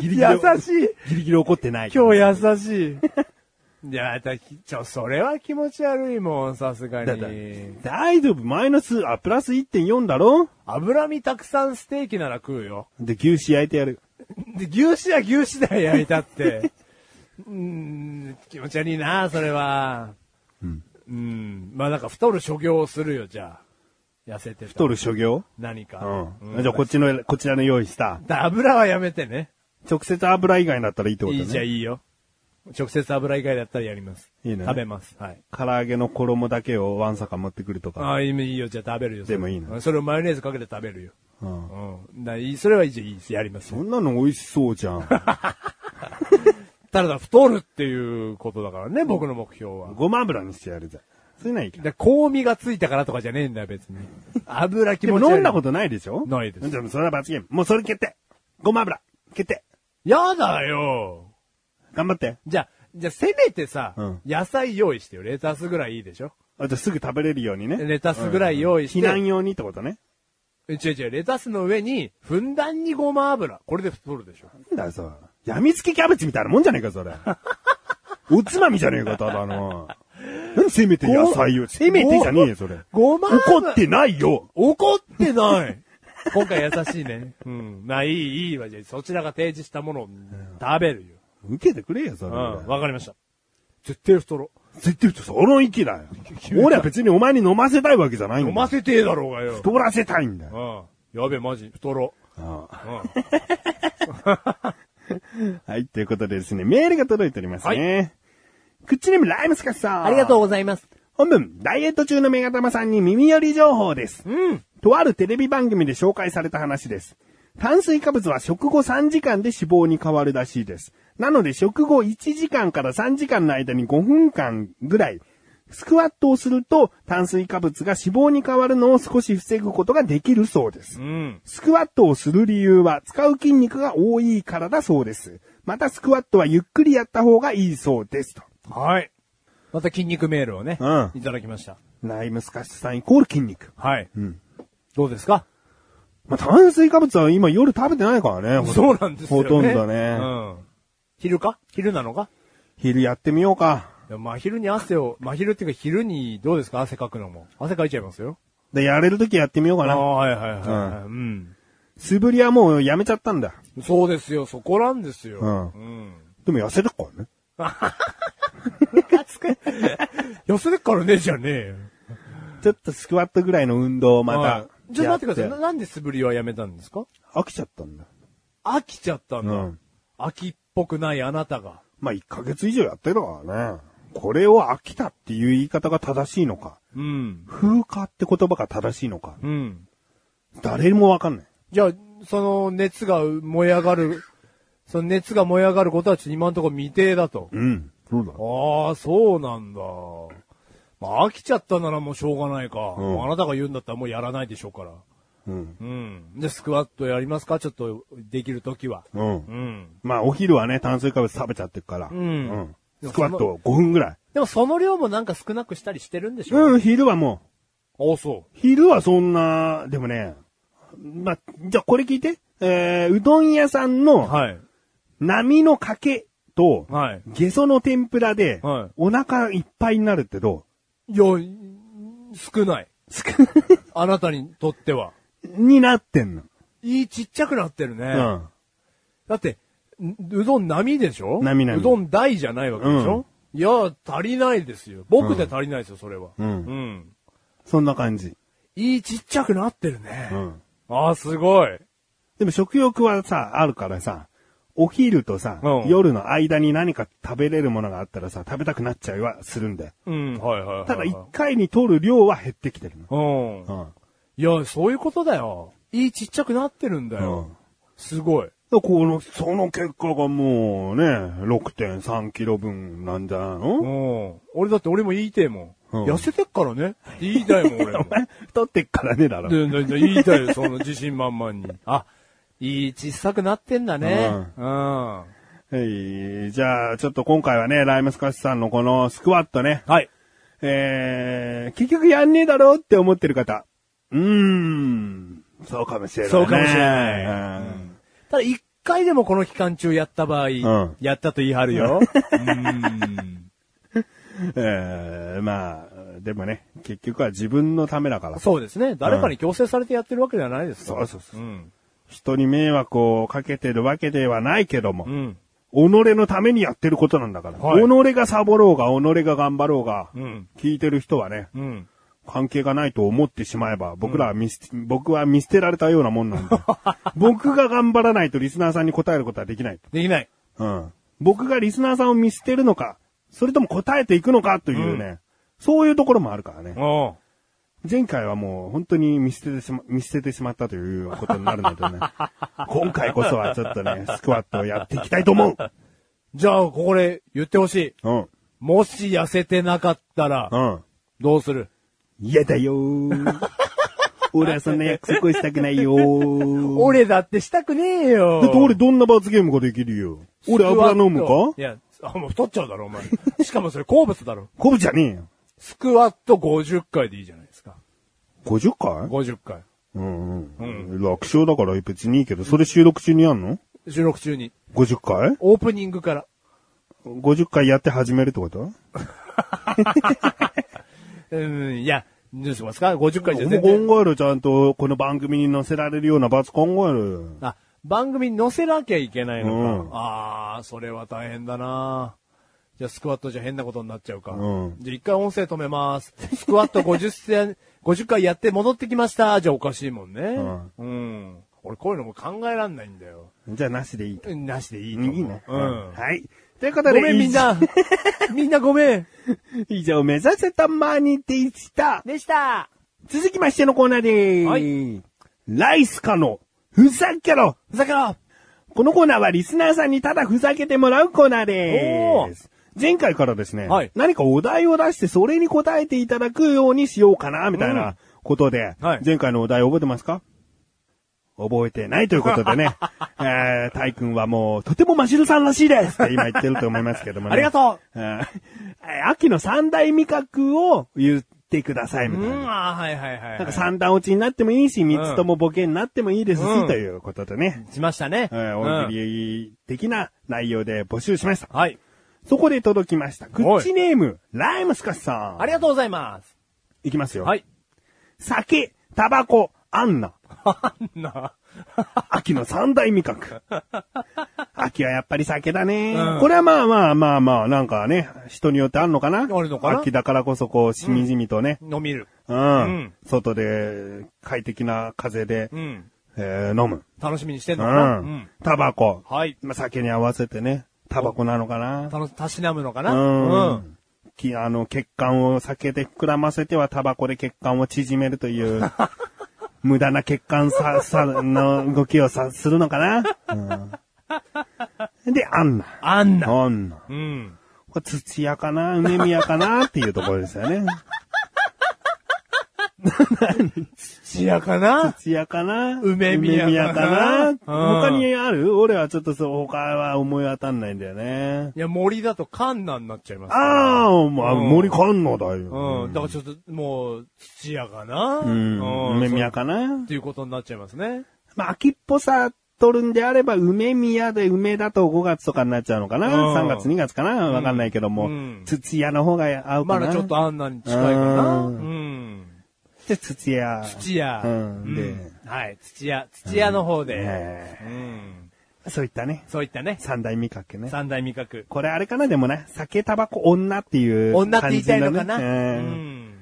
Speaker 1: ギリギリ
Speaker 2: 優しい。
Speaker 1: ギリギリ怒ってない。
Speaker 2: 今日優しい。いや、だ、ちょ、それは気持ち悪いもん、さすが
Speaker 1: だだ
Speaker 2: に。
Speaker 1: 大丈夫、マイナス、あ、プラス1.4だろ
Speaker 2: 脂身たくさんステーキなら食うよ。
Speaker 1: で、牛脂焼いてやる。
Speaker 2: で、牛脂は牛脂だよ、焼いたって。うーん、気持ち悪いな、それは。うん。まあなんか太る所業をするよ、じゃあ。痩せ
Speaker 1: 太
Speaker 2: て太。
Speaker 1: る所業
Speaker 2: 何か。
Speaker 1: うん。じゃあ、こっちの、こちらの用意した。
Speaker 2: だ油はやめてね。
Speaker 1: 直接油以外だったらいいってことね。
Speaker 2: いいじゃんいいよ。直接油以外だったらやります。
Speaker 1: いいね
Speaker 2: 食べます。はい。
Speaker 1: 唐揚げの衣だけをワンサカ持ってくると
Speaker 2: あ
Speaker 1: か。
Speaker 2: あ、いいよ、じゃあ食べるよ。
Speaker 1: でもいいの
Speaker 2: それをマヨネーズかけて食べるよ。
Speaker 1: うん。
Speaker 2: うん。だいいそれはいいじゃん、いいです。やります
Speaker 1: そ。んなの美味しそうじゃ ん。
Speaker 2: ただ太るっていうことだからね、僕の目標は。
Speaker 1: ごま油にしてやるぜ。そういうのはいいけど。
Speaker 2: で、香味がついたからとかじゃねえんだよ、別 に。油気
Speaker 1: で
Speaker 2: 持
Speaker 1: も
Speaker 2: ち悪い。
Speaker 1: 飲んだことないでしょ
Speaker 2: ないです
Speaker 1: じゃあ、それは罰ゲーム。もうそれ決定。ごま油。決定。
Speaker 2: やだよ。
Speaker 1: 頑張って。
Speaker 2: じゃあ、じゃあせめてさ、
Speaker 1: うん
Speaker 2: 野菜用意してよ。レタスぐらいいいでしょ
Speaker 1: あとすぐ食べれるようにね。
Speaker 2: レタスぐらい用意して
Speaker 1: 避難用にってことね。
Speaker 2: え違う違う、レタスの上に、ふんだんにごま油。これで太るでしょ。
Speaker 1: なんだよ、そう。やみつきキャベツみたいなもんじゃねえか、 それ。おつまみじゃねえか、ただの。何せめて野菜を。せめてじゃねえよ、それ。
Speaker 2: ごま油。
Speaker 1: 怒ってないよ。
Speaker 2: 怒って ない。今回優しいね。うん。まあいい、いいわ。じゃあそちらが提示したものを食べるよ。
Speaker 1: 受けてくれよ、それ。
Speaker 2: うん。わかりました。絶対太ろう。
Speaker 1: 絶対言うとその息 だよ。俺は別にお前に飲ませたいわけじゃないんだ
Speaker 2: 飲ませてえだろうがよ。
Speaker 1: 太らせたいんだよ。
Speaker 2: うん。やべえ、マジ、太ろう。
Speaker 1: あ
Speaker 2: うん。
Speaker 1: あはい、ということでですね、メールが届いておりますね。クッチネームライムスカスさん。
Speaker 2: ありがとう
Speaker 1: う。
Speaker 2: ございます。
Speaker 1: 本文、ダイエット中のメガタマさんに耳寄り情報です。
Speaker 2: うん。
Speaker 1: とあるテレビ番組で紹介された話です。炭水化物は食後3時間で脂肪に変わるらしいです。なので食後1時間から3時間の間に5分間ぐらい、スクワットをすると炭水化物が脂肪に変わるのを少し防ぐことができるそうです。
Speaker 2: うん。
Speaker 1: スクワットをする理由は使う筋肉が多いからだそうです。またスクワットはゆっくりやった方がいいそうですと。
Speaker 2: はい。また筋肉メールをね、
Speaker 1: うん
Speaker 2: いただきました。
Speaker 1: ライムスカッシュさんイコール筋肉。
Speaker 2: はい。
Speaker 1: うん。
Speaker 2: どうですか
Speaker 1: まあ、炭水化物は今夜食べてないからね。
Speaker 2: そうなんですよ、ね。
Speaker 1: ほとんどね。
Speaker 2: うん。昼か昼なのか
Speaker 1: 昼やってみようか。
Speaker 2: いや真昼に汗を、真昼っていうか昼にどうですか汗かくのも。汗かいちゃいますよ。
Speaker 1: で、やれるときやってみようか
Speaker 2: あ
Speaker 1: な。
Speaker 2: あ、はいはいはい、はいうん。
Speaker 1: 素振りはもうやめちゃったんだ。
Speaker 2: そうですよ、そこなんですよ。
Speaker 1: うん
Speaker 2: うん。
Speaker 1: でも痩せた からね。
Speaker 2: 痩せてっからねえじゃねえよ。
Speaker 1: ちょっとスクワットぐらいの運動をま
Speaker 2: は
Speaker 1: た。
Speaker 2: いちょっと待ってください。な。なんで素振りはやめたんですか
Speaker 1: 飽きちゃったんだ。
Speaker 2: 飽きちゃったんだ。
Speaker 1: うん
Speaker 2: 飽きっぽくないあなたが。
Speaker 1: まあ、1ヶ月以上やってるからね。これを飽きたっていう言い方が正しいのか。
Speaker 2: うん。
Speaker 1: 風化って言葉が正しいのか。
Speaker 2: うん。
Speaker 1: 誰もわかんない。
Speaker 2: じゃあ、その熱が燃え上がる、その熱が燃え上がることはちょっと今のところ未定だと。
Speaker 1: うん。そうだ。
Speaker 2: ああ、そうなんだ。まあ、飽きちゃったならもうしょうがないか。
Speaker 1: うん
Speaker 2: まああなたが言うんだったらもうやらないでしょうから。
Speaker 1: うん。
Speaker 2: うん。で、スクワットやりますかちょっと、できるときは。
Speaker 1: う。
Speaker 2: うんん。
Speaker 1: まあ、お昼はね、炭水化物食べちゃってるから。
Speaker 2: うん
Speaker 1: うんスクワットを5分ぐらい。
Speaker 2: でもその量もなんか少なくしたりしてるんでしょ
Speaker 1: うん、昼はもう。
Speaker 2: ああ、そ
Speaker 1: 昼はそんな、でもね、まあ、じゃあこれ聞いて。えー、うどん屋さん
Speaker 2: う。
Speaker 1: の、
Speaker 2: はい。
Speaker 1: 波のかけと、
Speaker 2: はい。
Speaker 1: ゲソの天ぷらで、
Speaker 2: はい
Speaker 1: お腹いっぱいになるってど
Speaker 2: いや、少ない。
Speaker 1: う少な
Speaker 2: あなたにとっては。
Speaker 1: になってんの。
Speaker 2: いいちっちゃくなってるね。
Speaker 1: うん。
Speaker 2: だって、んうどん並でしょ
Speaker 1: 並々
Speaker 2: うどん大じゃないわけでしょ、いや、足りないですよ。僕で足りないですよ、それは。
Speaker 1: うん
Speaker 2: うん。
Speaker 1: そんな感じ。
Speaker 2: いいちっちゃくなってるね。
Speaker 1: うん。
Speaker 2: ああ、すごい。
Speaker 1: でも食欲はさ、あるからさ、お昼とさ、
Speaker 2: うん
Speaker 1: 夜の間に何か食べれるものがあったらさ、食べたくなっちゃいはするんだよ。
Speaker 2: うん、はいはいはいはい。
Speaker 1: ただ一回に取る量は減ってきてる
Speaker 2: うん。
Speaker 1: の。うん。
Speaker 2: いや、そういうことだよ。いいちっちゃくなってるんだよ。
Speaker 1: うん
Speaker 2: すごい。
Speaker 1: この、その結果がもうね、6.3キロ分なんじゃないうの
Speaker 2: ん。俺だって俺も言いてえもん。
Speaker 1: うん
Speaker 2: 痩せてっからね。って言いたい もん、俺も。
Speaker 1: 太ってっからね、だろ。
Speaker 2: で、でで言いたいよ、その自信満々に。あ、いい小さくなってんだね。うん。
Speaker 1: はいじゃあ、ちょっと今回はね、ライムスカッシュさんのこのスクワットね、
Speaker 2: はい。
Speaker 1: えー、結局やんねえだろうって思ってる方。うーん、そうかもしれない、
Speaker 2: そうかもしれない。
Speaker 1: う
Speaker 2: うんんただ一回でもこの期間中やった場合、
Speaker 1: ん
Speaker 2: やったと言い張る よ。うん。
Speaker 1: えー、まあ、でもね、結局は自分のためだから。
Speaker 2: そうですね。誰かに強制されてやってるわけではないですから。
Speaker 1: そうそうそう
Speaker 2: ん。
Speaker 1: 人に迷惑をかけてるわけではないけども。
Speaker 2: うん。
Speaker 1: 己のためにやってることなんだから。
Speaker 2: はい
Speaker 1: 己がサボろうが、己が頑張ろうが、
Speaker 2: うん。
Speaker 1: 聞いてる人はね、
Speaker 2: うん。
Speaker 1: 関係がないと思ってしまえば、僕らは見捨て、僕は見捨てられたようなもん なんで。僕が頑張らないとリスナーさんに答えることはできない。
Speaker 2: できない。
Speaker 1: うん。僕がリスナーさんを見捨てるのか、それとも答えていくのかというね、そういうところもあるからね。
Speaker 2: お
Speaker 1: 前回はもう本当に見捨ててしま、見捨ててしまったということになるの でね。今回こそはちょっとね、スクワットをやっていきたいと思う
Speaker 2: じゃあ、ここで言ってほしい。
Speaker 1: うん。
Speaker 2: もし痩せてなかったら、
Speaker 1: うん。
Speaker 2: どうする
Speaker 1: 嫌だ よー。俺はそんな約束をしたくないよー。
Speaker 2: 俺だってしたくねえよ。
Speaker 1: だって俺どんな罰ゲームができるよ。俺油飲む
Speaker 2: スクワッ
Speaker 1: か
Speaker 2: トいや、あ、もう太っちゃうだろ、お前。しかもそれ好物だろ。
Speaker 1: こぶじゃねえよ。
Speaker 2: スクワット50回でいいじゃないですか。
Speaker 1: 50回
Speaker 2: 50回。
Speaker 1: うんうん。楽勝だから別にいいけど、それ収録中にやんの
Speaker 2: 収録中に。
Speaker 1: 50回
Speaker 2: オープニングから。
Speaker 1: ?50 回やって始めるってこと
Speaker 2: うん、いや、どうしますか ?50 回じゃ全然。
Speaker 1: 考えるちゃんとこの番組に載せられるような罰考える。
Speaker 2: あ、番組に載せなきゃいけないのか。
Speaker 1: うん
Speaker 2: あー、それは大変だなじゃあ、スクワットじゃ変なことになっちゃうか。
Speaker 1: うん
Speaker 2: じゃあ、一回音声止めます。スクワット50戦、50回 やって戻ってきました。じゃあ、おかしいもんね。
Speaker 1: ん
Speaker 2: うん。俺、こういうのも考えらんないんだよ。
Speaker 1: じゃあなしでいいと。
Speaker 2: うんなしでいい
Speaker 1: い
Speaker 2: と思う。
Speaker 1: いね。
Speaker 2: うん。
Speaker 1: はい。ということ
Speaker 2: ご
Speaker 1: で、
Speaker 2: めん、み んな。みんなごめん。
Speaker 1: 以上、目指せたマニティでした。
Speaker 2: でした。
Speaker 1: 続きましてのコーナーでーす。
Speaker 2: は
Speaker 1: ライスカの、ふざけろ
Speaker 2: ふざけろ
Speaker 1: このコーナーはリスナーさんにただふざけてもらうコーナーでーす。前回からですね、
Speaker 2: はい
Speaker 1: 何かお題を出してそれに答えていただくようにしようかな、みたいなことで、
Speaker 2: はい
Speaker 1: 前回のお題覚えてますか覚えてないということで ね、えー、タイ君はもう、とてもマシルさんらしいですって今言ってると思いますけどもね。
Speaker 2: ありがと
Speaker 1: う、秋の三大味覚を言ってください、み
Speaker 2: う
Speaker 1: たいな。
Speaker 2: ん、あーはいはいはい、はい。
Speaker 1: なんか三段落ちになってもいいし、三つともボケになってもいいですし、
Speaker 2: うん
Speaker 1: ということでね、
Speaker 2: しましたね。
Speaker 1: えーお送
Speaker 2: うん
Speaker 1: り的な内容で募集しました。
Speaker 2: はい。
Speaker 1: そこで届きました。クッチネーム、ライムスカシさん。
Speaker 2: ありがとうございます。
Speaker 1: いきますよ。
Speaker 2: はい。
Speaker 1: 酒、タバコ、アンナ。
Speaker 2: あん な。
Speaker 1: 秋の三大味覚。 秋はやっぱり酒だね、
Speaker 2: うん
Speaker 1: これはまあまあまあまあ、なんかね、人によってあんのかなあ
Speaker 2: るのかな
Speaker 1: 秋だからこそこう、しみじみとね、
Speaker 2: 飲みる。
Speaker 1: うん。
Speaker 2: うん
Speaker 1: 外で、快適な風で、
Speaker 2: うん。
Speaker 1: えー飲む。
Speaker 2: 楽しみにしてん
Speaker 1: う
Speaker 2: のかな。うんん。。
Speaker 1: タバコ。
Speaker 2: はい。
Speaker 1: まあ、酒に合わせてね、タバコなのかな
Speaker 2: 楽し、たしなむのかな。
Speaker 1: うん。。きあの、血管を酒で膨らませてはタバコで血管を縮めるという、 無駄な血管さ、さ、の動きをさ、するのかな、うん、で、アンナ。
Speaker 2: あんな。
Speaker 1: アンナ。
Speaker 2: うん。
Speaker 1: これ土屋かな梅宮かなっていうところですよ ね。
Speaker 2: 土屋かな
Speaker 1: 土屋かな
Speaker 2: 梅宮かな
Speaker 1: かな
Speaker 2: うん
Speaker 1: 他にある俺はちょっとそう、他は思い当たんないんだよね。
Speaker 2: いや、森だとカンナになっちゃいますから。
Speaker 1: ああ、まあ、
Speaker 2: うん
Speaker 1: 森かんのだよ。
Speaker 2: うん。だからちょっと、もう、土屋かなう
Speaker 1: うん。梅宮
Speaker 2: か。
Speaker 1: かな
Speaker 2: っていうことになっちゃいますね。
Speaker 1: まあ、秋っぽさ取るんであれば、梅宮で梅だと5月とかになっちゃうのかな、
Speaker 2: うん
Speaker 1: ?3 月、2月かなわかんないけども、
Speaker 2: うん
Speaker 1: 土屋の方が合うか
Speaker 2: ま
Speaker 1: な。
Speaker 2: だちょっとあんなに近いかな。
Speaker 1: う
Speaker 2: うんん。
Speaker 1: で、土屋。
Speaker 2: 土屋。
Speaker 1: うんで
Speaker 2: はい。土屋。土屋の方で。
Speaker 1: え
Speaker 2: うん。
Speaker 1: えそういったね、
Speaker 2: そういったね。
Speaker 1: 三大味覚ね。
Speaker 2: 三大味覚。
Speaker 1: これあれかなでもね、酒、タバコ、女っていう感じ
Speaker 2: 女っ
Speaker 1: だ、ね。
Speaker 2: て言いたいのかな、
Speaker 1: ええ
Speaker 2: うん。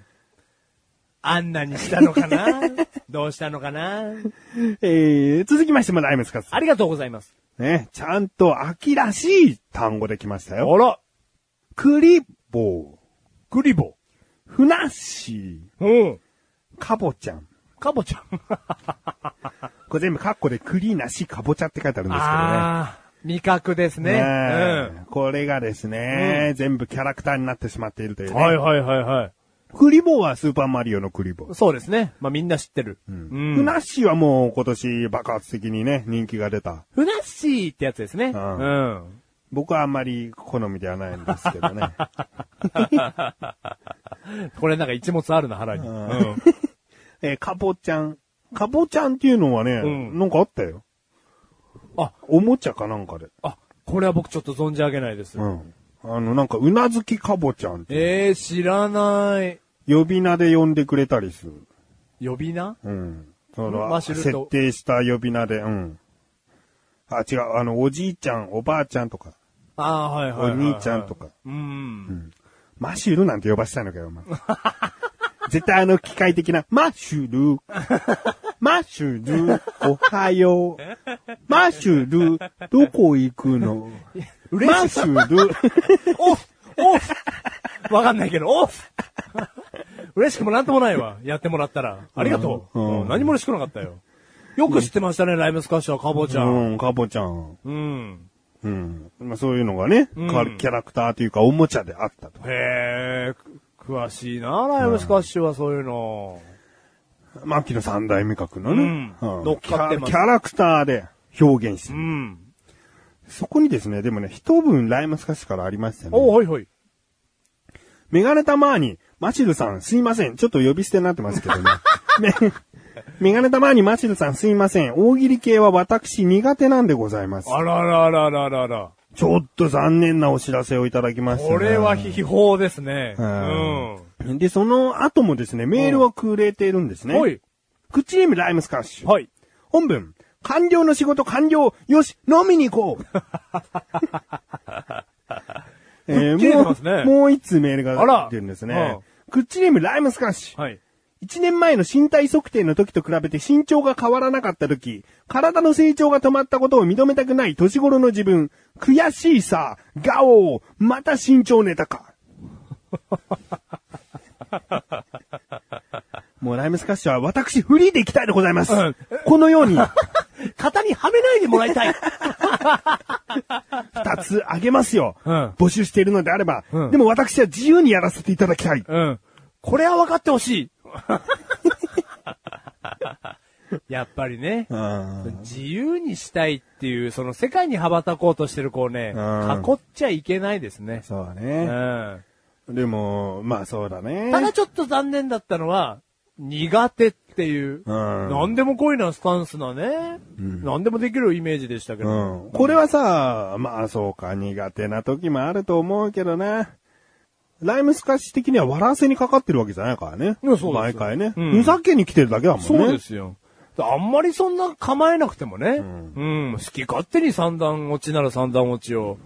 Speaker 2: あんなにしたのか などうしたのかな
Speaker 1: えー続きましてもライムスカス。
Speaker 2: ありがとうございます。
Speaker 1: ね、ちゃんと秋らしい単語できましたよ。
Speaker 2: ら、
Speaker 1: クリボー、
Speaker 2: グリボ。
Speaker 1: ふなっし
Speaker 2: うん。
Speaker 1: ー、かぼちゃん。
Speaker 2: かぼちゃん。
Speaker 1: これ全部カッコで栗なしかぼちゃって書いてあるんですけどね。
Speaker 2: ああ、味覚ですね。
Speaker 1: ね
Speaker 2: う
Speaker 1: え
Speaker 2: ん。
Speaker 1: これがですね、全部キャラクターになってしまっているというね。
Speaker 2: はいはいはいはい。
Speaker 1: クリボーはスーパーマリオのクリボー。
Speaker 2: そうですね。まあみんな知ってる。う
Speaker 1: ふなっしーはもう今年爆発的にね、人気が出た。
Speaker 2: ふなっしーってやつですね。
Speaker 1: うん
Speaker 2: うん。
Speaker 1: 僕はあんまり好みではないんですけど ね。
Speaker 2: これなんか一物あるな、腹に。うん。
Speaker 1: えーかぼちゃん。かぼちゃんっていうのはね、
Speaker 2: うん
Speaker 1: なんかあったよ。
Speaker 2: あ、
Speaker 1: おもちゃかなんかで。
Speaker 2: あ、これは僕ちょっと存じ上げないです。
Speaker 1: うん。あの、なんか、うなずきかぼちゃんって、
Speaker 2: ええー、知らない。
Speaker 1: 呼び名で呼んでくれたりする。
Speaker 2: 呼び名
Speaker 1: うん。そ
Speaker 2: マ
Speaker 1: の、
Speaker 2: ッシュルート
Speaker 1: 設定した呼び名で、うん。あ、違う、あの、おじいちゃん、おばあちゃんとか、
Speaker 2: ああー、はい
Speaker 1: お
Speaker 2: はいはい、
Speaker 1: 兄ちゃんと
Speaker 2: か。
Speaker 1: か、
Speaker 2: うん。
Speaker 1: マッシュルなんて呼ばしたいのかよ、お前。 絶対あの機械的な、マッシュル、 マッシュル、おはよう、マッシュル、どこ行くのマ
Speaker 2: 嬉
Speaker 1: ッシュ ル、
Speaker 2: オフオフわかんないけど、オフ嬉しくもなんともないわ。やってもらったら。ありがとう。
Speaker 1: うん
Speaker 2: うん何も嬉しくなかったよ。よく知ってましたね、ライムスカッシュはカボチャ。
Speaker 1: うん、かぼちゃん。
Speaker 2: うん。
Speaker 1: うん。まあ、そういうのがね、
Speaker 2: うん
Speaker 1: かキャラクターというかおもちゃであったと。
Speaker 2: へえ、く詳しいな、ライムスカッシュはそういうの。
Speaker 1: まあ、秋の三大味覚のね、
Speaker 2: うん乗っかってま
Speaker 1: キャキ
Speaker 2: す
Speaker 1: ャラクターで表現して
Speaker 2: う
Speaker 1: る、
Speaker 2: ん。
Speaker 1: そこにですね、でもね、一文ライムスカッシュからありましたよね。
Speaker 2: おはいはい。
Speaker 1: メガネたまーに、マシルさんすいません。ちょっと呼び捨てになってますけど ね。 めメガネたまーにマシルさんすいません。大喜利系は私苦手なんでございます。
Speaker 2: あらららららら。
Speaker 1: ちょっと残念なお知らせをいただきました、ね。
Speaker 2: これは秘宝ですね。う
Speaker 1: うん
Speaker 2: ん。
Speaker 1: で、その後もですね、メールをくれているんですね。
Speaker 2: は。い。
Speaker 1: クッチネームライムスカッシュ。
Speaker 2: はい。
Speaker 1: 本文、官僚の仕事完了よし飲みに行こうえー
Speaker 2: 吹っ切れてますね
Speaker 1: もう、もう一通メール
Speaker 2: あ
Speaker 1: が
Speaker 2: ら
Speaker 1: 出てるんです
Speaker 2: う
Speaker 1: ね。クッチネームライムスカッシュ。
Speaker 2: はい。
Speaker 1: 1年前の身体測定の時と比べて身長が変わらなかった時、体の成長が止まったことを認めたくない年頃の自分、悔しいさ、ガオー、また身長ネタ か。もうライムスカッシュは私フリーでいきたいでございます。
Speaker 2: うん
Speaker 1: このように。
Speaker 2: 型にはめないでもらいたい。
Speaker 1: 二つあげますよ。
Speaker 2: うん
Speaker 1: 募集しているのであれば、
Speaker 2: うん
Speaker 1: でも私は自由にやらせていただきたい。
Speaker 2: うん。これは分かってほしい。 やっぱりね。自由にしたいっていう、その世界に羽ばたこうとしてる子をね、
Speaker 1: うん
Speaker 2: 囲っちゃいけないですね。
Speaker 1: そうだ
Speaker 2: う
Speaker 1: ね。
Speaker 2: ん。
Speaker 1: でも、まあそうだね。
Speaker 2: ただちょっと残念だったのは、苦手っていう、
Speaker 1: うん
Speaker 2: 何でもこいなスタンスなね、何でもできるイメージでしたけど、
Speaker 1: うん。これはさ、まあそうか、苦手な時もあると思うけどな。ライムスカッシュ的には笑わせにかかってるわけじゃないからね。
Speaker 2: うんそうです
Speaker 1: 毎回ね。
Speaker 2: うん
Speaker 1: ふざけに来てるだけだもんね。
Speaker 2: そうですよ。あんまりそんな構えなくてもね、うん、好き勝手に三段落ちなら三段落ちを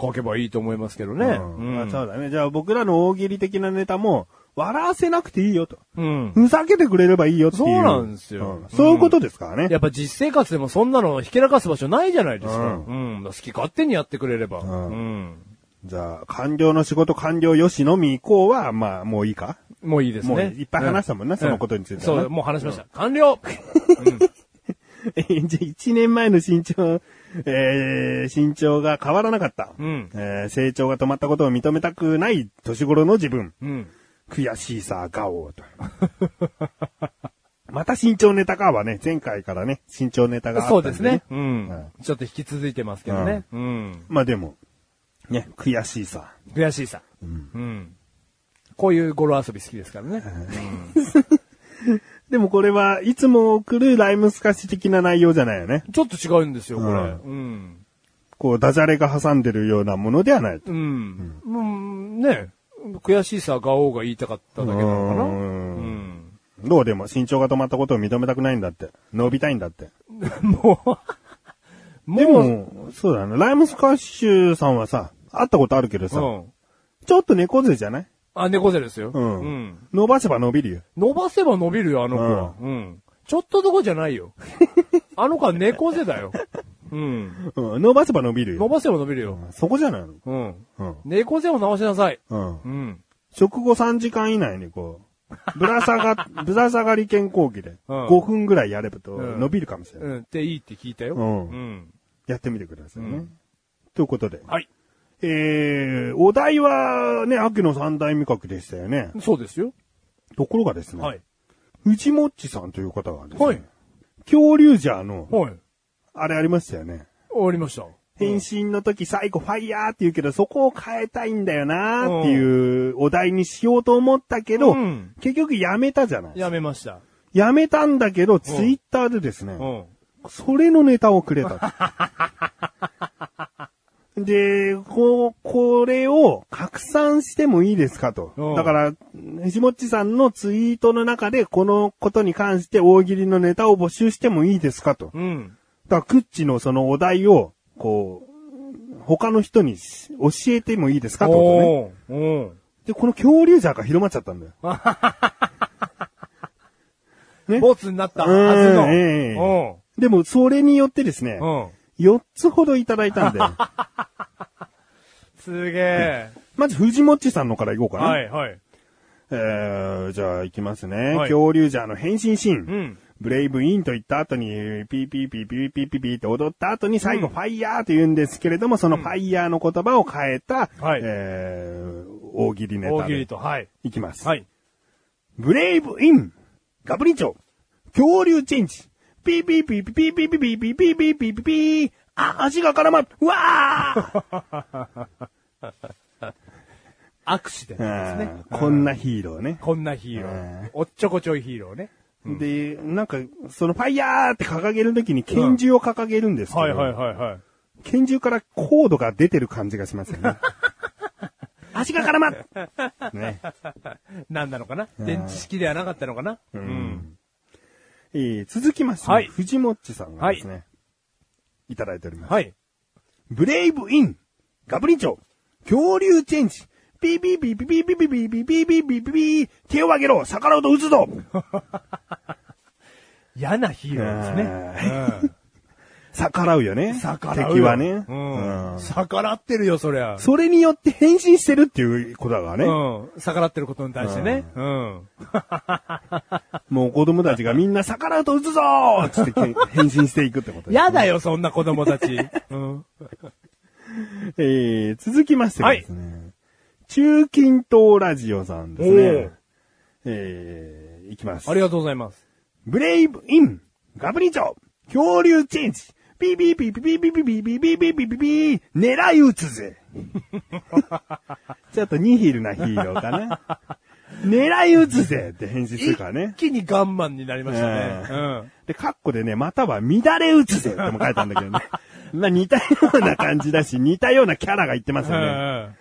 Speaker 2: 書けばいいと思いますけどね。
Speaker 1: うん
Speaker 2: う
Speaker 1: あ
Speaker 2: ん
Speaker 1: そうだね。じゃあ僕らの大喜利的なネタも、笑わせなくていいよと。
Speaker 2: うん
Speaker 1: ふざけてくれればいいよっていう。
Speaker 2: そうなんですよ
Speaker 1: うんそういうことですからね。
Speaker 2: やっぱ実生活でもそんなのひけらかす場所ないじゃないですか。
Speaker 1: う
Speaker 2: うん。好き勝手にやってくれれば。うんん。
Speaker 1: じゃあ、官僚の仕事官僚よしのみ以降は、まあもういいか
Speaker 2: もういいですね。
Speaker 1: もういっぱい話したもんな
Speaker 2: う
Speaker 1: そのことについては
Speaker 2: そ
Speaker 1: ね
Speaker 2: う、もう話しました。完了
Speaker 1: えー じゃあ1年前の身長、えー身長が変わらなかった。
Speaker 2: うん
Speaker 1: えー成長が止まったことを認めたくない年頃の自分。
Speaker 2: うん。
Speaker 1: 悔しいさ、ガオー と。また身長ネタかはね、前回からね、身長ネタがあった
Speaker 2: そ
Speaker 1: ん
Speaker 2: う
Speaker 1: で、ね。
Speaker 2: ですね。うん
Speaker 1: うん。
Speaker 2: ちょっと引き続いてますけどね。うん。
Speaker 1: まあでも、ね、悔しいさ。
Speaker 2: 悔しいさ。うん。こういう語呂遊び好きですからね。
Speaker 1: でもこれはいつも送るライムスカシ的な内容じゃないよね。
Speaker 2: ちょっと違うんですよ、これ。
Speaker 1: う
Speaker 2: うん。
Speaker 1: こう、ダジャレが挟んでるようなものではない。
Speaker 2: うん。うん。ね悔しいさ、ガオーが言いたかっただけなのかな。
Speaker 1: うーん
Speaker 2: うん。
Speaker 1: どうでも身長が止まったことを認めたくないんだって。伸びたいんだって。
Speaker 2: もう、
Speaker 1: で
Speaker 2: もう、
Speaker 1: も、そうだね。ライムスカッシュさんはさ、会ったことあるけどさ、
Speaker 2: うん。
Speaker 1: ちょっと猫背じゃない
Speaker 2: あ、猫背ですよ。
Speaker 1: うん。
Speaker 2: うん。
Speaker 1: 伸ばせば伸びるよ。
Speaker 2: 伸ばせば伸びるよ、あの子は。うん。ちょっとどこじゃな いよ。あの子は猫背だよ。うん。
Speaker 1: うん。伸ばせば伸びる
Speaker 2: 伸
Speaker 1: よ。
Speaker 2: ばせば伸びるよ。
Speaker 1: そこじゃないの
Speaker 2: うん。
Speaker 1: うん。
Speaker 2: 猫背を直しなさい。
Speaker 1: うん。
Speaker 2: うん。
Speaker 1: 食後3時間以内にこう、ぶら下が、 ぶら下がり健康器で、
Speaker 2: うん
Speaker 1: 5分ぐらいやればと
Speaker 2: うん
Speaker 1: 伸びるかもしれない。
Speaker 2: うん。っていいって聞いたよ。
Speaker 1: うん
Speaker 2: うん。
Speaker 1: やってみてくださいね。
Speaker 2: うん
Speaker 1: ということで。
Speaker 2: はい。
Speaker 1: えー、お題はね、秋の三大味覚でしたよね。
Speaker 2: そうですよ。
Speaker 1: ところがですね、
Speaker 2: はい。
Speaker 1: 藤もっちさんという方がですね、
Speaker 2: はい
Speaker 1: 恐竜ジャーの、
Speaker 2: はい。
Speaker 1: あれありましたよね。
Speaker 2: 終わりました。
Speaker 1: 変身の時最後ファイヤーって言うけど、そこを変えたいんだよなーっていうお題にしようと思ったけど、
Speaker 2: うん
Speaker 1: 結局やめたじゃない
Speaker 2: やめました。
Speaker 1: やめたんだけど、ツイッターでですね、
Speaker 2: うん。
Speaker 1: それのネタをくれた。 で、こう、これを拡散してもいいですかと
Speaker 2: うん。
Speaker 1: だから、藤もっちさんのツイートの中で、このことに関して大喜利のネタを募集してもいいですかと。
Speaker 2: うん。
Speaker 1: だから、クッチのそのお題を、こう、他の人にし教えてもいいですかってことね。
Speaker 2: おーおー
Speaker 1: で、この恐竜ジャーが広まっちゃったんだよ。ね
Speaker 2: ボツになったはず
Speaker 1: うんええ
Speaker 2: の。
Speaker 1: でも、それによってですね
Speaker 2: う、ん。うん。
Speaker 1: 4つほどいただいたんで、
Speaker 2: すげえ。
Speaker 1: まず藤もっちさんのからいこうかな。
Speaker 2: はい、はい。
Speaker 1: えー、じゃあ行きますね。
Speaker 2: はい
Speaker 1: 恐竜ジャーの変身シーン。
Speaker 2: うん
Speaker 1: ブレイブインと言った後に、ピーピーピーピーピーピーピーって踊った後に最後ファイヤーと言うんですけれども、そのファイヤーの言葉を変えた、
Speaker 2: はい
Speaker 1: えー、大喜利ネ
Speaker 2: 大
Speaker 1: タ
Speaker 2: 喜利
Speaker 1: で
Speaker 2: と、はい。
Speaker 1: いきます。
Speaker 2: はい。
Speaker 1: ブレイブインガブリンチョ恐竜チェンジピーピーピーピーピーピーピーピーピーピーピーピーピーあ、足が絡まるうわー
Speaker 2: アクシデント ですね。
Speaker 1: あーこんなヒーローね。
Speaker 2: こんなヒーロー。おっちょこちょいヒーローね。
Speaker 1: で、なんか、そのファイヤーって掲げるときに拳銃を掲げるんですけど、
Speaker 2: はいはい。
Speaker 1: 拳銃からコードが出てる感じがしますよ ね。足が絡まるね。
Speaker 2: なんなのかな電池式ではなかったのかなうん。
Speaker 1: えー続きまして、
Speaker 2: はい
Speaker 1: 藤もっちさんがですね、い、ただいております。
Speaker 2: はい。
Speaker 1: ブレイブインガブリンチョ恐竜チェンジピーピーピーピーピーピーピーピーピーピーピーピーピー手を上げろ逆らうと撃つぞ
Speaker 2: 嫌なヒーローですね。
Speaker 1: 逆らうよね。
Speaker 2: 逆らうよ。
Speaker 1: 敵はね。
Speaker 2: うん。
Speaker 1: うん
Speaker 2: 逆らってるよ、そりゃ。
Speaker 1: それによって変身してるっていうことだからね。
Speaker 2: うん。逆らってることに対してね。うん。
Speaker 1: もう子供たちがみんな逆らうと撃つぞーっつってけん変身していくってことです
Speaker 2: 嫌だよ、そんな子供たち。うん。
Speaker 1: えー、続きましてがですね、中近東ラジオさんです
Speaker 2: お
Speaker 1: ね
Speaker 2: ー。
Speaker 1: えー、いきます。
Speaker 2: ありがとうございます。
Speaker 1: ブレイブイン、ガブリチョ、恐竜チェンジ、ピーピーピーピーピーピーピーピーピーピーピーピーピー、狙い撃つぜ。 ちょっとニヒルなヒーローかな。狙い撃つぜって返事するから
Speaker 2: 一
Speaker 1: ね。
Speaker 2: 気にガンマンになりましたね。
Speaker 1: え
Speaker 2: う
Speaker 1: え
Speaker 2: ん。
Speaker 1: で、カッコでね、または乱れ撃つぜっても書いたんだけ どね。まあ似たような感じだし、似たようなキャラが言ってますよね。ええ
Speaker 2: うん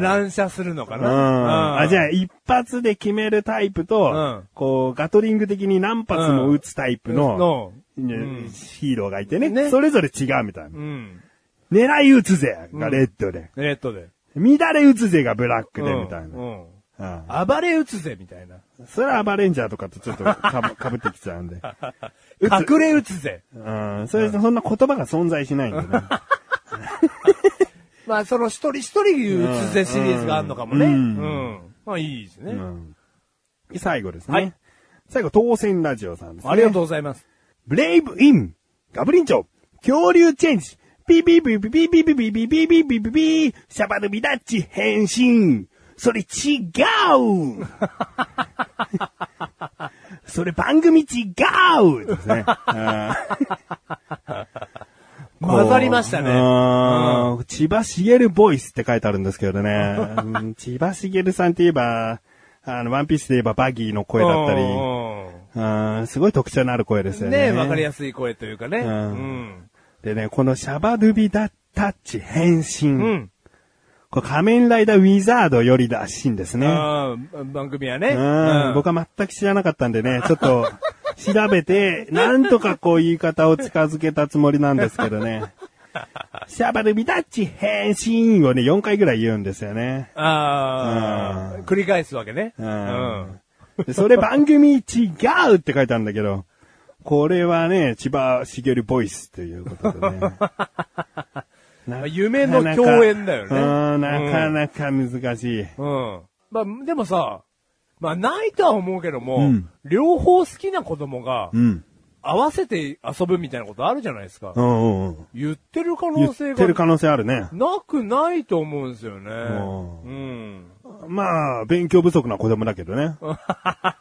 Speaker 2: 乱射するのか
Speaker 1: う
Speaker 2: な。
Speaker 1: んあ、じゃ
Speaker 2: あ、
Speaker 1: あ、一発で決めるタイプ
Speaker 2: う
Speaker 1: と
Speaker 2: ん、
Speaker 1: こう、ガトリング的に何発も撃つタイプの、
Speaker 2: の、
Speaker 1: ね
Speaker 2: うん
Speaker 1: ヒーローがいてね。
Speaker 2: ね
Speaker 1: それぞれ違うみたいうな。
Speaker 2: ん。
Speaker 1: 狙い撃つぜがレッドで。
Speaker 2: レッドで。
Speaker 1: 乱れ撃つぜがブラックで
Speaker 2: うん
Speaker 1: みたいな。
Speaker 2: うん
Speaker 1: うん
Speaker 2: 暴れ撃つぜ、みたいな。
Speaker 1: それはバレンジャーとかとちょっとかぶかぶってきちゃうんで。撃つ
Speaker 2: 隠れ撃つぜ。
Speaker 1: うん。それ、そんな言葉が存在しないんで ね。
Speaker 2: まあ、その一人一人撃つぜシリーズがあるのかもね。
Speaker 1: う
Speaker 2: うんん。まあ、いいですね、
Speaker 1: うんで最後ですね。
Speaker 2: はい
Speaker 1: 最後、当選ラジオさんですね。
Speaker 2: ありがとうございます。
Speaker 1: ブレイブイン、ガブリンチョ、恐竜チェンジ、ビビビビビビビビビビビビビビシャバルビダッチ変身。それ違うそれ番組違うですね。
Speaker 2: 混ざりましたね。
Speaker 1: ね。千葉茂ボイスって書いてあるんですけ どね。うん千葉茂さんって言えば、あの、ワンピースで言えばバギーの声だったり
Speaker 2: う
Speaker 1: うん、すごい特徴のある声ですよ
Speaker 2: ん
Speaker 1: ね。
Speaker 2: ねえ、わかりやすい声というかね。
Speaker 1: う
Speaker 2: うんん。
Speaker 1: でね、このシャバドゥビダタッチ変身。
Speaker 2: うん。
Speaker 1: これ仮面ライダーウィザードよりらしいんですね。
Speaker 2: ああ番組はね。
Speaker 1: うん、僕
Speaker 2: は。
Speaker 1: は全く知らなかったんでね、ちょっと調べ て、なんとかこう言い方を近づけたつもりなんですけど ね。シャバドゥビダッチ変身をね、4回ぐらい言うんですよね。
Speaker 2: ああ
Speaker 1: うん
Speaker 2: 繰り返すわけね。
Speaker 1: う
Speaker 2: うんん。
Speaker 1: でそれ番組違うって書いてあるんだけど、これはね、千葉茂ボイスということで ね。な
Speaker 2: 夢の共演だよね
Speaker 1: うんなかなか難しい。
Speaker 2: うん。まあ、でもさ、まあ、ないとは思うけども、
Speaker 1: うん
Speaker 2: 両方好きな子供が
Speaker 1: う、ん。
Speaker 2: 合わせて遊ぶみたいなことあるじゃないですか。
Speaker 1: うんうんうん。
Speaker 2: 言ってる可
Speaker 1: 言
Speaker 2: 能
Speaker 1: っ
Speaker 2: 性
Speaker 1: てる
Speaker 2: が、
Speaker 1: 可能性あるね。
Speaker 2: なくないと思うんですよね。
Speaker 1: ん
Speaker 2: うん。
Speaker 1: まあ、勉強不足な子供だけど ね。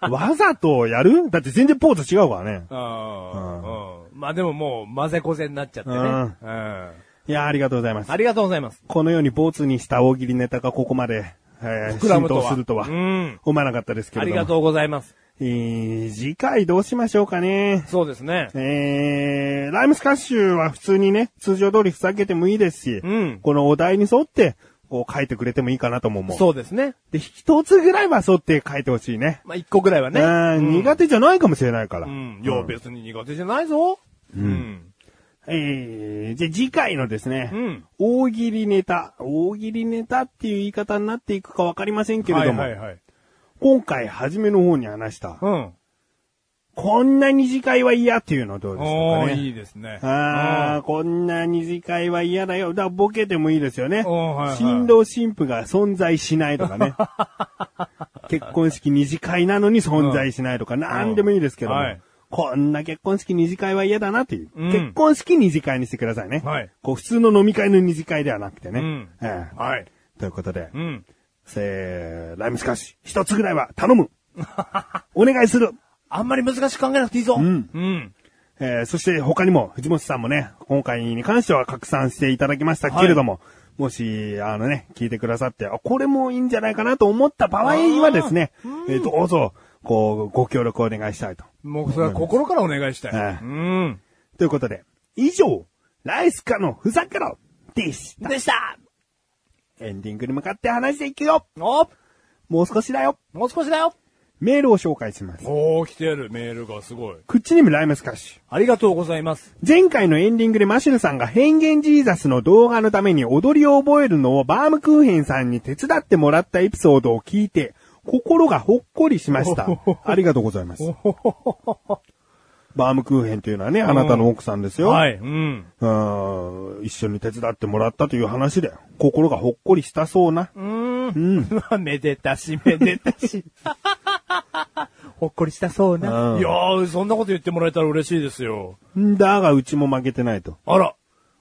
Speaker 1: わざとやるだって全然ポーズ違うからね。
Speaker 2: ああ、うん。まあでももう、混ぜこぜになっちゃってね。
Speaker 1: う
Speaker 2: うんん。
Speaker 1: いやありがとうございます
Speaker 2: あ。りがとうございます。
Speaker 1: このようにボツにした大喜利ネタがここまで、えー、
Speaker 2: 膨ら
Speaker 1: 浸
Speaker 2: むとは
Speaker 1: 透するとは
Speaker 2: うん。
Speaker 1: 思わなかったですけ
Speaker 2: あ
Speaker 1: れど
Speaker 2: り
Speaker 1: も。
Speaker 2: がとうございます。
Speaker 1: えー、次回どうしましょうかね。
Speaker 2: そうですね。
Speaker 1: えー、ライムスカッシュは普通にね、通常通りふざけてもいいですし、
Speaker 2: う ん
Speaker 1: このお題に沿って、こう書いてくれてもいいかなとも思う。
Speaker 2: そうですね。
Speaker 1: で、一つぐらいは沿って書いてほしいね。
Speaker 2: まあ一個ぐらいはね。
Speaker 1: うん、苦手じゃないかもしれないから。
Speaker 2: うん。いや、別に苦手じゃないぞ。うん。
Speaker 1: えー、じゃあ次回のですね、
Speaker 2: うん
Speaker 1: 大喜利ネタ、大喜利ネタっていう言い方になっていくかわかりませんけれども、
Speaker 2: はいはいはい。
Speaker 1: 今回初めの方に話した、
Speaker 2: うん。
Speaker 1: こんな二次会は嫌っていうのはどうでしょ
Speaker 2: お
Speaker 1: うか
Speaker 2: ー、い
Speaker 1: ね。
Speaker 2: いですね。
Speaker 1: ああ、こんな二次会は嫌だよ。だからボケてもいいですよね。
Speaker 2: おーはいはい
Speaker 1: 新郎新婦が存在しないとか ね。結婚式二次会なのに存在しないとか、なんでもいいですけども、
Speaker 2: はい
Speaker 1: こんな結婚式二次会は嫌だなっていう。
Speaker 2: うん
Speaker 1: 結婚式二次会にしてくださいね。
Speaker 2: はい
Speaker 1: こう普通の飲み会の二次会ではなくてね。
Speaker 2: うん
Speaker 1: ええ
Speaker 2: はい。
Speaker 1: ということで、
Speaker 2: うん。
Speaker 1: せー、ライムスカッシュ、一つぐらいは頼 むお願いする
Speaker 2: あんまり難しく考えなくていいぞ。
Speaker 1: ん
Speaker 2: うん。
Speaker 1: えーそして他にも、藤本さんもね、今回に関しては拡散していただきましたけれども、もし、あのね、聞いてくださって、あ、これもいいんじゃないかなと思った場合はですね、えーどうぞ、こう、ご協力をお願いしたいと。
Speaker 2: もうそれは心からお願いした
Speaker 1: はい
Speaker 2: い。うん。
Speaker 1: ということで、以上、ライスカのふざけろでした。
Speaker 2: でした
Speaker 1: エンディングに向かって話していくよ
Speaker 2: お
Speaker 1: もう少しだよ
Speaker 2: もう少しだよ
Speaker 1: メールを紹介します。
Speaker 2: おー、来てるメールがすごい。
Speaker 1: 口にもライムスカッシュ。
Speaker 2: ありがとうございます。
Speaker 1: 前回のエンディングでマシュルさんが変幻ジーザスの動画のために踊りを覚えるのをバームクーヘンさんに手伝ってもらったエピソードを聞いて、心がほっこりしま した。ありがとうございます。バームクーヘンというのはね、あなたの奥さんですよ。
Speaker 2: はい。うん。
Speaker 1: うーん一緒に手伝ってもらったという話で、心がほっこりしたそうな。
Speaker 2: うん。めでたし、めでたし。 ほっこりしたそう
Speaker 1: う
Speaker 2: な。
Speaker 1: ん
Speaker 2: いやー、そんなこと言ってもらえたら嬉しいですよ。
Speaker 1: んだが、うちも負けてないと。
Speaker 2: あら。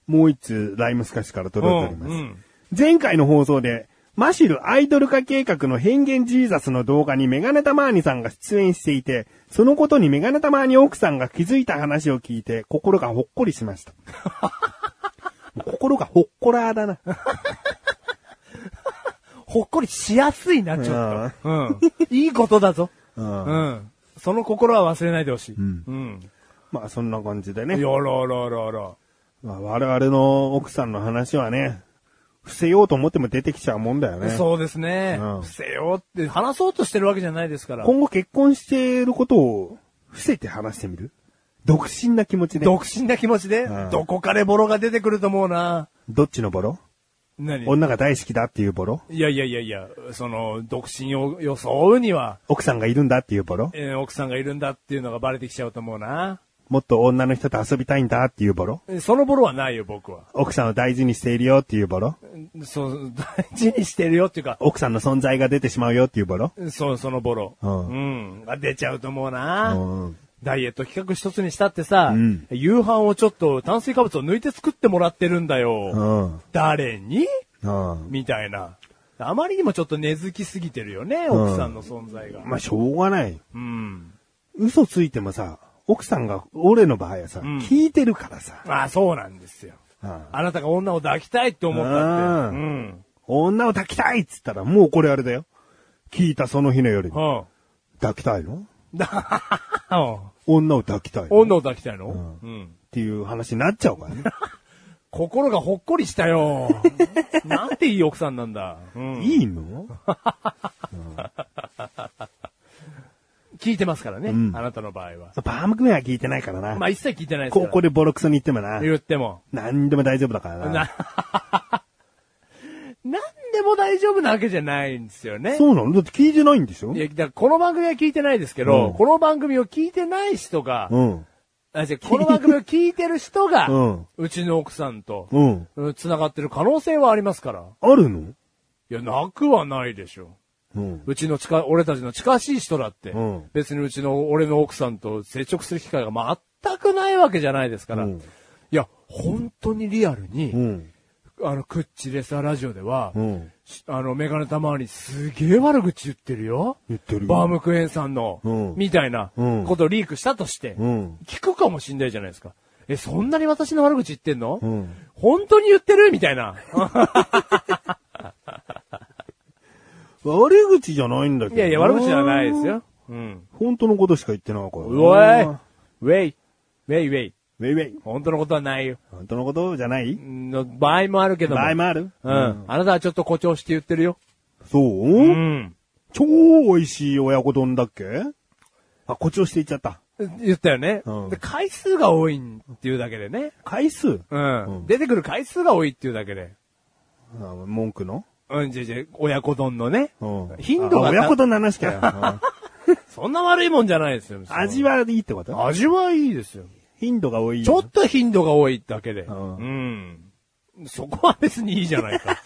Speaker 1: もう一通、ライムスカシから
Speaker 2: う
Speaker 1: 届いており
Speaker 2: ん
Speaker 1: ます。
Speaker 2: うん。
Speaker 1: 前回の放送で、マシルアイドル化計画の変幻ジーザスの動画にメガネタマーニさんが出演していて、そのことにメガネタマーニ奥さんが気づいた話を聞いて、心がほっこりしま した。もう心がほっこらーだな。
Speaker 2: ほっこりしやすいな、ちょっと。うん。いいことだぞ。う
Speaker 1: うん
Speaker 2: ん。その心は忘れないでほしい。
Speaker 1: ん
Speaker 2: うん。
Speaker 1: まあそんな感じで
Speaker 2: よ
Speaker 1: ね。
Speaker 2: ろろろろ。
Speaker 1: まあ我々の奥さんの話はね、伏せようと思っても出てきちゃうもんだよね。
Speaker 2: そうですね。
Speaker 1: うん
Speaker 2: 伏せようって、話そうとしてるわけじゃないですから。
Speaker 1: 今後結婚していることを伏せて話してみる独身な気持ちで。
Speaker 2: 独身な気持ちで
Speaker 1: うん、
Speaker 2: どこかでボロが出てくると思うな。
Speaker 1: どっちのボロ
Speaker 2: 何
Speaker 1: 女が大好きだっていうボロ
Speaker 2: いやいやいやいや、その、独身を装うには、
Speaker 1: 奥さんがいるんだっていうボロ
Speaker 2: えー奥さんがいるんだっていうのがバレてきちゃうと思うな。
Speaker 1: もっと女の人と遊びたいんだっていうボロ
Speaker 2: えそのボロはないよ、僕は。
Speaker 1: 奥さんを大事にしているよっていうボロ
Speaker 2: そう、大事にしてるよっていうか、
Speaker 1: 奥さんの存在が出てしまうよっていうボロ
Speaker 2: そう、そのボロ。
Speaker 1: うん
Speaker 2: ん。が出ちゃうと思う
Speaker 1: う
Speaker 2: な。
Speaker 1: ん。
Speaker 2: ダイエット企画一つにしたってさ、
Speaker 1: うん
Speaker 2: 夕飯をちょっと炭水化物を抜いて作ってもらってるんだよ。
Speaker 1: うん。
Speaker 2: 誰に
Speaker 1: うん。
Speaker 2: みたいな。あまりにもちょっと根付きすぎてるよね、奥さんの存在が。
Speaker 1: まあ、しょうがない。
Speaker 2: うん。
Speaker 1: 嘘ついてもさ、奥さんが、俺の場合はさ、
Speaker 2: ん
Speaker 1: 聞いてるからさ、
Speaker 2: まあそうなんですよ。
Speaker 1: うん
Speaker 2: あなたが女を抱きたいって思ったって。
Speaker 1: う
Speaker 2: うん。
Speaker 1: 女を抱きたいっつったら、もうこれあれだよ。聞いたその日の夜に。
Speaker 2: は
Speaker 1: 抱きたいの
Speaker 2: あ、うん
Speaker 1: 女を抱きたいのっ
Speaker 2: 女を抱きたいの、うん、
Speaker 1: ていう話になっちゃうから ね。
Speaker 2: 心がほっこりしたよ。 なんていい奥さんなんだ。うん。
Speaker 1: いいの
Speaker 2: 聞いてますからね、
Speaker 1: うん
Speaker 2: あなたの場合は。
Speaker 1: バームクーンは聞いてないからな。
Speaker 2: まあ一切聞いてないですから。
Speaker 1: 高校でボロクソに言ってもな。
Speaker 2: 言っても。
Speaker 1: 何でも大丈夫だからな。
Speaker 2: な、 なんでも大丈夫なわけじゃないんですよね。
Speaker 1: そうなのだって聞いてないんでしょ
Speaker 2: いや、だからこの番組は聞いてないですけど、
Speaker 1: うん
Speaker 2: この番組を聞いてない人が、
Speaker 1: うん。
Speaker 2: あ違うこの番組を聞いてる人が、
Speaker 1: う
Speaker 2: うんちの奥さんと、
Speaker 1: うん。
Speaker 2: うん繋がってる可能性はありますから。
Speaker 1: あるの
Speaker 2: いや、なくはないでしょ。
Speaker 1: うん。
Speaker 2: うちの近、俺たちの近しい人だって、
Speaker 1: うん
Speaker 2: 別にうちの俺の奥さんと接触する機会が全くないわけじゃないですから。
Speaker 1: うん
Speaker 2: いや、本当にリアルに、
Speaker 1: うん。
Speaker 2: あの、クッチレサラジオでは、
Speaker 1: うん。
Speaker 2: しあの、メガネたまわりすげえ悪口言ってるよ。
Speaker 1: 言ってるよ
Speaker 2: バームクエンさんの、
Speaker 1: うん
Speaker 2: みたいな
Speaker 1: うん
Speaker 2: ことをリークしたとして、
Speaker 1: うん。
Speaker 2: 聞くかもしんないじゃないですか。え、そんなに私の悪口言ってんの、
Speaker 1: うん。
Speaker 2: 本当に言ってるみたいな。
Speaker 1: 悪口じゃないんだけど。
Speaker 2: いやいや、悪口じゃないです。よ。うん。
Speaker 1: 本当のことしか言ってないからな。
Speaker 2: うわい
Speaker 1: ウ
Speaker 2: ウェイウェイウェイ
Speaker 1: ェイウェイ。
Speaker 2: 本当のことはないよ。
Speaker 1: 本当のことじゃない
Speaker 2: の場合もあるけども。
Speaker 1: 場合もある
Speaker 2: うん。あなたはちょっと誇張して言ってるよ。
Speaker 1: そう、
Speaker 2: うん。
Speaker 1: 超美味しい親子丼だっけあ、誇張して言っちゃった。
Speaker 2: 言ったよね、
Speaker 1: うん
Speaker 2: で。回数が多いっていうだけでね。
Speaker 1: 回数
Speaker 2: うん。
Speaker 1: うん
Speaker 2: 出てくる回数が多いっていうだけで。
Speaker 1: あ文句の
Speaker 2: うん、じゃじゃ親子丼のね。
Speaker 1: うん
Speaker 2: 頻度が
Speaker 1: あ親子丼の話 かよ。うん
Speaker 2: そんな悪いもんじゃないですよ。
Speaker 1: 味はいいってこと
Speaker 2: 味はいいですよ。
Speaker 1: 頻度が多い。
Speaker 2: ちょっと頻度が多いだけで。
Speaker 1: ん
Speaker 2: うん。そこは別にいいじゃな いか。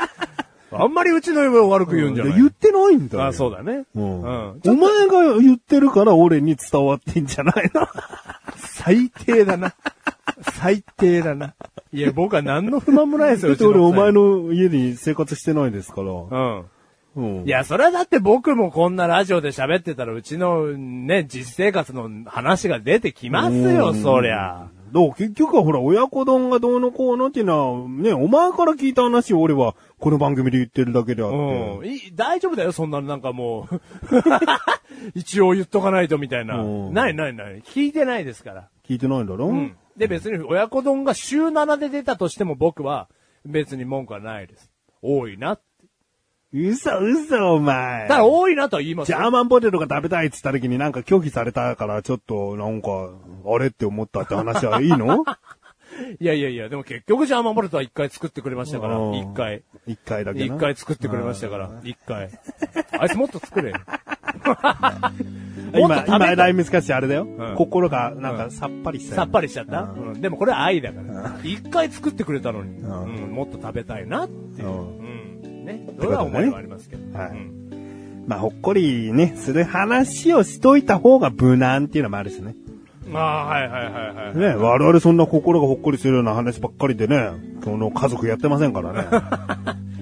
Speaker 2: あんまりうちの嫁を悪く言うんじゃない。
Speaker 1: 言ってないんだよ。
Speaker 2: あ、そうだね。
Speaker 1: うん。
Speaker 2: う
Speaker 1: お
Speaker 2: ん。
Speaker 1: 前が言ってるから俺に伝わってんじゃないの
Speaker 2: 最低だな。最低だな。いや、僕は何の不満もないですよ、
Speaker 1: だって俺お前の家に生活してないですから。
Speaker 2: の。
Speaker 1: うん。
Speaker 2: うん。い、や、それはだって僕もこんなラジオで喋ってたら、うちのね、実生活の話が出てきますよ、そりゃ。
Speaker 1: どう結局はほら、親子丼がどうのこうのっていうのは、ね、お前から聞いた話を俺は、この番組で言ってるだけであって。
Speaker 2: うん。いい大丈夫だよ、そんな、なんかもう。 一応言っとかないとみたいな。
Speaker 1: うん
Speaker 2: ないないない。聞いてないですから。
Speaker 1: 聞いてないんだろ、
Speaker 2: うん。で、別に親子丼が週7で出たとしても僕は別に文句はないです。多いなって。
Speaker 1: 嘘嘘お前。
Speaker 2: だから多いなとは言います
Speaker 1: ジ
Speaker 2: よ
Speaker 1: ャーマンポテトが食べたいっつった時になんか拒否されたから、ちょっと、なんか、あれって思ったって話はいいの
Speaker 2: いやいやいや、でも結局ジャーマンボルトは一回作ってくれましたから、
Speaker 1: うん
Speaker 2: 一回。
Speaker 1: 一回だけ
Speaker 2: 一
Speaker 1: な。
Speaker 2: 回作ってくれましたから、一回。あいつもっと作れよ。もっと
Speaker 1: 今、
Speaker 2: 食べ
Speaker 1: 今、
Speaker 2: た
Speaker 1: ライ
Speaker 2: い。
Speaker 1: ムスカッシュあれだよ、
Speaker 2: うん
Speaker 1: 心が、なんか、さっぱりしたよね、
Speaker 2: さっぱりしちゃった、うんでもこれは愛だから。一回作ってくれたのに、うんもっと食べたいなっていう。
Speaker 1: う
Speaker 2: うんんね。それは思いはありますけど。
Speaker 1: はい
Speaker 2: うん
Speaker 1: まあ、ほっこりね、する話をしといた方が無難っていうのもあるしね。
Speaker 2: ああ、はいはいはいはい。
Speaker 1: ね、我々そんな心がほっこりするような話ばっかりでね、その家族やってませんからね。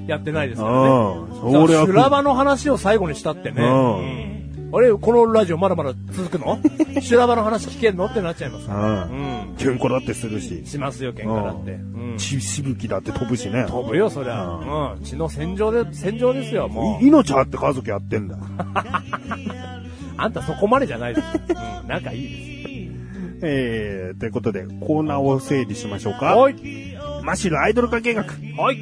Speaker 2: やってないです
Speaker 1: う
Speaker 2: か
Speaker 1: ん
Speaker 2: らね。。
Speaker 1: それは
Speaker 2: 修羅場の話を最後にしたってね。
Speaker 1: う
Speaker 2: あれこのラジオまだまだ続くの 修羅場の話聞けんのってなっちゃいますか
Speaker 1: う。
Speaker 2: ら。うんん。
Speaker 1: キュンコだってするし、
Speaker 2: しますよ、喧嘩だって。
Speaker 1: う
Speaker 2: うん。
Speaker 1: 血しぶきだって飛ぶしね。
Speaker 2: 飛ぶよ、そりゃ。
Speaker 1: う
Speaker 2: うん。血の戦場で、戦場ですよ、も。
Speaker 1: いう命あって家族やってんだ。
Speaker 2: あんたそこまでじゃないです。うん。仲いいで
Speaker 1: えー、ということで、コーナーを整理しましょう
Speaker 2: す。
Speaker 1: か。
Speaker 2: はい。
Speaker 1: マシュルアイドル化計画。
Speaker 2: はい。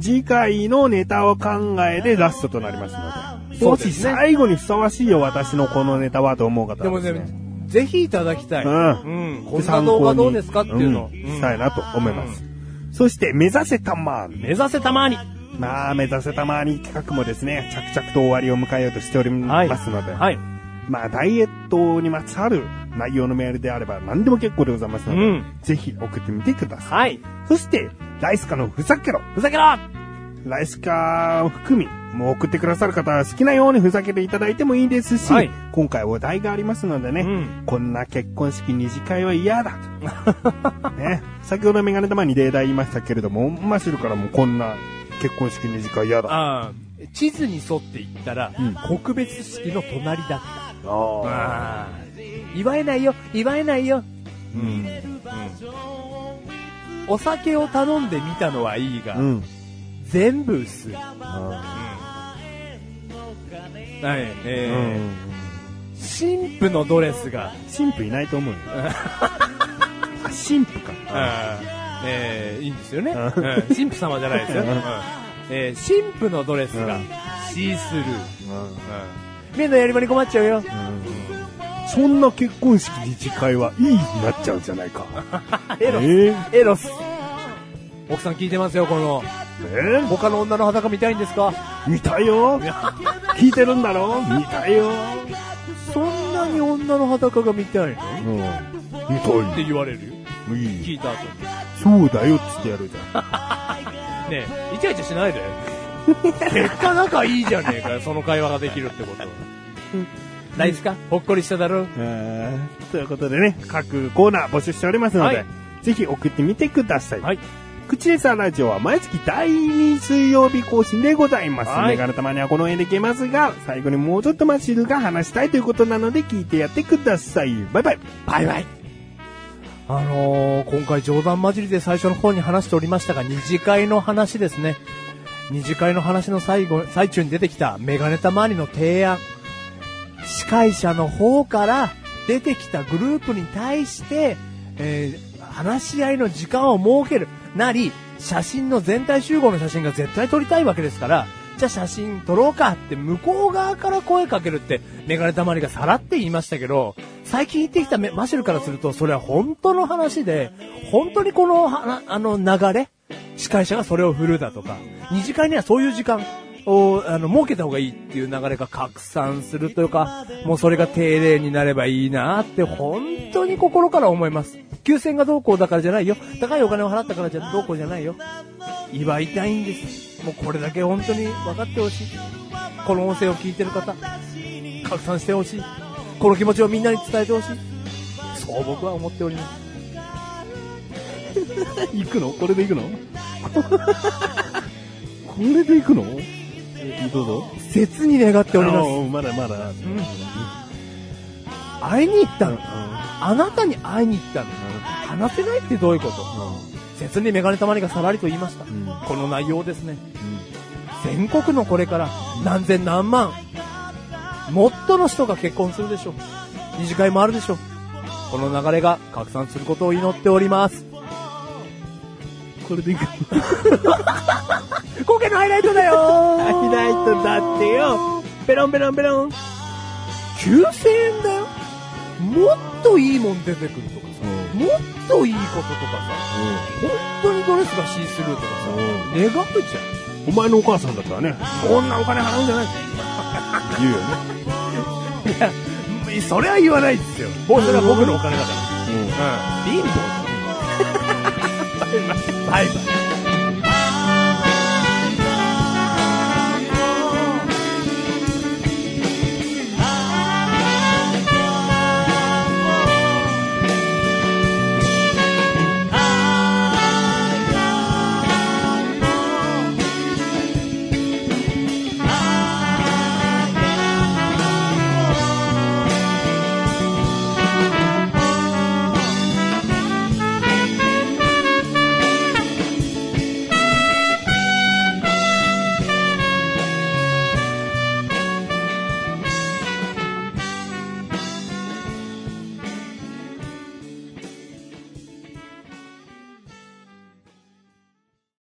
Speaker 1: 次回のネタを考えでラストとなりますので。
Speaker 2: そう
Speaker 1: も
Speaker 2: で
Speaker 1: し
Speaker 2: すね
Speaker 1: 最後にふさわしいよ、私のこのネタはと思う方
Speaker 2: で
Speaker 1: は
Speaker 2: も
Speaker 1: ですね。
Speaker 2: ね、ぜひいただきたい。
Speaker 1: うん
Speaker 2: うん。こんな動画どうですかっていうの。
Speaker 1: ん
Speaker 2: うん
Speaker 1: したいなと思います。そして、目指せたまーに。
Speaker 2: 目指せたまに。
Speaker 1: まあ、目指せたまーに企画もですね、着々と終わりを迎えようとしておりますので、
Speaker 2: はい。
Speaker 1: まあ、ダイエットにまつわる内容のメールであれば何でも結構でございますので、
Speaker 2: うん
Speaker 1: ぜひ送ってみてください。
Speaker 2: はい。
Speaker 1: そして、ライスカのふざけろ
Speaker 2: ふざけろ
Speaker 1: ライスカを含み、もう送ってくださる方は好きなようにふざけていただいてもいいですし、
Speaker 2: はい
Speaker 1: 今回お題がありますのでね、
Speaker 2: うん
Speaker 1: こんな結婚式二次会は嫌だ と。ね、先ほどメガネ玉に例題言いましたけれども、マシュルからもこんな結婚式二次会嫌だ。
Speaker 2: ああ地図に沿って行ったら、
Speaker 1: うん
Speaker 2: 告別式の隣だった。
Speaker 1: あ
Speaker 2: ああ祝えないよ、祝えないよ。
Speaker 1: ーうん
Speaker 2: お酒を頼んでみたのはいいが、
Speaker 1: うん
Speaker 2: 全部薄い。
Speaker 1: あ
Speaker 2: はい、
Speaker 1: ー
Speaker 2: え
Speaker 1: うん
Speaker 2: ー神父のドレスが、
Speaker 1: 神父いないと思うよ。あ、神父か。
Speaker 2: あーえーいいんですよね。
Speaker 1: ん
Speaker 2: うん神父様じゃないですよ。
Speaker 1: うん
Speaker 2: うんえー神父のドレスが
Speaker 1: うん、
Speaker 2: シースルー。
Speaker 1: うん
Speaker 2: うん目のやり場に困っちゃうよ。
Speaker 1: そんな結婚式二次会はいいになっちゃうじゃないか。
Speaker 2: エロス、
Speaker 1: えー
Speaker 2: エロス。奥さん聞いてますよ、この。
Speaker 1: えー
Speaker 2: 他の女の裸見たいんですか
Speaker 1: 見たいよ聞いてるんだろ見たいよ、
Speaker 2: そんなに女の裸が見たいのっ
Speaker 1: うん、見た
Speaker 2: て言われるよ。
Speaker 1: いい
Speaker 2: 聞
Speaker 1: い
Speaker 2: いた後に。
Speaker 1: そうだよっつってやるじゃん
Speaker 2: ねえ、イチャイチャし ないで。結果仲いいじゃねえかよ、その会話ができるってことは。大事かほっこりしただろ。
Speaker 1: えーということでね各コーナー募集しておりますので、
Speaker 2: はい
Speaker 1: ぜひ送ってみてください、
Speaker 2: はい
Speaker 1: 口でさラジオは毎月第2水曜日更新でございます。
Speaker 2: はい
Speaker 1: メガネたまにはこの辺でいけますが、最後にもうちょっとマシルが話したいということなので聞いてやってください。バイバイ
Speaker 2: バイバイ。あのー、今回冗談交じりで最初の方に話しておりましたが、二次会の話ですね。二次会の話の最後、最中に出てきたメガネたまわりの提案。司会者の方から出てきたグループに対して、えー話し合いの時間を設ける。なり、写真の全体集合の写真が絶対撮りたいわけですから、じゃあ写真撮ろうかって向こう側から声かけるって、メガネたまりがさらって言いましたけど、最近言ってきたメマシュルからすると、それは本当の話で、本当にこの、はあの流れ、司会者がそれを振るだとか、二次会にはそういう時間を、あの、設けた方がいいっていう流れが拡散するというか、もうそれが定例になればいいなって、本当に心から思います。9000がどうこうだからじゃないよ。高いお金を払ったからじゃどうこうじゃないよ。祝いたいんです。もうこれだけ本当に分かってほしい。この音声を聞いてる方、拡散してほしい。この気持ちをみんなに伝えてほしい。そう僕は思っております。
Speaker 1: 行くのこれで行くの これで行くのどうぞ。
Speaker 2: 切に願っております。
Speaker 1: まだまだ。うん。
Speaker 2: 会いに行ったの。あなたに会いに行ったの。話せないってどういうこと切にメガネたまりがさらりと言いました。
Speaker 1: ん
Speaker 2: この内容ですね。全国のこれから何千何万、もっとの人が結婚するでしょう。二次会もあるでしょう。この流れが拡散することを祈っております。
Speaker 1: これで行く
Speaker 2: 今回のハイライトだよ
Speaker 1: ハイライトだってよペロンペロンペロン。
Speaker 2: 9000円だよもっといいもん出てくるとかさ、
Speaker 1: う
Speaker 2: もっといいこととかさ、本当にドレスがシースルーとかさ、願うじゃ
Speaker 1: お前のお母さんだったらね、こんなお金払うんじゃない言うよね。
Speaker 2: ん。それは言わないですよ。もうそれは僕のお金だから。
Speaker 1: うん
Speaker 2: 貧乏だねバイバイ。